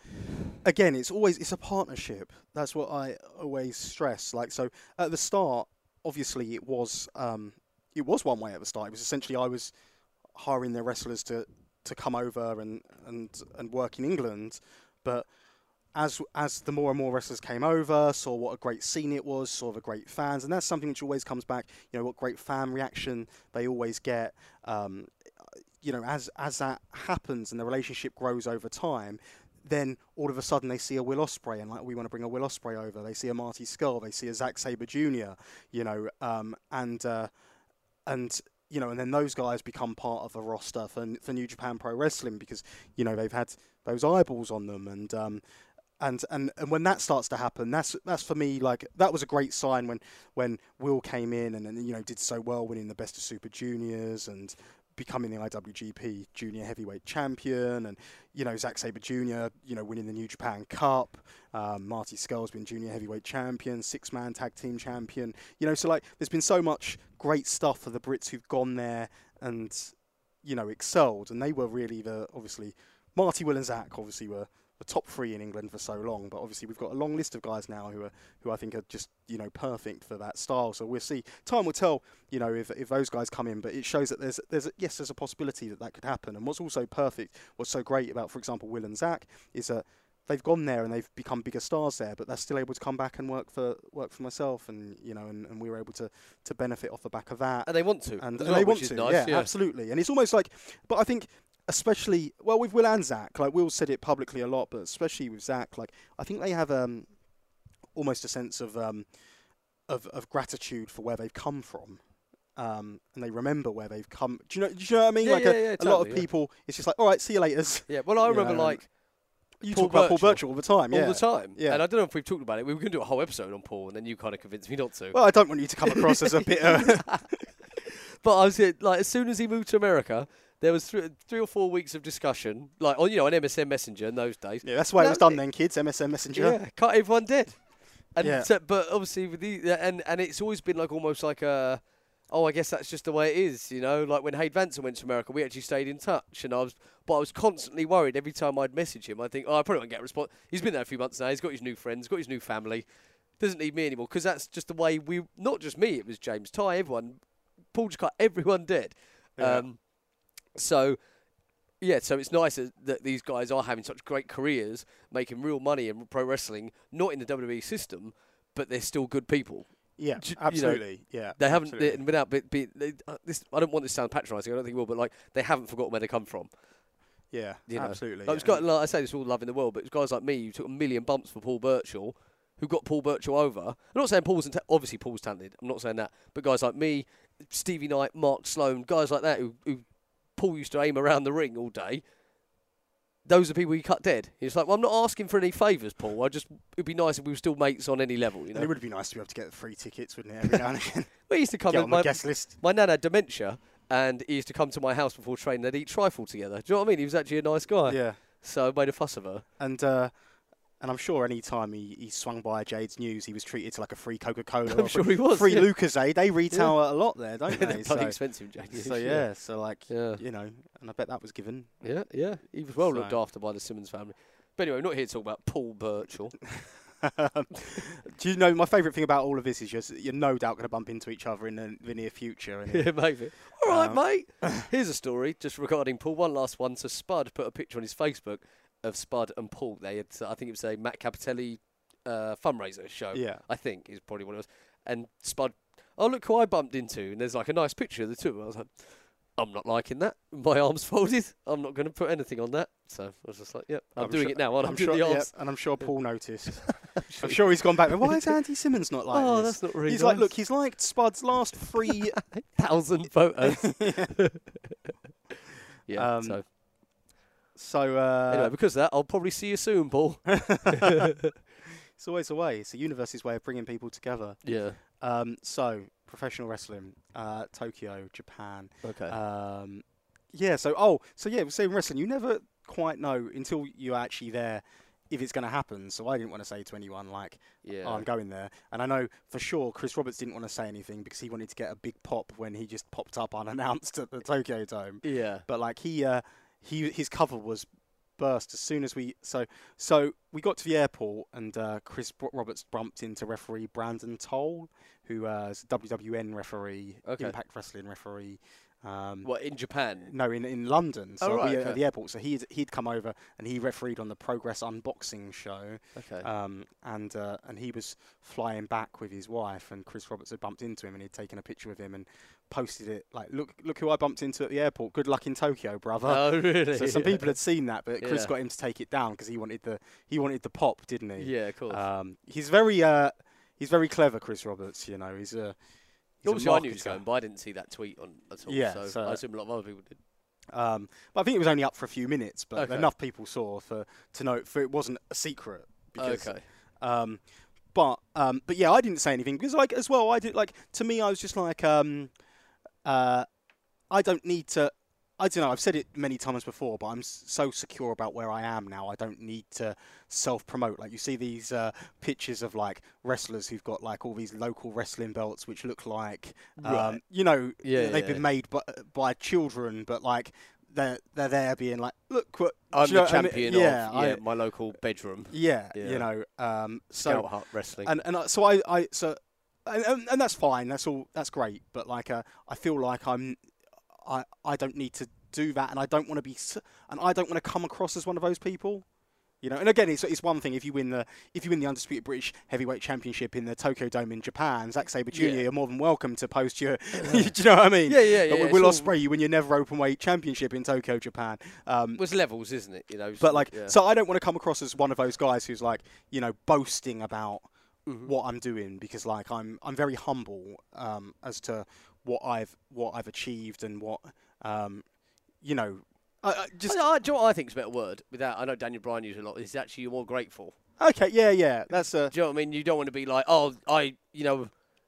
Speaker 3: again, it's always it's a partnership. That's what I always stress. Like so, at the start, obviously it was um, it was one way at the start. It was essentially I was hiring their wrestlers to to come over and and and work in England, but. As, as the more and more wrestlers came over, saw what a great scene it was, saw the great fans, and that's something which always comes back. You know what great fan reaction they always get. Um, you know, as as that happens and the relationship grows over time, then all of a sudden they see a Will Osprey and like we want to bring a Will Osprey over. They see a Marty Skull. They see a Zack Saber Jr. You know, um, and uh, and you know, and then those guys become part of the roster for for New Japan Pro Wrestling because you know they've had those eyeballs on them and. Um, and, and and when that starts to happen, that's that's for me like that was a great sign when when Will came in and, and you know did so well winning the best of Super Juniors and becoming the IWGP Junior Heavyweight Champion, and you know Zack Saber Jr. You know winning the New Japan Cup. Um, Marty Skull's been Junior Heavyweight Champion, six man tag team champion. You know, so like there's been so much great stuff for the Brits who've gone there and you know excelled, and they were really the obviously Marty Will and Zack obviously were. The top three in England for so long, but obviously we've got a long list of guys now who are who I think are just you know perfect for that style. So we'll see. Time will tell you know, if, if those guys come in. But it shows that there's there's a, yes, there's a possibility that that could happen. And what's also perfect, what's so great about, for example, Will and Zach, is that they've gone there and they've become bigger stars there, but they're still able to come back and work for work for myself, and you know, and, and we were able to to benefit off the back of that
Speaker 4: and they want to,
Speaker 3: and, and
Speaker 4: as well,
Speaker 3: they
Speaker 4: which
Speaker 3: want
Speaker 4: is
Speaker 3: to,
Speaker 4: nice,
Speaker 3: yeah, absolutely. And it's almost like, but I think especially well with Will and Zach. Like Will said it publicly a lot, but especially with Zach, like I think they have um, almost a sense of um, of of gratitude for where they've come from. Um, and they remember where they've come. Do you know? Do you know what I mean?
Speaker 4: Yeah,
Speaker 3: like uh,
Speaker 4: yeah,
Speaker 3: a,
Speaker 4: yeah,
Speaker 3: a lot
Speaker 4: totally,
Speaker 3: of
Speaker 4: yeah.
Speaker 3: people, it's just like, all right, see you later.
Speaker 4: Yeah, well, I
Speaker 3: Yeah,
Speaker 4: remember
Speaker 3: I know.
Speaker 4: like
Speaker 3: You
Speaker 4: Paul
Speaker 3: talk about Paul
Speaker 4: Birchall.
Speaker 3: Birchall all the time, yeah.
Speaker 4: all the time.
Speaker 3: Yeah.
Speaker 4: And I don't know if we've talked about it. We were going to do a whole episode on Paul, and then you kind of convinced me not to.
Speaker 3: Well, I don't want you to come across as a bitter.
Speaker 4: But I was uh, like, as soon as he moved to America, there was three, three or four weeks of discussion, like on you know an MSN Messenger in those days.
Speaker 3: yeah, that's why it
Speaker 4: No,
Speaker 3: was done then, kids. MSN Messenger.
Speaker 4: Yeah, cut everyone dead. And
Speaker 3: Yeah.
Speaker 4: so- but obviously with the yeah, and and it's always been like almost like a oh I guess that's just the way it is, you know. Like when Hayd Vanson went to America, we actually stayed in touch, and I was but I was constantly worried every time I'd message him. I think oh I probably won't get a response. He's been there a few months now. He's got his new friends, got his new family. Doesn't need me anymore because that's just the way we. Not just me. It was James Ty. Everyone. Paul just cut everyone dead.
Speaker 3: Yeah.
Speaker 4: Um, so yeah, so it's nice that- that these guys are having such great careers, making real money in pro wrestling, not in the WWE system, but they're still good people.
Speaker 3: Yeah,
Speaker 4: J- you know,
Speaker 3: absolutely. yeah,
Speaker 4: They haven't they,
Speaker 3: absolutely.
Speaker 4: and without be, be, they, uh, this. I don't want this to sound patronising. I don't think it will, but like they haven't forgotten where they come from.
Speaker 3: yeah,
Speaker 4: you know.
Speaker 3: absolutely.
Speaker 4: Like, it's
Speaker 3: yeah.
Speaker 4: got, like I say, it's all love in the world, but it's guys like me who took a million bumps for Paul Birchall, who got Paul Birchall over. I'm not saying Paul's inte- obviously Paul's talented. I'm not saying that, but guys like me, Stevie Knight, Mark Sloan, guys like that who, who Paul used to aim around the ring all day. Those are people he cut dead. He's like, well, I'm not asking for any favours, Paul. I just it'd be nice if we were still mates on any level, you
Speaker 3: And it
Speaker 4: know.
Speaker 3: would be nice to be able to get free tickets, wouldn't it? Every now and again,
Speaker 4: We used to come
Speaker 3: get
Speaker 4: in
Speaker 3: on the
Speaker 4: my
Speaker 3: guest list.
Speaker 4: my nan had dementia. And he used to come to my house before training. They'd eat trifle together. Do you know what I mean? He was actually a nice guy.
Speaker 3: Yeah,
Speaker 4: So I made a fuss of her.
Speaker 3: and uh, and I'm sure any time he, he swung by Jade's News, he was treated to like a free Coca-Cola.
Speaker 4: I'm
Speaker 3: or
Speaker 4: sure
Speaker 3: free,
Speaker 4: he was,
Speaker 3: Free
Speaker 4: yeah.
Speaker 3: Lucasade. They retail a lot there, don't
Speaker 4: They're
Speaker 3: they?
Speaker 4: bloody
Speaker 3: Oh, so,
Speaker 4: expensive, Jack.
Speaker 3: so yeah, so like
Speaker 4: Yeah.
Speaker 3: you know, and I bet that was given.
Speaker 4: yeah, yeah. He was well looked
Speaker 3: So-
Speaker 4: after by the Simmons family. But anyway, we're not here to talk about Paul Birchall.
Speaker 3: Um, Do you know my favourite thing about all of this is just you're no doubt going to bump into each other in the, the near future. And
Speaker 4: yeah, maybe. All right,
Speaker 3: Um,
Speaker 4: mate. Here's a story just regarding Paul. One last one. So Spud put a picture on his Facebook of Spud and Paul. They had, I think it was a Matt Capitelli uh, fundraiser show.
Speaker 3: Yeah.
Speaker 4: I think is probably what it was. And Spud, oh look who I bumped into, and there's like a nice picture of the two. of them. I was like, I'm not liking that. My arms folded. I'm not going to put anything on that. So I was just like, yep, I'm,
Speaker 3: I'm
Speaker 4: doing
Speaker 3: sure-
Speaker 4: it now. aren't I? I'm,
Speaker 3: I'm
Speaker 4: doing
Speaker 3: sure,
Speaker 4: the arms.
Speaker 3: yeah, and I'm sure Paul noticed. I'm sure he's gone back. Why is Andy Simmons not like
Speaker 4: oh,
Speaker 3: this?
Speaker 4: that's not really.
Speaker 3: he's like, look, he's liked Spud's last three.
Speaker 4: thousand photos. yeah.
Speaker 3: Um,
Speaker 4: so
Speaker 3: so uh,
Speaker 4: anyway, because of that, I'll probably see you soon, Paul.
Speaker 3: it's always a way. It's the universe's way of bringing people together.
Speaker 4: yeah.
Speaker 3: Um, so professional wrestling, uh, Tokyo, Japan.
Speaker 4: Okay.
Speaker 3: Um, yeah. So oh, so yeah, so in wrestling, you never quite know until you're actually there if it's going to happen. So I didn't want to say to anyone like,
Speaker 4: yeah.
Speaker 3: oh, I'm going there. And I know for sure Chris Roberts didn't want to say anything because he wanted to get a big pop when he just popped up unannounced at the Tokyo Dome.
Speaker 4: yeah.
Speaker 3: but like he uh he his cover was burst as soon as we so so we got to the airport and uh chris Bro- roberts bumped into referee brandon toll who uh is a wwn referee
Speaker 4: Okay.
Speaker 3: impact wrestling referee um
Speaker 4: What in Japan?
Speaker 3: no in in london so
Speaker 4: Oh, right,
Speaker 3: we, uh,
Speaker 4: okay.
Speaker 3: at the airport so he'd he'd come over and he refereed on the progress unboxing show
Speaker 4: Okay.
Speaker 3: um, and uh, and he was flying back with his wife, and Chris Roberts had bumped into him, and he'd taken a picture with him and posted it like, look, look who I bumped into at the airport. Good luck in Tokyo, brother.
Speaker 4: oh really?
Speaker 3: so some people had seen that, but Chris
Speaker 4: Yeah.
Speaker 3: got him to take it down because he wanted the he wanted the pop, didn't he?
Speaker 4: Yeah, of course.
Speaker 3: Um, he's very uh, he's very clever, Chris Roberts. You know, he's a he's
Speaker 4: Obviously,
Speaker 3: a
Speaker 4: I knew he was
Speaker 3: marketer.
Speaker 4: going, but I didn't see that tweet on at all.
Speaker 3: Yeah,
Speaker 4: so,
Speaker 3: so- uh,
Speaker 4: I assume a lot of other people did.
Speaker 3: Um, but I think it was only up for a few minutes, but
Speaker 4: Okay.
Speaker 3: enough people saw for to know for it wasn't a secret. Because
Speaker 4: okay.
Speaker 3: Um, but um, but yeah, I didn't say anything because like as well, I did like to me, I was just like, um, uh, I don't need to. I don't know. I've said it many times before, but I'm s- so secure about where I am now. I don't need to self-promote. Like you see these uh, pictures of like wrestlers who've got like all these local wrestling belts, which look like um,
Speaker 4: Right.
Speaker 3: you know
Speaker 4: Yeah,
Speaker 3: they've
Speaker 4: yeah,
Speaker 3: been
Speaker 4: yeah.
Speaker 3: made by, by children, but like they're they're there being like, look what
Speaker 4: I'm
Speaker 3: do you know
Speaker 4: the
Speaker 3: what I mean?
Speaker 4: champion
Speaker 3: yeah,
Speaker 4: of
Speaker 3: I-
Speaker 4: yeah, my local bedroom
Speaker 3: yeah,
Speaker 4: Yeah.
Speaker 3: you know. Um, so
Speaker 4: scout hut wrestling.
Speaker 3: and and I, so I I so and, and and that's fine. That's all. That's great. But like uh, I feel like I'm I I don't need to do that, and I don't want to be s- and I don't want to come across as one of those people. You know, and again, it's, it's one thing if you win the if you win the undisputed British heavyweight championship in the Tokyo Dome in Japan, Zack Saber Jr.
Speaker 4: Yeah.
Speaker 3: You're more than welcome to post your. do you know what I mean?
Speaker 4: Yeah, yeah,
Speaker 3: But
Speaker 4: yeah,
Speaker 3: Will
Speaker 4: it's all-
Speaker 3: Ospreay, you win your never open weight championship in Tokyo, Japan. Um,
Speaker 4: was levels, isn't it? You know,
Speaker 3: but like,
Speaker 4: yeah.
Speaker 3: so I don't want to come across as one of those guys who's like, you know, boasting about
Speaker 4: Mm-hmm.
Speaker 3: what I'm doing because like I'm I'm very humble um, as to what I've what I've achieved and what um, you know. I, I just
Speaker 4: I, I, do you know what I think is a better word? Without, I know Daniel Bryan uses a lot. Is actually you're more grateful.
Speaker 3: okay, yeah, yeah. That's a
Speaker 4: Do you know what I mean? You don't want to be like, oh, I, you know,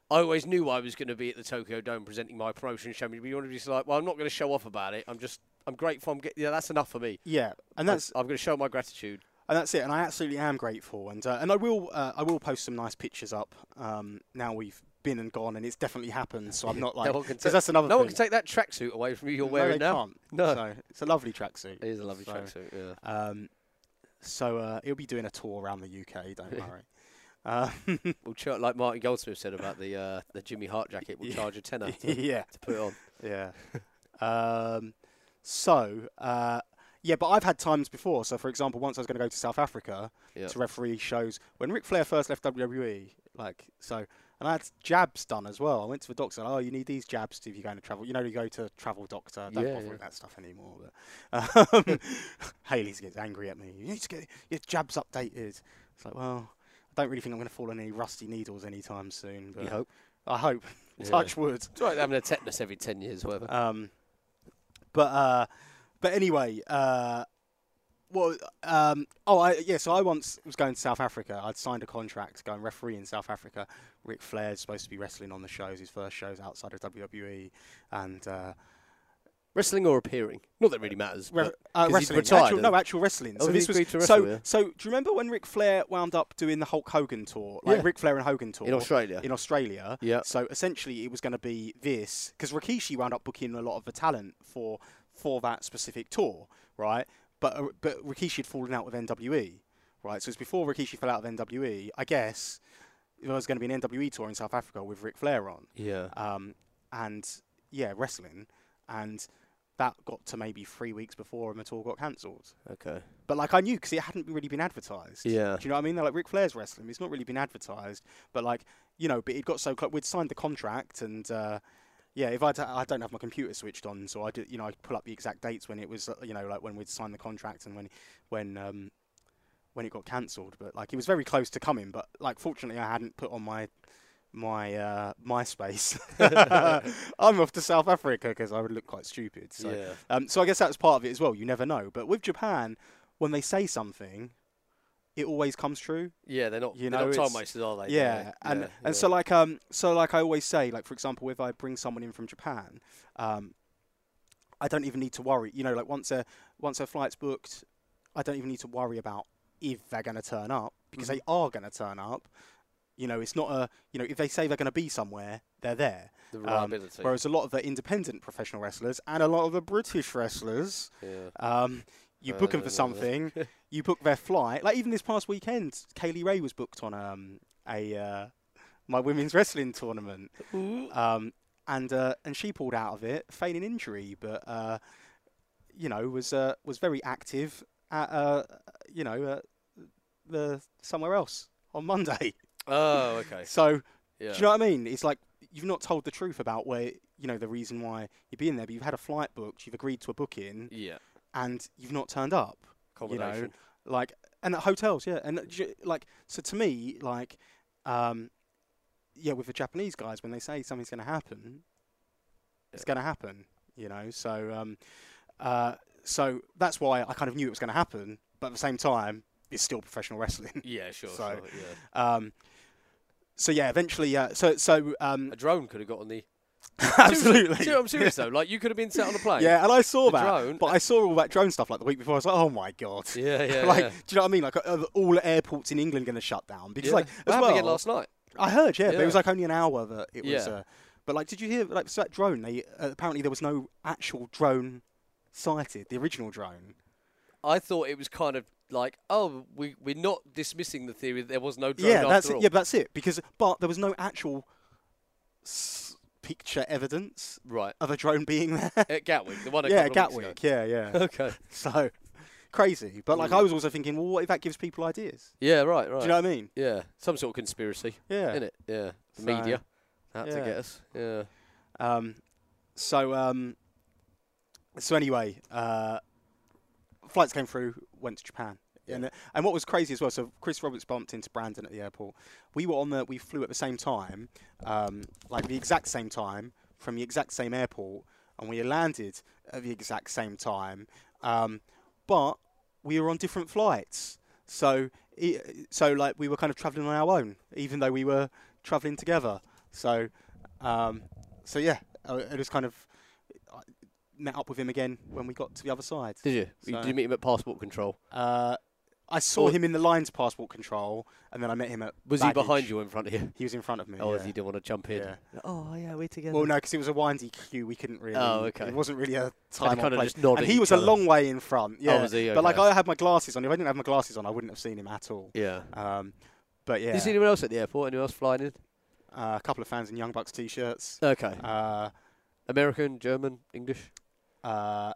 Speaker 4: I always knew I was going to be at the Tokyo Dome presenting my promotion championship. But you want to be just like, well, I'm not going to show off about it. I'm just, I'm grateful. I'm get, yeah, that's enough for me.
Speaker 3: yeah, and that's
Speaker 4: I'm going to show my gratitude.
Speaker 3: and that's it. And I absolutely am grateful, and uh, and I will uh, I will post some nice pictures up. Um, now we've been and gone, and it's definitely happened. So I'm not like
Speaker 4: one can
Speaker 3: 'cause that's another.
Speaker 4: No
Speaker 3: thing.
Speaker 4: one can take that tracksuit away from you. You're
Speaker 3: No,
Speaker 4: wearing
Speaker 3: they
Speaker 4: now.
Speaker 3: Can't.
Speaker 4: No.
Speaker 3: so it's a lovely tracksuit.
Speaker 4: It is a lovely
Speaker 3: So-
Speaker 4: tracksuit. Yeah.
Speaker 3: Um, so uh, he'll be doing a tour around the UK. Don't worry. Uh,
Speaker 4: We'll char- like Martin Goldsmith said about the uh, the Jimmy Hart jacket. We'll
Speaker 3: Yeah.
Speaker 4: charge a tenner to,
Speaker 3: uh, yeah,
Speaker 4: to put it on.
Speaker 3: yeah. Um, so uh, yeah, but I've had times before. So for example, once I was going to go to South Africa
Speaker 4: Yeah.
Speaker 3: to referee shows when Ric Flair first left WWE. Like so, and I had jabs done as well. I went to the doctor. And, oh, you need these jabs if you're going to travel. You know, you go to travel doctor. Don't
Speaker 4: Yeah,
Speaker 3: bother
Speaker 4: yeah.
Speaker 3: with that stuff anymore. But, um, Haley's gets angry at me. You need to get your jabs updated. It's like, well, I don't really think I'm going to fall on any rusty needles anytime soon. But
Speaker 4: You hope.
Speaker 3: I hope.
Speaker 4: Yeah.
Speaker 3: Touch wood.
Speaker 4: It's like having a tetanus every ten years, or whatever.
Speaker 3: Um, but uh, but anyway, uh, well, um, oh I, yeah. So I once was going to South Africa. I'd signed a contract to go and referee in South Africa. Ric Flair's supposed to be wrestling on the shows. His first shows outside of WWE, and uh,
Speaker 4: Wrestling or appearing? Not that it really matters.
Speaker 3: re-
Speaker 4: but-
Speaker 3: uh,
Speaker 4: 'cause he's
Speaker 3: wrestling.
Speaker 4: retired,
Speaker 3: actual, no,
Speaker 4: hasn't
Speaker 3: actual wrestling.
Speaker 4: Oh,
Speaker 3: so
Speaker 4: he
Speaker 3: this was
Speaker 4: agreed to
Speaker 3: so
Speaker 4: wrestle, yeah.
Speaker 3: so. Do you remember when Ric Flair wound up doing the Hulk Hogan tour, like
Speaker 4: Yeah.
Speaker 3: Ric Flair and Hogan tour
Speaker 4: in Australia.
Speaker 3: in Australia.
Speaker 4: Yeah.
Speaker 3: So essentially, it was going to be this because Rikishi wound up booking a lot of the talent for for that specific tour, right? But uh, but Rikishi had fallen out with NWE, right? So it's before Rikishi fell out with NWE. E, I guess there was going to be an NWE tour in South Africa with Ric Flair on,
Speaker 4: yeah.
Speaker 3: um, and yeah, wrestling, and that got to maybe three weeks before and the tour got cancelled.
Speaker 4: Okay.
Speaker 3: But like I knew because it hadn't really been advertised.
Speaker 4: Yeah.
Speaker 3: Do you know what I mean? They're like Ric Flair's wrestling. It's not really been advertised, but like you know, but it got so close. We'd signed the contract, and uh, yeah, if I d- I don't have my computer switched on, so I did, you know I pull up the exact dates when it was, uh, you know, like when we'd signed the contract and when when um, when it got cancelled. But like it was very close to coming, but like fortunately I hadn't put on my my uh, MySpace. I'm off to South Africa because I would look quite stupid. So.
Speaker 4: yeah.
Speaker 3: Um, so I guess that was part of it as well. You never know. But with Japan, when they say something, it always comes true.
Speaker 4: Yeah, they're not.
Speaker 3: You
Speaker 4: they're
Speaker 3: know,
Speaker 4: not time
Speaker 3: it's-
Speaker 4: wasters, are they?
Speaker 3: yeah. And
Speaker 4: yeah,
Speaker 3: and
Speaker 4: yeah.
Speaker 3: so like um so like I always say like for example if I bring someone in from Japan, um, I don't even need to worry. You know like once a once a flight's booked, I don't even need to worry about if they're going to turn up because they are going to turn up. You know, it's not a you know if they say they're going to be somewhere, they're there.
Speaker 4: the
Speaker 3: um,
Speaker 4: reliability.
Speaker 3: Whereas a lot of the independent professional wrestlers and a lot of the British wrestlers,
Speaker 4: yeah.
Speaker 3: um, you book 'em book them for something. you book their flight. Like even this past weekend, Kaylee Ray was booked on um, a uh, my women's wrestling tournament, um, and uh, and she pulled out of it, feigning injury, but uh, you know was uh, was very active at uh, you know uh, the somewhere else on Monday.
Speaker 4: Oh, okay.
Speaker 3: So
Speaker 4: Yeah.
Speaker 3: do you know what I mean? It's like you've not told the truth about where you know the reason why you're being there, but you've had a flight booked, you've agreed to a booking,
Speaker 4: yeah.
Speaker 3: and you've not turned up
Speaker 4: Combination.
Speaker 3: like and at hotels yeah and j- like so to me like um yeah with the japanese guys when they say something's going to happen it's going to happen you know so um uh so that's why i kind of knew it was going to happen but at the same time it's still professional wrestling
Speaker 4: yeah. Sure.
Speaker 3: So-
Speaker 4: sure, yeah.
Speaker 3: um so yeah eventually uh, so so um
Speaker 4: A drone could have got on the.
Speaker 3: absolutely
Speaker 4: See, I'm serious though. Like you could have been sat on a plane.
Speaker 3: yeah and i saw
Speaker 4: The
Speaker 3: that
Speaker 4: drone-
Speaker 3: but i saw all that drone stuff like the week before i was like oh my god
Speaker 4: Yeah. Yeah.
Speaker 3: like,
Speaker 4: yeah.
Speaker 3: do you know what I mean? Like, are the- all airports in England going to shut down? Because,
Speaker 4: yeah.
Speaker 3: like,
Speaker 4: What
Speaker 3: as
Speaker 4: happened
Speaker 3: well,
Speaker 4: again last night.
Speaker 3: I heard, yeah, but it was
Speaker 4: Yeah.
Speaker 3: like only an hour that it was.
Speaker 4: Yeah.
Speaker 3: Uh, but like, did you hear? Like, so that drone. They uh, apparently there was no actual drone sighted. The original drone.
Speaker 4: I thought it was kind of like, oh, we we're not dismissing the theory that there was no drone
Speaker 3: yeah,
Speaker 4: after
Speaker 3: that's
Speaker 4: all.
Speaker 3: it. Yeah, but that's it. Because, but there was no actual s- picture evidence
Speaker 4: Right.
Speaker 3: of a drone being there.
Speaker 4: At Gatwick, the one. A
Speaker 3: yeah,
Speaker 4: couple of weeks ago.
Speaker 3: Gatwick. Yeah, yeah.
Speaker 4: Okay.
Speaker 3: so, crazy. But like, I was also thinking, well, what if that gives people ideas?
Speaker 4: Yeah, right, right.
Speaker 3: Do you know what I mean?
Speaker 4: yeah, some sort of conspiracy,
Speaker 3: Yeah.
Speaker 4: in it? Yeah, the
Speaker 3: So-
Speaker 4: media. That to
Speaker 3: Yeah.
Speaker 4: get us. Yeah.
Speaker 3: Um, so um, so anyway, uh, flights came through, went to Japan. And, and what was crazy as well, so Chris Roberts bumped into Brandon at the airport. We were on the, we flew at the same time, um, like the exact same time, from the exact same airport, and we landed at the exact same time. Um, but we were on different flights, so e- so like we were kind of traveling on our own, even though we were traveling together. So um, so yeah, I, I just kind of I met up with him again when we got to the other side.
Speaker 4: Did you? You-
Speaker 3: So-
Speaker 4: Did you meet him at passport control?
Speaker 3: Uh, I saw
Speaker 4: Or-
Speaker 3: him in the Lions passport control, and then I met him at.
Speaker 4: Was he behind
Speaker 3: baggage.
Speaker 4: you or in front of you?
Speaker 3: He was in front of me.
Speaker 4: Oh,
Speaker 3: yeah.
Speaker 4: he didn't want to jump in.
Speaker 3: Yeah.
Speaker 4: Oh, yeah, we're together.
Speaker 3: Well, no, because it was a windy queue. We couldn't really.
Speaker 4: Oh, okay.
Speaker 3: It wasn't really a time or
Speaker 4: kinda
Speaker 3: place.
Speaker 4: just nod
Speaker 3: and
Speaker 4: at
Speaker 3: he
Speaker 4: each
Speaker 3: was
Speaker 4: other. Oh,
Speaker 3: a long way in front. Yeah.
Speaker 4: was he?
Speaker 3: But like,
Speaker 4: Okay.
Speaker 3: I had my glasses on. If I didn't have my glasses on, I wouldn't have seen him at all.
Speaker 4: Yeah.
Speaker 3: Um, but
Speaker 4: Did you
Speaker 3: yeah,
Speaker 4: see anyone else at the airport? Anyone else flying in?
Speaker 3: uh, a couple of fans in Young Bucks t-shirts.
Speaker 4: Okay.
Speaker 3: Uh,
Speaker 4: American, German, English.
Speaker 3: uh,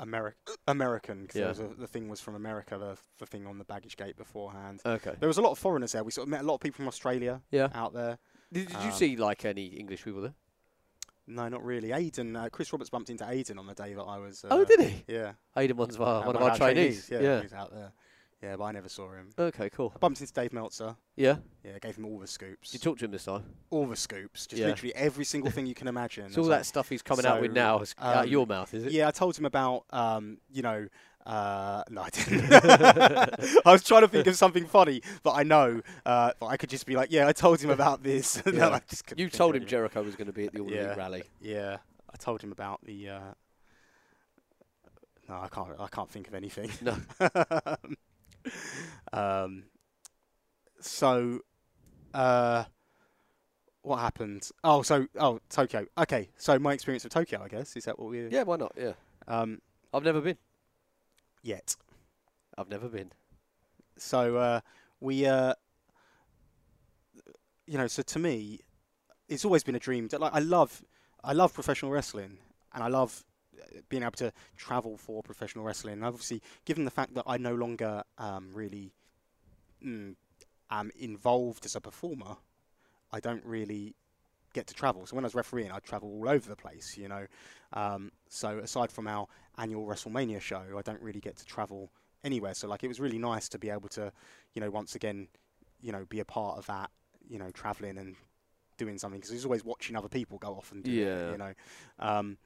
Speaker 3: Ameri- American. 'cause there
Speaker 4: Yeah.
Speaker 3: was a- the thing was from America. The, the thing on the baggage gate beforehand.
Speaker 4: Okay.
Speaker 3: There was a lot of foreigners there. We sort of met a lot of people from Australia
Speaker 4: Yeah.
Speaker 3: out there.
Speaker 4: Did, did you
Speaker 3: Uh, Um,
Speaker 4: see like any English people there?
Speaker 3: No, not really. Aiden, uh, Chris Roberts bumped into Aiden on the day that I was. Uh,
Speaker 4: oh, did he?
Speaker 3: Yeah.
Speaker 4: Aidan one's one,
Speaker 3: Uh,
Speaker 4: one of our trainees.
Speaker 3: Yeah,
Speaker 4: yeah.
Speaker 3: he's out there. Yeah, but I never saw him.
Speaker 4: Okay, cool.
Speaker 3: I bumped into Dave Meltzer.
Speaker 4: Yeah.
Speaker 3: Yeah, gave him all the scoops.
Speaker 4: Did you talk to him this time?
Speaker 3: all the scoops, just
Speaker 4: Yeah.
Speaker 3: literally every single thing you can imagine.
Speaker 4: So all
Speaker 3: It's
Speaker 4: that stuff he's coming out with
Speaker 3: so,
Speaker 4: now is out
Speaker 3: um,
Speaker 4: your mouth, is
Speaker 3: like-
Speaker 4: it?
Speaker 3: yeah, I told him about, um, you know, uh, no, I didn't. I was trying to think of something funny that I know, uh, but I could just be like, yeah, I told him about this. and then
Speaker 4: Yeah.
Speaker 3: I just couldn't
Speaker 4: You
Speaker 3: think of
Speaker 4: told him
Speaker 3: anything.
Speaker 4: Jericho was going to be at the All Elite
Speaker 3: Yeah.
Speaker 4: rally.
Speaker 3: Yeah, I told him about the. Uh, no, I can't. I can't think of anything.
Speaker 4: No.
Speaker 3: um. So, uh, what happened? Oh, so oh Tokyo. Okay, so my experience of Tokyo, I guess, is that what we?
Speaker 4: Yeah, why not? Yeah.
Speaker 3: Um.
Speaker 4: I've never been.
Speaker 3: Yet.
Speaker 4: I've never been.
Speaker 3: So uh, we, uh, you know, so to me, it's always been a dream. That, like I love, I love professional wrestling, and I love uh, being able to travel for professional wrestling. And obviously, given the fact that I no longer um, really mm, am involved as a performer, I don't really get to travel. So when I was refereeing, I'd travel all over the place, you know. Um, so aside from our annual WrestleMania show, I don't really get to travel anywhere. So like it was really nice to be able to, you know, once again, you know, be a part of that, you know, traveling and doing something because was always watching other people go off and do
Speaker 4: Yeah.
Speaker 3: it, you know. Um,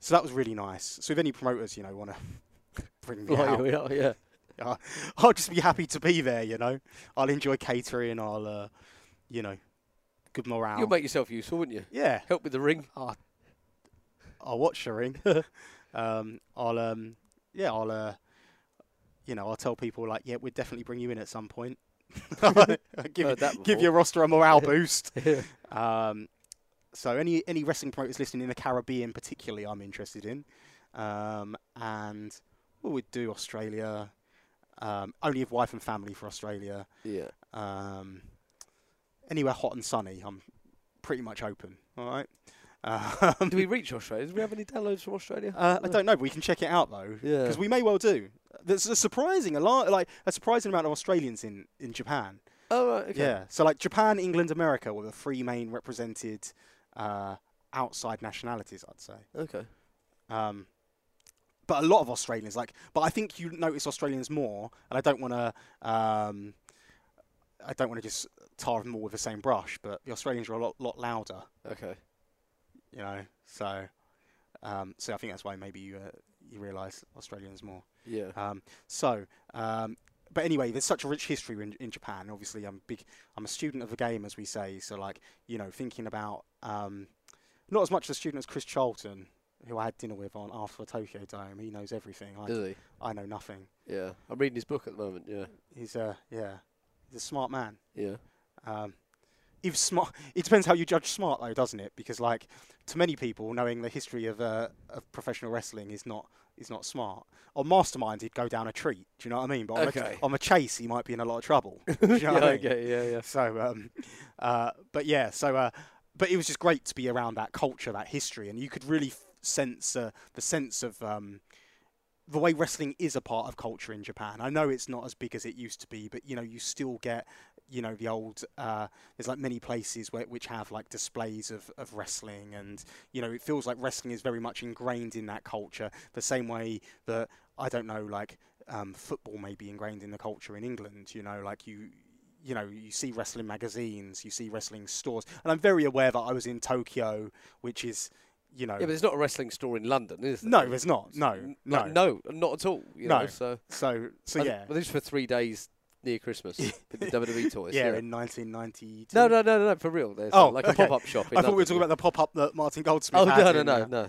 Speaker 3: so that was really nice. So if any promoters, you know, want to bring me
Speaker 4: Like,
Speaker 3: out,
Speaker 4: we are, yeah.
Speaker 3: I- I'll just be happy to be there, you know. I'll enjoy catering. I'll, uh, you know, good morale.
Speaker 4: You'll make yourself useful, wouldn't you?
Speaker 3: yeah,
Speaker 4: Help with the ring.
Speaker 3: I'll watch the ring. um, I'll, um, yeah, I'll, uh, you know, I'll tell people like, yeah, we'd definitely bring you in at some point. give,
Speaker 4: Heard that
Speaker 3: give
Speaker 4: before.
Speaker 3: your roster a morale boost.
Speaker 4: Yeah.
Speaker 3: Um, so any any wrestling promoters listening in the Caribbean, particularly, I'm interested in. Um, and what would do Australia? Um, only if wife and family for Australia.
Speaker 4: yeah.
Speaker 3: um, anywhere hot and sunny, I'm pretty much open. All right. Um,
Speaker 4: Do we reach Australia? Do we have any downloads from Australia?
Speaker 3: uh, I don't know. But we can check it out though,
Speaker 4: Yeah.
Speaker 3: because we may well do. There's a surprising, a lot, like a surprising amount of Australians in in Japan.
Speaker 4: Oh, right, okay.
Speaker 3: Yeah. So like Japan, England, America were the three main represented uh, outside nationalities, I'd say.
Speaker 4: Okay.
Speaker 3: Um, but a lot of Australians like, but I think you notice Australians more, and I don't want to, um, I don't want to just tar them all with the same brush. But the Australians are a lot, lot louder,
Speaker 4: Okay.
Speaker 3: you know. So, um, so I think that's why maybe you uh, you realise Australians more.
Speaker 4: Yeah.
Speaker 3: Um, so, um, but anyway, there's such a rich history in, in Japan. Obviously, I'm big. I'm a student of the game, as we say. So, like, you know, thinking about um, not as much a student as Chris Charlton, who I had dinner with on after Tokyo Dome. He knows everything. I,
Speaker 4: Does he?
Speaker 3: I know nothing.
Speaker 4: Yeah. I'm reading his book at the moment. Yeah.
Speaker 3: He's a yeah, he's a smart man.
Speaker 4: Yeah.
Speaker 3: Um, if smart, it depends how you judge smart, though, doesn't it? Because, like, to many people, knowing the history of uh, of professional wrestling is not is not smart. On Mastermind, he'd go down a treat. Do you know what I mean? But on,
Speaker 4: Okay.
Speaker 3: a, on a chase, he might be in a lot of trouble. do you know what I mean?
Speaker 4: okay. Yeah. Yeah.
Speaker 3: So, um, uh, but yeah, so uh, but it was just great to be around that culture, that history, and you could really f- sense uh, the sense of um, the way wrestling is a part of culture in Japan. I know it's not as big as it used to be, but you know you still get you know the old uh, there's like many places where, which have like displays of, of wrestling and you know it feels like wrestling is very much ingrained in that culture the same way that I don't know like um, football may be ingrained in the culture in England you know like you you know, you see wrestling magazines, you see wrestling stores, and I'm very aware that I was in Tokyo, which is, you know,
Speaker 4: Yeah, but it's not a wrestling store in London, is it?
Speaker 3: no, it's not, no, no,
Speaker 4: Like, no, not at all. You
Speaker 3: No.
Speaker 4: Know, so,
Speaker 3: So, so
Speaker 4: I thi-
Speaker 3: yeah,
Speaker 4: Well, this is for three days near Christmas with the WWE toys.
Speaker 3: yeah, in 1992.
Speaker 4: No, no, no, no, no, for real. There's
Speaker 3: Oh,
Speaker 4: oh, like a
Speaker 3: okay.
Speaker 4: pop-up shop. In
Speaker 3: I thought we were talking
Speaker 4: London,
Speaker 3: about the pop up that Martin Goldsmith.
Speaker 4: yeah.
Speaker 3: had
Speaker 4: Oh no, no,
Speaker 3: in,
Speaker 4: no,
Speaker 3: uh,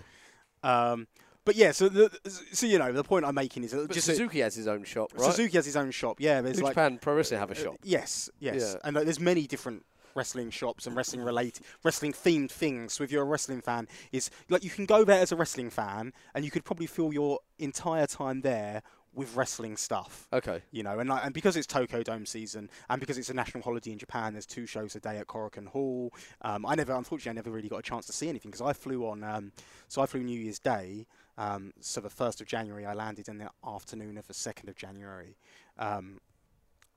Speaker 4: no.
Speaker 3: Um, but yeah, so the, so you know the point I'm making is that
Speaker 4: But
Speaker 3: just that
Speaker 4: Suzuki has his own shop, right?
Speaker 3: Suzuki has his own shop. Yeah, there's
Speaker 4: New
Speaker 3: like
Speaker 4: Japan Pro Wrestling have a
Speaker 3: uh,
Speaker 4: shop.
Speaker 3: Yes, yes,
Speaker 4: Yeah.
Speaker 3: and like, there's many different wrestling shops and wrestling related wrestling themed things. So if you're a wrestling fan, is like you can go there as a wrestling fan, and you could probably fill your entire time there with wrestling stuff.
Speaker 4: Okay.
Speaker 3: you know, and like, and because it's Tokyo Dome season, and because it's a national holiday in Japan, there's two shows a day at Korakuen Hall. Um, I never, unfortunately, I never really got a chance to see anything because I flew on, um, so I flew New Year's Day. Um, so the first of January, I landed in the afternoon of the second of January. Um,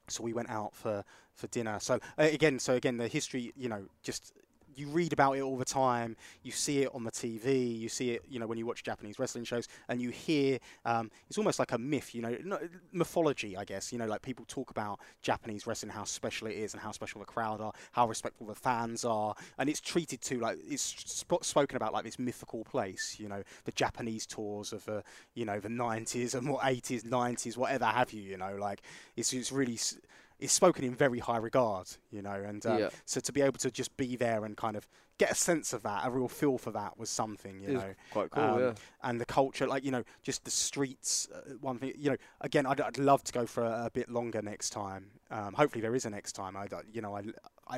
Speaker 3: so we went out for for dinner. So uh, again, so again, the history, you know, just you read about it all the time. You see it on the TV. You see it, you know, when you watch Japanese wrestling shows, and you hear. Um, it's almost like a myth, you know, no, mythology, I guess. You know, like people talk about Japanese wrestling, how special it is, and how special the crowd are, how respectful the fans are, and it's treated to like it's sp- spoken about like this mythical place. You know, the Japanese tours of the, you know, the '90s and what '80s, '90s, whatever have you. You know, like it's it's really. s- It's spoken in very high regard, you know, and uh,
Speaker 4: Yeah.
Speaker 3: so to be able to just be there and kind of get a sense of that, a real feel for that was something, you
Speaker 4: It is
Speaker 3: know. um,
Speaker 4: quite cool, yeah.
Speaker 3: And the culture, like, you know, just the streets, uh, one thing, you know, again, I'd, I'd love to go for a, a bit longer next time. Um, hopefully there is a next time. I, you know, I,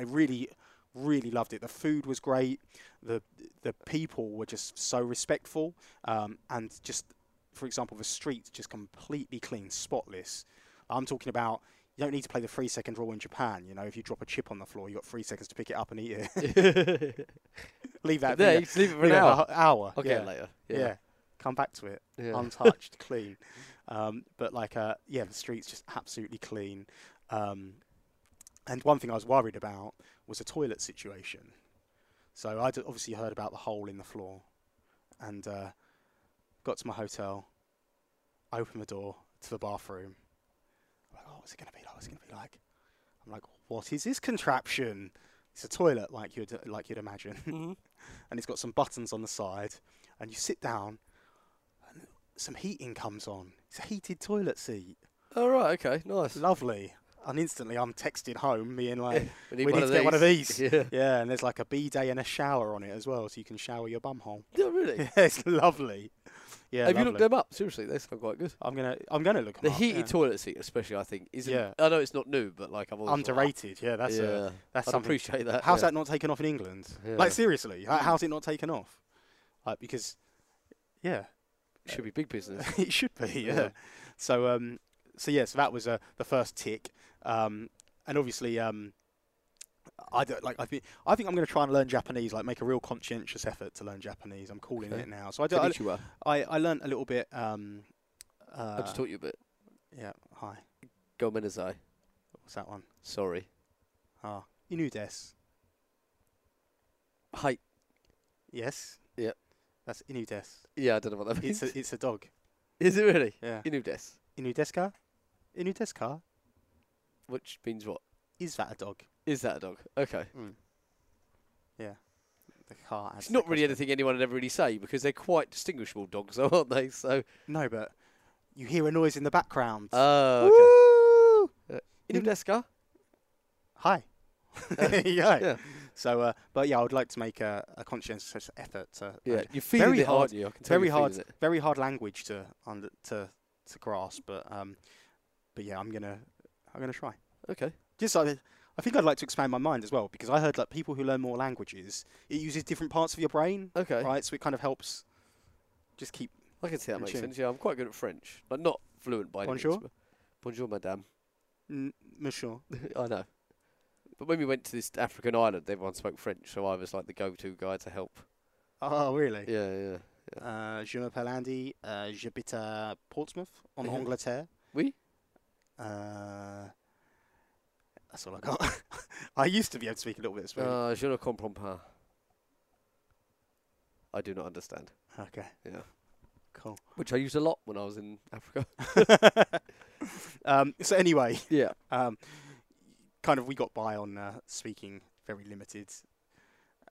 Speaker 3: I really, really loved it. The food was great. The, the people were just so respectful. Um, and just, for example, the streets just completely clean, spotless. I'm talking about you don't need to play the three second rule in Japan. You know, if you drop a chip on the floor, you got three seconds to pick it up and eat it. leave that
Speaker 4: yeah,
Speaker 3: there.
Speaker 4: you just leave it for
Speaker 3: leave that
Speaker 4: an hour.
Speaker 3: ho- hour.
Speaker 4: I'll
Speaker 3: yeah.
Speaker 4: get it later.
Speaker 3: Yeah. come back to it
Speaker 4: Yeah.
Speaker 3: untouched, clean. Um, but like, uh, yeah, the streets just absolutely clean. Um, and one thing I was worried about was a toilet situation. So I'd obviously heard about the hole in the floor, and uh, got to my hotel, opened the door to the bathroom. I'm like, oh, what's it gonna be like? What's it gonna be like? I'm like, what is this contraption? It's a toilet, like you'd like you'd imagine, and it's got some buttons on the side, and you sit down, some heating comes on. It's a heated toilet seat.
Speaker 4: All right. Okay. Nice.
Speaker 3: Lovely. And instantly I'm texting home being like,
Speaker 4: We
Speaker 3: we need,
Speaker 4: need one
Speaker 3: to
Speaker 4: of
Speaker 3: get one of
Speaker 4: these."
Speaker 3: these.
Speaker 4: Yeah.
Speaker 3: and there's like a bidet and a shower on it as well, so you can shower your bumhole.
Speaker 4: Yeah, really.
Speaker 3: Yeah, it's lovely. Yeah,
Speaker 4: Have you
Speaker 3: lovely.
Speaker 4: looked them up? Seriously, they sound quite good.
Speaker 3: I'm gonna, I'm gonna look. 'em
Speaker 4: The
Speaker 3: up,
Speaker 4: heated
Speaker 3: yeah.
Speaker 4: toilet seat, especially, I think, is
Speaker 3: Yeah.
Speaker 4: I know it's not new, but like I've always thought,
Speaker 3: underrated. Yeah,
Speaker 4: "Ah,
Speaker 3: that's
Speaker 4: yeah,
Speaker 3: a, that's
Speaker 4: I'd
Speaker 3: something.
Speaker 4: appreciate that.
Speaker 3: How's
Speaker 4: yeah.
Speaker 3: that not taken off in England?
Speaker 4: Yeah.
Speaker 3: Like seriously, how, how's it not taken off? Like because, yeah,
Speaker 4: Should be big business.
Speaker 3: it should be,
Speaker 4: Yeah.
Speaker 3: yeah. So, um, so yeah, so that was uh, the first tick, um, and obviously, um, I don't like. I think I think I'm going to try and learn Japanese. Like, make a real conscientious effort to learn Japanese. I'm calling
Speaker 4: Okay.
Speaker 3: it now. So I do. I,
Speaker 4: Konnichiwa.
Speaker 3: I, I learned a little bit. Um, uh,
Speaker 4: I just taught you a bit.
Speaker 3: yeah. Hi.
Speaker 4: Gomenazai.
Speaker 3: What's that one?
Speaker 4: Sorry.
Speaker 3: Ah, you knew des.
Speaker 4: Hi.
Speaker 3: Yes.
Speaker 4: Yep.
Speaker 3: That's Inu des.
Speaker 4: Yeah, I don't know what that means.
Speaker 3: It's a, it's a dog.
Speaker 4: Is it really?
Speaker 3: Yeah.
Speaker 4: Inu des,
Speaker 3: Inu deska. Inu deska.
Speaker 4: which means what?
Speaker 3: Is that a dog?
Speaker 4: Is that a dog? Okay.
Speaker 3: Mm, Yeah. The car. adds
Speaker 4: It's
Speaker 3: to
Speaker 4: not
Speaker 3: the
Speaker 4: really
Speaker 3: question.
Speaker 4: anything anyone would ever really say because they're quite distinguishable dogs, though, aren't they? So.
Speaker 3: No, but you hear a noise in the background.
Speaker 4: Oh,
Speaker 3: Woo!
Speaker 4: okay. Inu deska?
Speaker 3: Hi. yeah.
Speaker 4: Yeah.
Speaker 3: So, uh, but yeah, I would like to make a, a conscientious effort to.
Speaker 4: Yeah.
Speaker 3: and
Speaker 4: You're feeling
Speaker 3: very
Speaker 4: it,
Speaker 3: hard-
Speaker 4: aren't you? I can tell
Speaker 3: very
Speaker 4: you're
Speaker 3: hard,
Speaker 4: feeling it.
Speaker 3: very hard language to under, to to grasp, but um, but yeah, I'm gonna I'm gonna try.
Speaker 4: Okay.
Speaker 3: Just I, I think I'd like to expand my mind as well because I heard like people who learn more languages, it uses different parts of your brain,
Speaker 4: Okay.
Speaker 3: right? So it kind of helps. Just keep
Speaker 4: I can see that
Speaker 3: In
Speaker 4: makes
Speaker 3: tune.
Speaker 4: sense. Yeah, I'm quite good at French, but not fluent by any means,
Speaker 3: Bonjour.
Speaker 4: but- Bonjour, madame.
Speaker 3: n- monsieur.
Speaker 4: I know. But when we went to this African island, everyone spoke French, so I was like the go-to guy to help.
Speaker 3: Oh, really?
Speaker 4: Yeah, yeah,
Speaker 3: Euh, je m'appelle Andy. euh, J'habite à Portsmouth, en
Speaker 4: Mhm.
Speaker 3: Angleterre.
Speaker 4: Oui.
Speaker 3: Uh, that's all I got. I used to be able to speak a little bit of Spanish.
Speaker 4: Uh, je ne comprends pas. I do not understand.
Speaker 3: okay,
Speaker 4: Yeah.
Speaker 3: cool.
Speaker 4: Which I used a lot when I was in Africa.
Speaker 3: um, so anyway,
Speaker 4: yeah.
Speaker 3: um, kind of we got by on uh, speaking very limited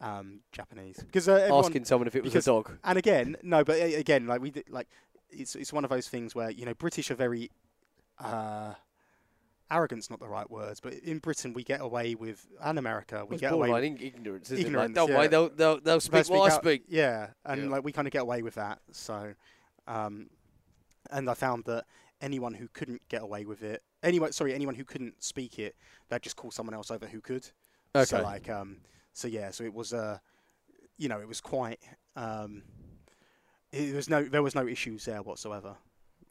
Speaker 3: um, Japanese because uh, everyone,
Speaker 4: Asking someone if it was a
Speaker 3: because-
Speaker 4: dog.
Speaker 3: and again, no, but a- again, like we did, like it's it's one of those things where you know British are very uh, arrogant's not the right words, but in Britain we get away with and America we
Speaker 4: It's
Speaker 3: get away
Speaker 4: borderline
Speaker 3: with
Speaker 4: ing- ignorance, isn't
Speaker 3: Ignorance,
Speaker 4: it? Like, don't worry,
Speaker 3: yeah.
Speaker 4: they'll, they'll, they'll
Speaker 3: they
Speaker 4: speak what I
Speaker 3: out-
Speaker 4: speak.
Speaker 3: Yeah, and
Speaker 4: Yeah.
Speaker 3: like we kind of get away with that. So, um, and I found that anyone who couldn't get away with it, anyone sorry, anyone who couldn't speak it, they'd just call someone else over who could. So
Speaker 4: Okay.
Speaker 3: like um, so yeah, so it was uh, you know, it was quite um, it was no there was no issues there whatsoever.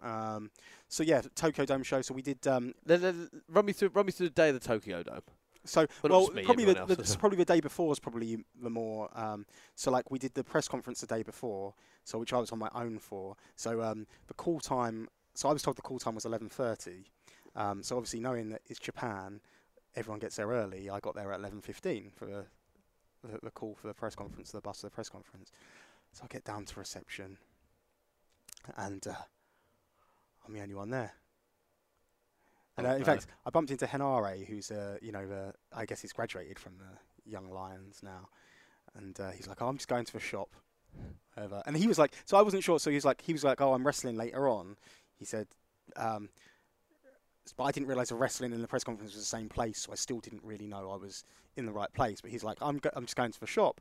Speaker 3: Um, so yeah, Tokyo Dome show. So we did um,
Speaker 4: Let- let- run me through run me through the day of the Tokyo Dome.
Speaker 3: So
Speaker 4: Well, not
Speaker 3: well,
Speaker 4: just me,
Speaker 3: probably the,
Speaker 4: everyone
Speaker 3: the
Speaker 4: else as well.
Speaker 3: probably the day before is probably the more. Um, so like we did the press conference the day before, so which I was on my own for. So um, the call time. So I was told the call time was eleven thirty. Um, so obviously knowing that it's Japan, everyone gets there early. I got there at eleven fifteen for the, the the call for the press conference, the bus for the press conference. So I get down to reception, and uh, I'm the only one there. And
Speaker 4: Oh,
Speaker 3: uh, in
Speaker 4: no.
Speaker 3: fact, I bumped into Henare, who's uh, you know, the, I guess he's graduated from the Young Lions now, and uh, he's like, "Oh, I'm just going to the shop." Over. And he was like, so I wasn't sure. So he was like, he was like, "Oh, I'm wrestling later on." He said, um, s- but I didn't realize the wrestling and the press conference was the same place, so I still didn't really know I was in the right place. But he's like, "I'm go- I'm just going to the shop,"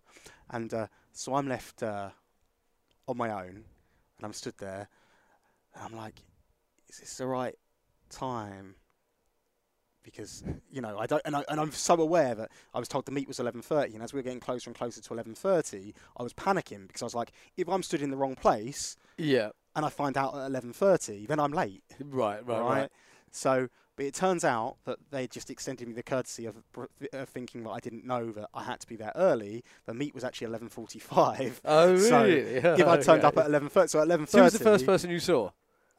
Speaker 3: and uh, so I'm left uh, on my own, and I'm stood there, and I'm like, "Is this the right time?" Because you know I don't, and, I, and I'm so aware that I was told the meet was 11:30, and as we were getting closer and closer to 11:30, I was panicking because I was like, if I'm stood in the wrong place
Speaker 4: Yeah.
Speaker 3: and I find out at 11:30, then I'm late,
Speaker 4: Right, right,
Speaker 3: right?
Speaker 4: right.
Speaker 3: So, but it turns out that they just extended me the courtesy of, br- of thinking that I didn't know that I had to be there early. The meet was actually 11:45.
Speaker 4: Oh, really?
Speaker 3: So, if I turned up
Speaker 4: Okay.
Speaker 3: at 11:30, so at 11:30,
Speaker 4: So who was the first person you saw?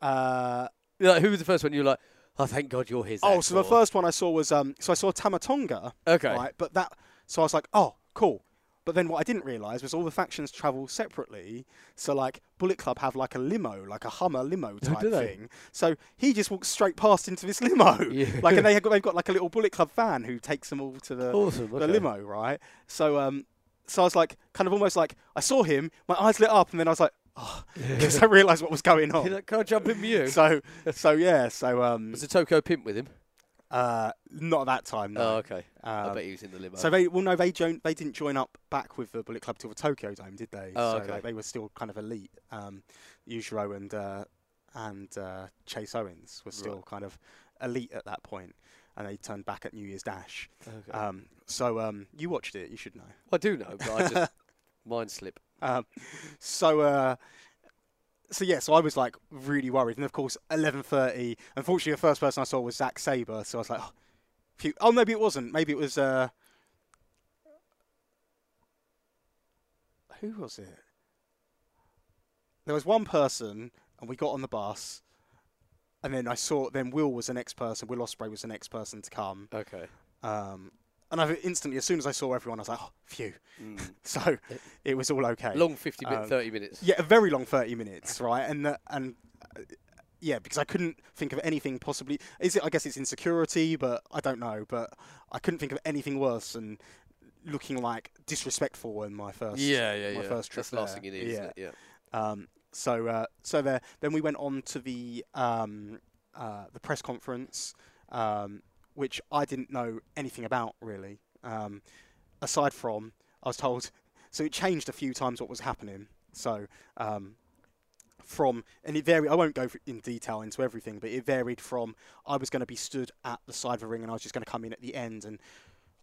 Speaker 3: Uh,
Speaker 4: Like, who was the first one you were like, oh, thank God you're here,
Speaker 3: oh,
Speaker 4: Zach,"
Speaker 3: so the
Speaker 4: or-
Speaker 3: first one I saw was um, so I saw Tamatonga.
Speaker 4: Okay.
Speaker 3: right? But that, so I was like, oh, cool. But then what I didn't realise was all the factions travel separately. So like Bullet Club have like a limo, like a Hummer limo type
Speaker 4: Oh, do they?
Speaker 3: thing. So he just walks straight past into this limo,
Speaker 4: Yeah.
Speaker 3: like, and they have got, they've got like a little Bullet Club fan who takes them all to the
Speaker 4: Awesome.
Speaker 3: the
Speaker 4: okay.
Speaker 3: limo, right? So um, so I was like, kind of almost like I saw him, my eyes lit up, and then I was like, oh, because I realised what was going
Speaker 4: You're
Speaker 3: on.
Speaker 4: like, Can I jump in with you?
Speaker 3: So so yeah, so um,
Speaker 4: was the Toko pimp with him?
Speaker 3: uh, not that time. No.
Speaker 4: Oh, okay. I
Speaker 3: Um,
Speaker 4: bet he was in the limo.
Speaker 3: so they well no they joined they didn't join up back with the Bullet Club till the Tokyo Dome did they?
Speaker 4: Oh,
Speaker 3: so
Speaker 4: okay.
Speaker 3: like, they were still kind of elite. Um, Yujiro and uh, and uh, Chase Owens were still
Speaker 4: Right.
Speaker 3: kind of elite at that point, and they turned back at New Year's Dash.
Speaker 4: Okay.
Speaker 3: Um, so um, you watched it, you should know.
Speaker 4: I do know, but I just mind slip.
Speaker 3: Um, so uh, so yeah, so I was like really worried, and of course, eleven thirty. Unfortunately, the first person I saw was Zack Saber, so I was like, oh, phew. oh maybe it wasn't. Maybe it was. Uh, who was it? There was one person, and we got on the bus. And then I saw. Then Will was the next person. Will Osprey was the next person to come.
Speaker 4: Okay.
Speaker 3: Um, and I instantly, as soon as I saw everyone, I was like, "Oh, phew!"
Speaker 4: Mm.
Speaker 3: So it was all okay.
Speaker 4: Long 50 minutes,
Speaker 3: Um,
Speaker 4: 30 minutes.
Speaker 3: Yeah, a very long thirty minutes, right? And uh, and uh, yeah, because I couldn't think of anything possibly. Is it? I guess it's insecurity, but I don't know. But I couldn't think of anything worse than looking like disrespectful in my first.
Speaker 4: yeah, yeah, yeah.
Speaker 3: my first trip
Speaker 4: That's the last
Speaker 3: there.
Speaker 4: thing you need, isn't
Speaker 3: Yeah.
Speaker 4: it? Yeah.
Speaker 3: Um. So uh, so there. Then we went on to the um uh the press conference, um which I didn't know anything about really. Um, aside from I was told. So it changed a few times what was happening. So um, from and it varied. I won't go in detail into everything, but it varied from I was going to be stood at the side of the ring and I was just going to come in at the end and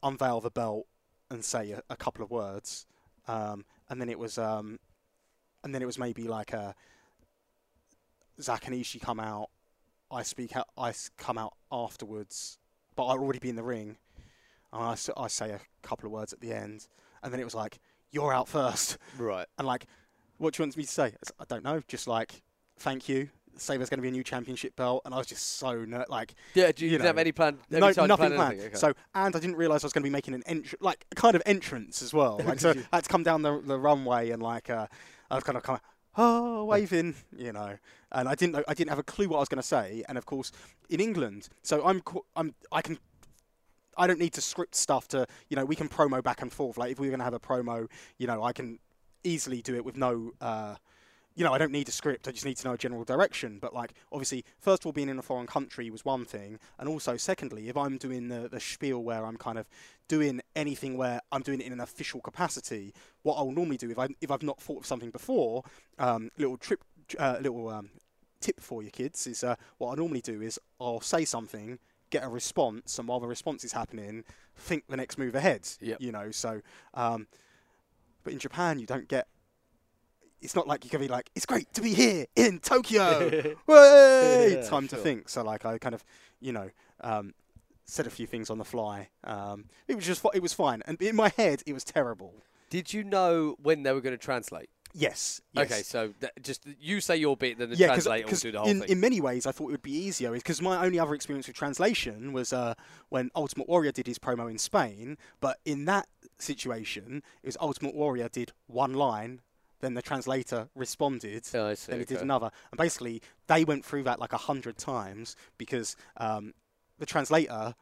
Speaker 3: unveil the belt and say a, a couple of words, um, and then it was um, and then it was maybe like a Zack and Ishii come out. I speak. out I s- come out afterwards, but I already be in the ring. And I, s- I say a couple of words at the end, and then it was like, "You're out first.
Speaker 4: Right.
Speaker 3: and like What do you want me to say? I s- I don't know. Just like, thank you. Say there's going to be a new championship belt, and I was just so ner- like,
Speaker 4: Yeah, do you,
Speaker 3: you
Speaker 4: didn't have
Speaker 3: know,
Speaker 4: any plan? any
Speaker 3: no,
Speaker 4: time to
Speaker 3: nothing
Speaker 4: plan
Speaker 3: planned.
Speaker 4: anything? Okay.
Speaker 3: So, and I didn't realise I was going to be making an entrance, like a kind of entrance as well. Like, so I had to come down the, the runway and like uh, I was kind of kind of oh waving, you know. And I didn't know, I didn't have a clue what I was going to say. And of course, in England, so I'm qu- I'm I can. I don't need to script stuff to, you know, we can promo back and forth. Like if we were going to have a promo, you know, I can easily do it with no, uh, you know, I don't need a script. I just need to know a general direction. But like, obviously, first of all, being in a foreign country was one thing, and also, secondly, if I'm doing the the spiel where I'm kind of doing anything where I'm doing it in an official capacity, what I'll normally do if I if I've not thought of something before, um, little trip, uh, little um, tip for your kids is uh, what I normally do is I'll say something. Get a response, and while the response is happening, think the next move ahead.
Speaker 4: Yep.
Speaker 3: You know, so um, but in Japan, you don't get. It's not like you can be like, it's great to be here in Tokyo. Way!
Speaker 4: Yeah,
Speaker 3: Time
Speaker 4: sure.
Speaker 3: to think. So like, I kind of, you know, um, said a few things on the fly. Um, it was just, fi- it was fine. And in my head, it was terrible.
Speaker 4: Did you know when they were going to translate?
Speaker 3: Yes. yes.
Speaker 4: Okay, so that, just you say your bit, then the
Speaker 3: yeah,
Speaker 4: translator will
Speaker 3: because
Speaker 4: do the whole
Speaker 3: in,
Speaker 4: thing.
Speaker 3: in many ways, I thought it would be easier. Because my only other experience with translation was uh, when Ultimate Warrior did his promo in Spain. But in that situation, it was Ultimate Warrior did one line, then the translator responded,
Speaker 4: Oh, I see,
Speaker 3: then he did
Speaker 4: okay.
Speaker 3: another, and basically they went through that like a hundred times because um, the translator.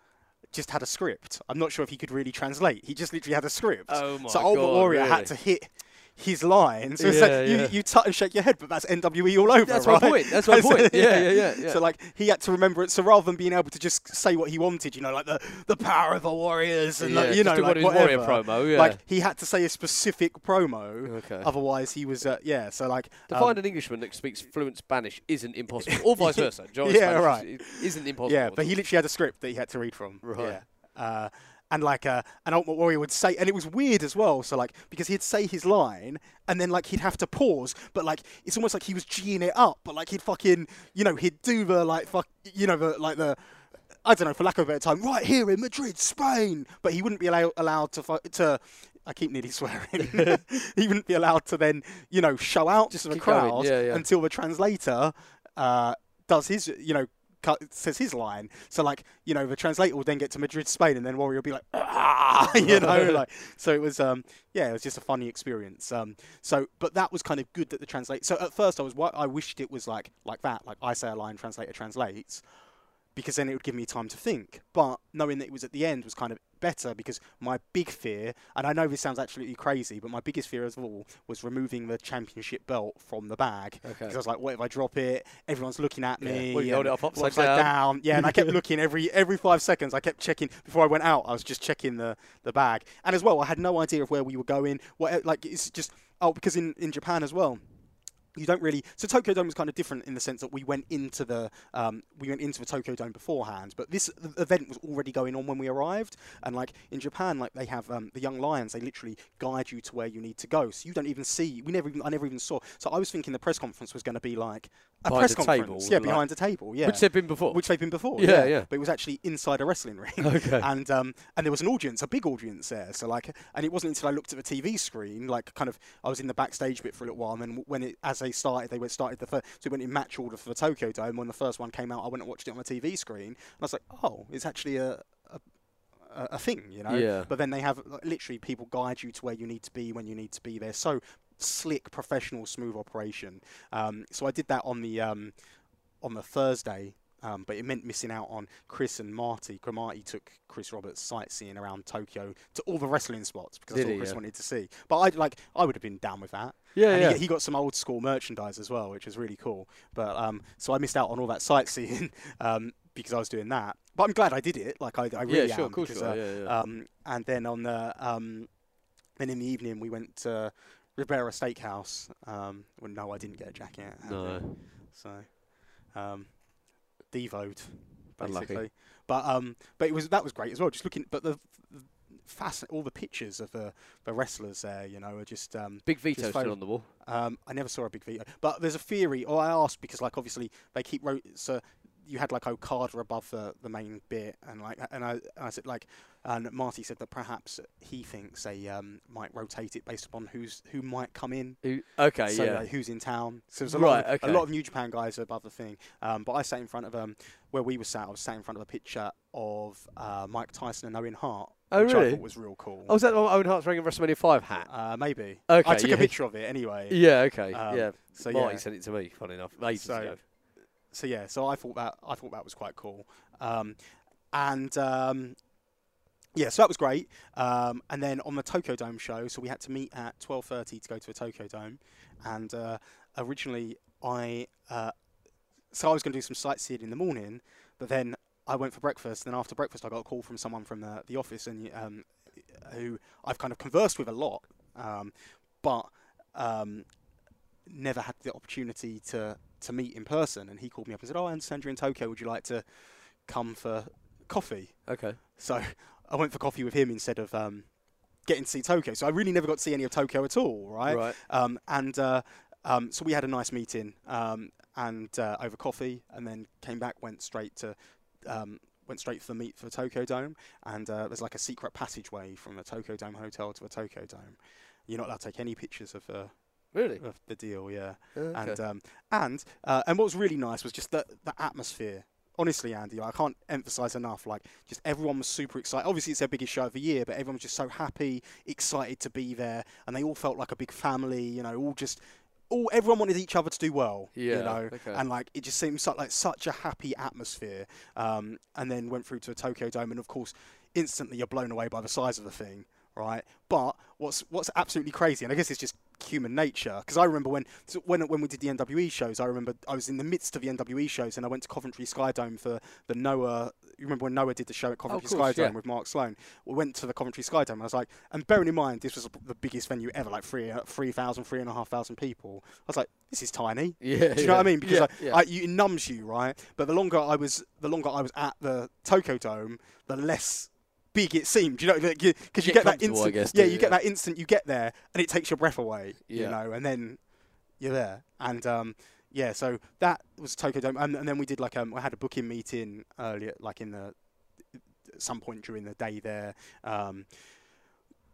Speaker 3: Just had a script. I'm not sure if he could really translate. He just literally had a script.
Speaker 4: Oh my
Speaker 3: so Ultimate
Speaker 4: God,
Speaker 3: Warrior
Speaker 4: really?
Speaker 3: had to hit his lines. So it's
Speaker 4: Yeah,
Speaker 3: like
Speaker 4: yeah.
Speaker 3: you, you tut and shake your head, but that's NWE all over.
Speaker 4: That's my
Speaker 3: right?
Speaker 4: point, that's my point. Yeah, yeah, yeah, yeah.
Speaker 3: So like he had to remember it. So rather than being able to just say what he wanted, you know, like the the power of the warriors and
Speaker 4: Yeah,
Speaker 3: like, you
Speaker 4: just
Speaker 3: know,
Speaker 4: do
Speaker 3: like
Speaker 4: one of his warrior
Speaker 3: whatever,
Speaker 4: promo, yeah.
Speaker 3: Like he had to say a specific promo.
Speaker 4: Okay.
Speaker 3: Otherwise, he was uh, yeah. So like
Speaker 4: to
Speaker 3: um,
Speaker 4: find an Englishman that speaks fluent Spanish isn't impossible, or vice versa. Do you know what
Speaker 3: Yeah,
Speaker 4: Spanish
Speaker 3: right.
Speaker 4: is- Isn't impossible.
Speaker 3: yeah.
Speaker 4: at
Speaker 3: But
Speaker 4: all.
Speaker 3: he literally had a script that he had to read from.
Speaker 4: Right.
Speaker 3: Yeah. Uh, and like uh, an Ultimate Warrior would say, and it was weird as well. So like because he'd say his line, and then like he'd have to pause, but like it's almost like he was g'ing it up, but like he'd fucking you know he'd do the like fuck you know the like the I don't know for lack of a better time right here in Madrid, Spain, but he wouldn't be allow- allowed to fu- to. I keep nearly swearing. he wouldn't be allowed to then, you know, show out to the
Speaker 4: keep going,
Speaker 3: crowd
Speaker 4: yeah, yeah.
Speaker 3: until the translator uh, does his, you know, cut, says his line. So like, you know, the translator will then get to Madrid, Spain, and then Warrior will be like, ah, you know, like. So it was, um, yeah, it was just a funny experience. Um, so, but that was kind of good that the translate. So at first, I was, wa- I wished it was like like that, like I say a line, translator translates because then it would give me time to think. But knowing that it was at the end was kind of better because my big fear, and I know this sounds absolutely crazy, but my biggest fear of all was removing the championship belt from the bag. Because I was like, what if I drop it? Everyone's looking at me.
Speaker 4: Well, you hold
Speaker 3: and
Speaker 4: it up upside
Speaker 3: down. Yeah, and I kept looking every every five seconds. I kept checking before I went out. I was just checking the, the bag. And as well, I had no idea of where we were going. What like it's just oh because in, in Japan as well you don't really so Tokyo Dome was kind of different in the sense that we went into the um, we went into the Tokyo Dome beforehand, but this th- event was already going on when we arrived. And like in Japan, like they have um, the Young Lions, they literally guide you to where you need to go, so you don't even see. We never even I never even saw. So I was thinking the press conference was going to be like a
Speaker 4: Behind
Speaker 3: press
Speaker 4: a table,
Speaker 3: conference, yeah,
Speaker 4: like-
Speaker 3: behind a table, yeah,
Speaker 4: Which they've been before.
Speaker 3: which they've been before.
Speaker 4: Yeah,
Speaker 3: Yeah,
Speaker 4: yeah.
Speaker 3: But it was actually inside a wrestling ring.
Speaker 4: Okay.
Speaker 3: And um, and there was an audience, a big audience there. So like, and it wasn't until I looked at the TV screen, like, kind of, I was in the backstage bit for a little while, and then when it as they started, they went started the first, so it went in match order for the Tokyo Dome. When the first one came out, I went and watched it on the TV screen, and I was like, oh, it's actually a. a a a thing, you know.
Speaker 4: Yeah.
Speaker 3: But then they have like, literally people guide you to where you need to be when you need to be there. So slick, professional, smooth operation. Um, so I did that on the um, on the Thursday, um, but it meant missing out on Chris and Marty. Cromarty took Chris Roberts sightseeing around Tokyo to all the wrestling spots because
Speaker 4: Did
Speaker 3: that's
Speaker 4: he,
Speaker 3: all Chris
Speaker 4: yeah?
Speaker 3: wanted to see. But I like I would have been down with that.
Speaker 4: Yeah,
Speaker 3: and
Speaker 4: yeah.
Speaker 3: He, g- he got some old school merchandise as well, which was really cool. But um, so I missed out on all that sightseeing um, because I was doing that. But I'm glad I did it. Like I, I really
Speaker 4: sure,
Speaker 3: am.
Speaker 4: of course you
Speaker 3: because,
Speaker 4: are,
Speaker 3: uh,
Speaker 4: yeah, yeah.
Speaker 3: Um, and then on the um, then in the evening we went to Ribera Steakhouse. Um, well, no, I didn't get a jacket. I don't think.
Speaker 4: no.
Speaker 3: So, um, devoed,
Speaker 4: Unlucky.
Speaker 3: basically. But um, but it was that was great as well. Just looking, but the fasc all the pictures of the, the wrestlers there, you know, are just um,
Speaker 4: Big veto
Speaker 3: Just
Speaker 4: still
Speaker 3: phone-
Speaker 4: on the wall.
Speaker 3: um, I never saw a big veto. But there's a theory, or I asked because like obviously they keep ro- so you had like Okada above the, the main bit, and like, and I, I said like, and Marty said that perhaps he thinks they um, might rotate it based upon who's who might come in.
Speaker 4: Who- Okay,
Speaker 3: so
Speaker 4: Uh, yeah.
Speaker 3: like, who's in town? So there's a lot,
Speaker 4: Right,
Speaker 3: of, a
Speaker 4: okay.
Speaker 3: lot of New Japan guys above the thing. Um, but I sat in front of um, where we were sat. I was sat in front of a picture of uh, Mike Tyson and Owen Hart,
Speaker 4: Oh,
Speaker 3: which I
Speaker 4: really?
Speaker 3: thought was real cool.
Speaker 4: Oh, was that the one Owen Hart's wearing a WrestleMania 5 hat?
Speaker 3: Uh, maybe. I
Speaker 4: Okay,
Speaker 3: took
Speaker 4: yeah.
Speaker 3: a picture of it anyway.
Speaker 4: Yeah, okay.
Speaker 3: Um,
Speaker 4: yeah.
Speaker 3: so,
Speaker 4: Marty
Speaker 3: yeah.
Speaker 4: sent it to me, funny enough, ages
Speaker 3: So-
Speaker 4: ago.
Speaker 3: So yeah, so I thought that I thought that was quite cool. Um, and um, yeah, so that was great. Um, and then on the Tokyo Dome show, so we had to meet at twelve thirty to go to a Tokyo Dome. And uh, originally, I uh, so I was going to do some sightseeing in the morning, but then I went for breakfast. And then after breakfast, I got a call from someone from the, the office and um, who I've kind of conversed with a lot, um, but um, never had the opportunity to to meet in person. And he called me up and said, "Oh, I understand you're in Tokyo. Would you like to come for coffee?"
Speaker 4: Okay.
Speaker 3: So I went for coffee with him instead of um, getting to see Tokyo. So I really never got to see any of Tokyo at all, right?
Speaker 4: Right.
Speaker 3: Um, and uh, um, so we had a nice meeting um, and uh, over coffee, and then came back, went straight to. Um, Went straight for the meet for Tokyo Dome, and uh, there's like a secret passageway from the Tokyo Dome hotel to the Tokyo Dome. You're not allowed to take any pictures of, uh,
Speaker 4: Really?
Speaker 3: of the deal, yeah
Speaker 4: Okay.
Speaker 3: and um, and uh, and what was really nice was just the the atmosphere. Honestly, Andy, I can't emphasize enough. Like, just everyone was super excited. Obviously, it's their biggest show of the year, but everyone was just so happy, excited to be there, and they all felt like a big family. You know, all just all everyone wanted each other to do well.
Speaker 4: Yeah,
Speaker 3: you know,
Speaker 4: okay.
Speaker 3: and like it just seemed so, like such a happy atmosphere. Um, and then went through to a Tokyo Dome, and of course, instantly you're blown away by the size of the thing right? But what's what's absolutely crazy, and I guess it's just human nature, because I remember when so when when we did the NWE shows, I remember I was in the midst of the NWE shows, and I went to Coventry Sky Dome for the Noah. You remember when Noah did the show at Coventry
Speaker 4: course,
Speaker 3: Sky Dome
Speaker 4: yeah.
Speaker 3: with Mark Sloan? We went to the Coventry Sky Dome, and I was like, and bearing in mind this was the biggest venue ever, like three three thousand, three and a half thousand people. I was like, this is tiny.
Speaker 4: Yeah,
Speaker 3: Do you know
Speaker 4: yeah.
Speaker 3: what I mean? Because
Speaker 4: Yeah,
Speaker 3: like,
Speaker 4: yeah.
Speaker 3: I, you, it numbs you, right? But the longer I was, the longer I was at the Tokyo Dome, the less big it seemed. You know, because you, 'cause you get
Speaker 4: Get
Speaker 3: that
Speaker 4: comfortable, I
Speaker 3: instant.
Speaker 4: guess,
Speaker 3: yeah,
Speaker 4: don't
Speaker 3: you
Speaker 4: you?
Speaker 3: get that instant. You get there, and it takes your breath away.
Speaker 4: Yeah.
Speaker 3: You know, and then you're there, and um, yeah. So that was Tokyo Dome, and, and then we did like um, I had a booking meeting earlier, like in the at some point during the day there. Um,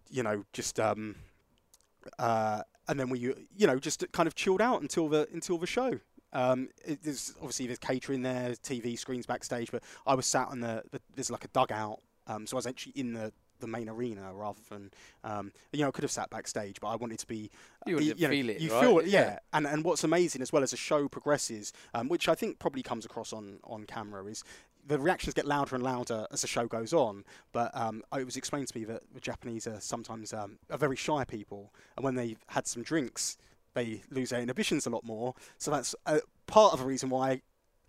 Speaker 3: you know, just um, uh, and then we you know just kind of chilled out until the until the show. Um, it, there's obviously there's catering there, TV screens backstage, but I was sat on the, the there's like a dugout, um, so I was actually in the the main arena rather than um, you know I could have sat backstage, but I wanted to be uh,
Speaker 4: You wanted to feel it,
Speaker 3: You
Speaker 4: right?
Speaker 3: feel it,
Speaker 4: Yeah.
Speaker 3: yeah. And and what's amazing as well as the show progresses, um, which I think probably comes across on on camera is. The reactions get louder and louder as the show goes on, but um, it was explained to me that the Japanese are sometimes um, are very shy people, and when they've had some drinks, they lose their inhibitions a lot more. So that's uh, part of the reason why,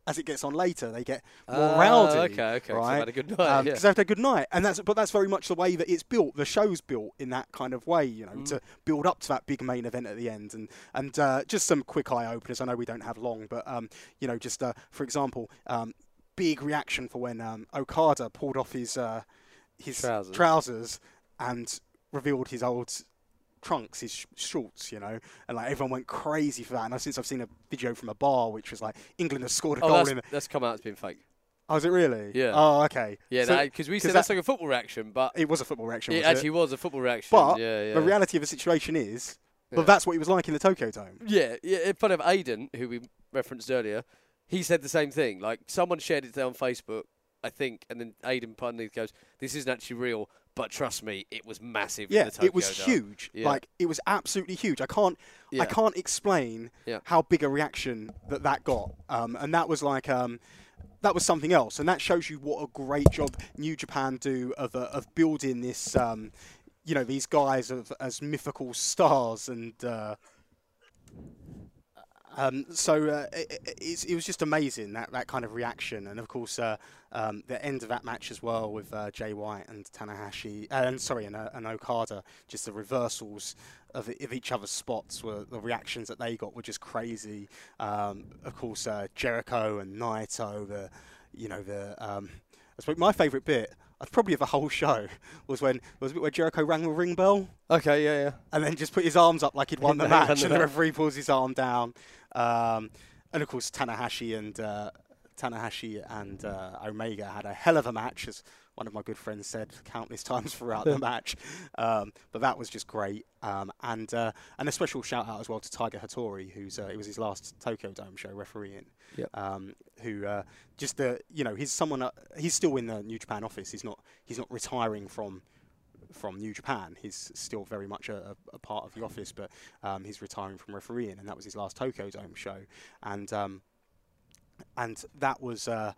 Speaker 3: as it gets on later, they get more
Speaker 4: Ah,
Speaker 3: rowdy.
Speaker 4: okay, okay, 'cause they've
Speaker 3: Right?
Speaker 4: had a good night,
Speaker 3: Um,
Speaker 4: yeah.
Speaker 3: 'cause they've had a good night, and that's but that's very much the way that it's built. The show's built in that kind of way, you know,
Speaker 4: Mm.
Speaker 3: to build up to that big main event at the end, and and uh, just some quick eye openers. I know we don't have long, but um, you know, just uh, for example, um, big reaction for when um, Okada pulled off his uh, his
Speaker 4: Trousers.
Speaker 3: trousers and revealed his old trunks, his sh- shorts, you know, and like everyone went crazy for that. And I, since I've seen a video from a bar which was like England has scored a
Speaker 4: Oh,
Speaker 3: goal
Speaker 4: that's,
Speaker 3: in. the-
Speaker 4: that's come out as being fake.
Speaker 3: Oh, is it really?
Speaker 4: Yeah.
Speaker 3: Oh, okay.
Speaker 4: Yeah,
Speaker 3: So-
Speaker 4: because we said that's like a football reaction, but
Speaker 3: it was a football reaction.
Speaker 4: it
Speaker 3: was
Speaker 4: actually was a football reaction.
Speaker 3: But
Speaker 4: yeah, yeah.
Speaker 3: the reality of the situation is, but
Speaker 4: Yeah.
Speaker 3: that's what he was like in the Tokyo Dome.
Speaker 4: Yeah, yeah. In front of Aiden, who we referenced earlier, he said the same thing. Like someone shared it on Facebook, I think, and then Aiden put underneath goes, "This isn't actually real, but trust me, it was massive." in
Speaker 3: Yeah,
Speaker 4: the Tokyo
Speaker 3: it was
Speaker 4: Dome."
Speaker 3: huge.
Speaker 4: Yeah.
Speaker 3: Like it was absolutely huge. I can't,
Speaker 4: Yeah.
Speaker 3: I can't explain
Speaker 4: Yeah.
Speaker 3: how big a reaction that that got. Um, and that was like, um, that was something else. And that shows you what a great job New Japan do of uh, of building this, um, you know, these guys of, as mythical stars and. Uh, Um, so uh, it, it, it was just amazing that, that kind of reaction, and of course uh, um, the end of that match as well with uh, Jay White and Tanahashi, uh, and sorry, and, uh, and Okada. Just the reversals of, e, of each other's spots were the reactions that they got were just crazy. Um, of course, uh, Jericho and Naito, the you know the um, I suppose my favourite bit. of Probably of the whole show was when was it where Jericho rang the ring bell
Speaker 4: Okay, yeah, yeah.
Speaker 3: and then just put his arms up like he'd won the
Speaker 4: Like he'd won
Speaker 3: match,
Speaker 4: the
Speaker 3: and the
Speaker 4: match.
Speaker 3: referee pulls his arm down. Um, and of course, Tanahashi and uh, Tanahashi and uh, Omega had a hell of a match, as one of my good friends said countless times throughout the match. Um, but that was just great. Um, and uh, and a special shout out as well to Tiger Hattori, who's uh, it was his last Tokyo Dome show refereeing.
Speaker 4: Yep.
Speaker 3: Um, who uh, just the you know he's someone uh, he's still in the New Japan office. He's not he's not retiring from from New Japan. He's still very much a, a, a part of the office, but um, he's retiring from refereeing, and that was his last Tokyo Dome show, and um, and that was. Uh,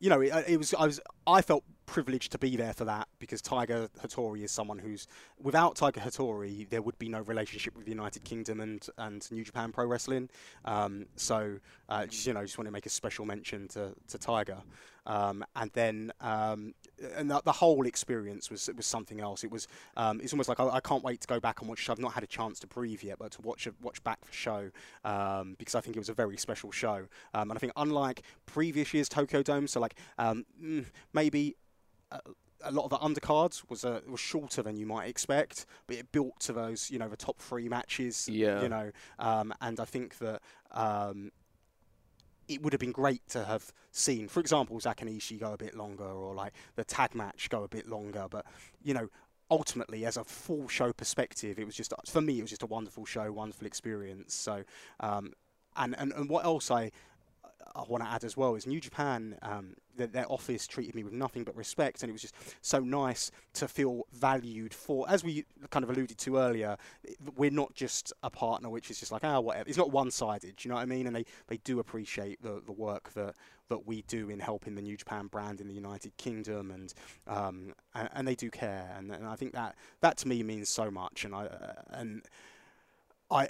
Speaker 3: you know, it, it was I was I felt privileged to be there for that because Tiger Hattori is someone who's without Tiger Hattori there would be no relationship with the United Kingdom and and New Japan Pro Wrestling. Um, so uh, just, you know, just want to make a special mention to to Tiger, um, and then um, and the, the whole experience was was something else. It was um, it's almost like I, I can't wait to go back and watch. I've not had a chance to breathe yet, but to watch a, watch back the show um, because I think it was a very special show, um, and I think unlike previous years Tokyo Dome, so like um, mm, maybe a lot of the undercards was uh, was shorter than you might expect, but it built to those you know the top three matches.
Speaker 4: Yeah.
Speaker 3: You know, um, and I think that. Um, it would have been great to have seen, for example, Zack and Ishii go a bit longer, or like the tag match go a bit longer. But you know, ultimately, as a full show perspective, it was just for me, it was just a wonderful show, wonderful experience. So, um, and, and and what else I I want to add as well is New Japan, um, their, their office treated me with nothing but respect, and it was just so nice to feel valued for. As we kind of alluded to earlier, i- we're not just a partner, which is just like ah whatever. It's not one-sided. Do you know what I mean? And they, they do appreciate the, the work that that we do in helping the New Japan brand in the United Kingdom, and um, and, and they do care, and, and I think that that to me means so much, and I uh, and I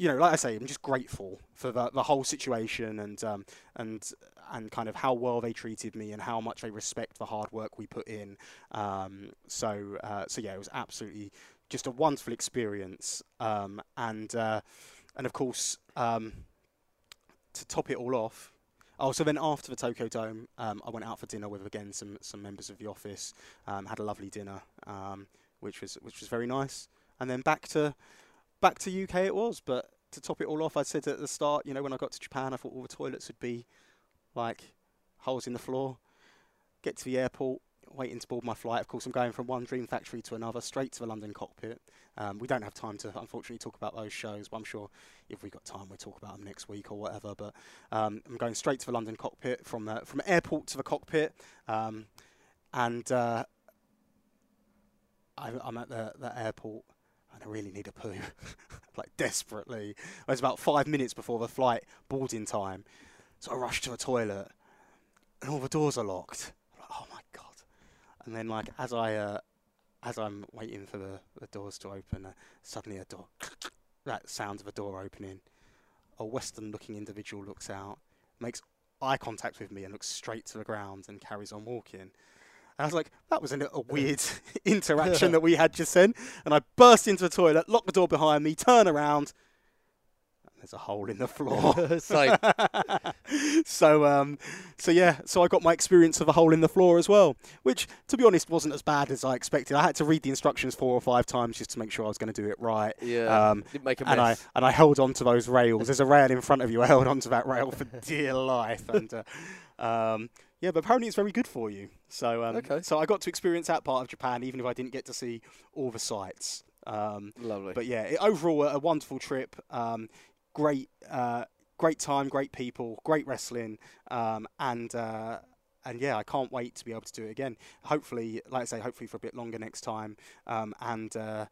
Speaker 3: you know, like I say, I'm just grateful for the, the whole situation and um, and and kind of how well they treated me and how much they respect the hard work we put in. Um, so uh, so yeah, it was absolutely just a wonderful experience. Um, and uh, and of course, um, to top it all off. Oh, so then after the Tokyo Dome, um, I went out for dinner with again some some members of the office. Um, had a lovely dinner, um, which was which was very nice. And then back to back to UK it was, but to top it all off, I said at the start, you know, when I got to Japan, I thought all the toilets would be like holes in the floor. Get to the airport, waiting to board my flight. Of course, I'm going from one dream factory to another, straight to the London cockpit. Um, we don't have time to, unfortunately, talk about those shows, but I'm sure if we got time, we'll talk about them next week or whatever. But um, I'm going straight to the London cockpit from uh, from airport to the cockpit, um, and uh, I, I'm at the, the airport and I really need a poo, like desperately. It was about five minutes before the flight boarding time, so I rushed to the toilet, and all the doors are locked. I'm like, oh my god! And then, like as I uh, as I'm waiting for the, the doors to open, uh, suddenly a door, that sound of a door opening. A Western-looking individual looks out, makes eye contact with me, and looks straight to the ground and carries on walking. And I was like, that was a, a weird interaction that we had just then. And I burst into the toilet, lock the door behind me, turn around, and there's a hole in the floor.
Speaker 4: Same.
Speaker 3: so, um, so yeah, so I got my experience of a hole in the floor as well, which, to be honest, wasn't as bad as I expected. I had to read the instructions four or five times just to make sure I was going to do it right.
Speaker 4: Yeah.
Speaker 3: Um,
Speaker 4: Didn't make a
Speaker 3: and I
Speaker 4: mess.
Speaker 3: and I held onto those rails. There's a rail in front of you. I held onto that rail for dear life. And uh, um, yeah, but apparently it's very good for you. So um,
Speaker 4: Okay.
Speaker 3: so I got to experience that part of Japan, even if I didn't get to see all the sites. Um,
Speaker 4: Lovely.
Speaker 3: but yeah, it, overall a, a wonderful trip. Um, great, uh, great time, great people, great wrestling, um, and uh, and yeah, I can't wait to be able to do it again. Hopefully, like I say, hopefully for a bit longer next time, um, and. Uh,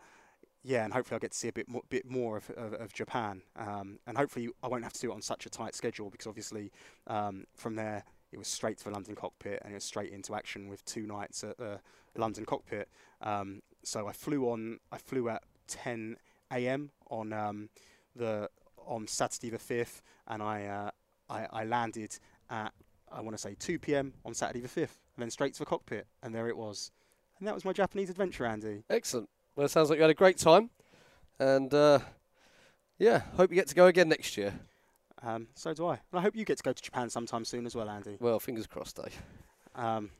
Speaker 3: yeah, and hopefully I'll get to see a bit more, bit more of, of, of Japan, um, and hopefully I won't have to do it on such a tight schedule because obviously um, from there it was straight to the London cockpit and it was straight into action with two nights at the London cockpit. Um, so I flew on. I flew at 10 a.m. on um, the on Saturday the 5th, and I uh, I, I landed at I want to say 2 p.m. on Saturday the 5th, and then straight to the cockpit, and there it was, and that was my Japanese adventure, Andy.
Speaker 4: Excellent. Well, it sounds like you had a great time, and uh, yeah, hope you get to go again next year.
Speaker 3: Um, so do I. And I hope you get to go to Japan sometime soon as well, Andy.
Speaker 4: Well, fingers crossed, eh?
Speaker 3: Um,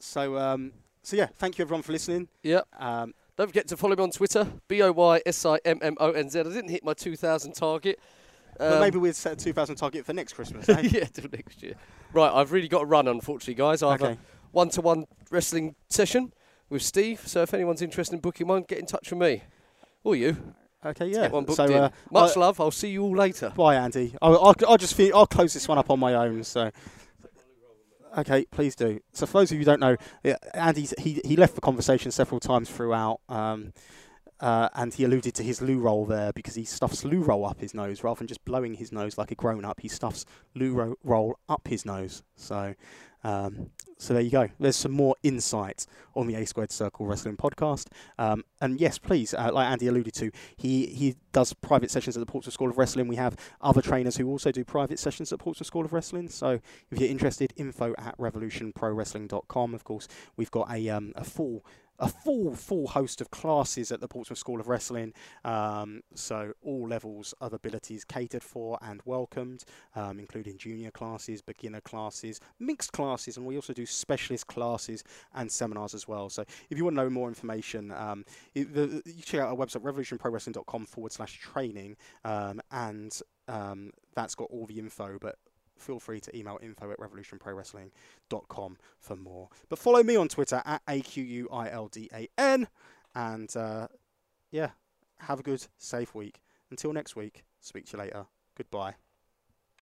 Speaker 3: so, um, so yeah, thank you everyone for listening.
Speaker 4: Yeah.
Speaker 3: Um,
Speaker 4: Don't forget to follow me on Twitter, B O Y S I M M O N Z. I didn't hit my 2,000 target.
Speaker 3: but
Speaker 4: Um,
Speaker 3: maybe we'd set a 2,000 target for next Christmas. eh?
Speaker 4: yeah, till next year. Right, I've really got to run, unfortunately, guys. I have
Speaker 3: Okay.
Speaker 4: a one-to-one wrestling session with Steve. So if anyone's interested in booking one, get in touch with me or you.
Speaker 3: Okay,
Speaker 4: Let's
Speaker 3: yeah.
Speaker 4: Get one booked
Speaker 3: so,
Speaker 4: in.
Speaker 3: uh,
Speaker 4: Much
Speaker 3: I-
Speaker 4: love. I'll see you all later.
Speaker 3: Bye, Andy. I'll, I'll, I'll just fin- I'll close this one up on my own. So, okay, please do. So, for those of you who don't know, yeah, Andy's he he left the conversation several times throughout, um, uh, and he alluded to his loo roll there because he stuffs loo roll up his nose rather than just blowing his nose like a grown up. He stuffs loo ro- roll up his nose. So, um, so there you go. There's some more insight on the A Squared Circle Wrestling podcast. Um, and yes, please, uh, like Andy alluded to, he, he does private sessions at the Portsmouth School of Wrestling. We have other trainers who also do private sessions at Portsmouth School of Wrestling. So if you're interested, info at revolutionprowrestling.com. Of course, we've got a, um, a full a full full host of classes at the Portsmouth School of Wrestling. Um, so all levels of abilities catered for and welcomed, um, including junior classes, beginner classes, mixed classes, and we also do specialist classes and seminars as well. So if you want to know more information, um, you, the, you check out our website revolutionprowrestling.com forward slash training, um, and um, that's got all the info. But feel free to email info at revolutionprowrestling.com for more. But follow me on Twitter at AQUILDAN. And uh, yeah, have a good, safe week. Until next week, speak to you later. Goodbye.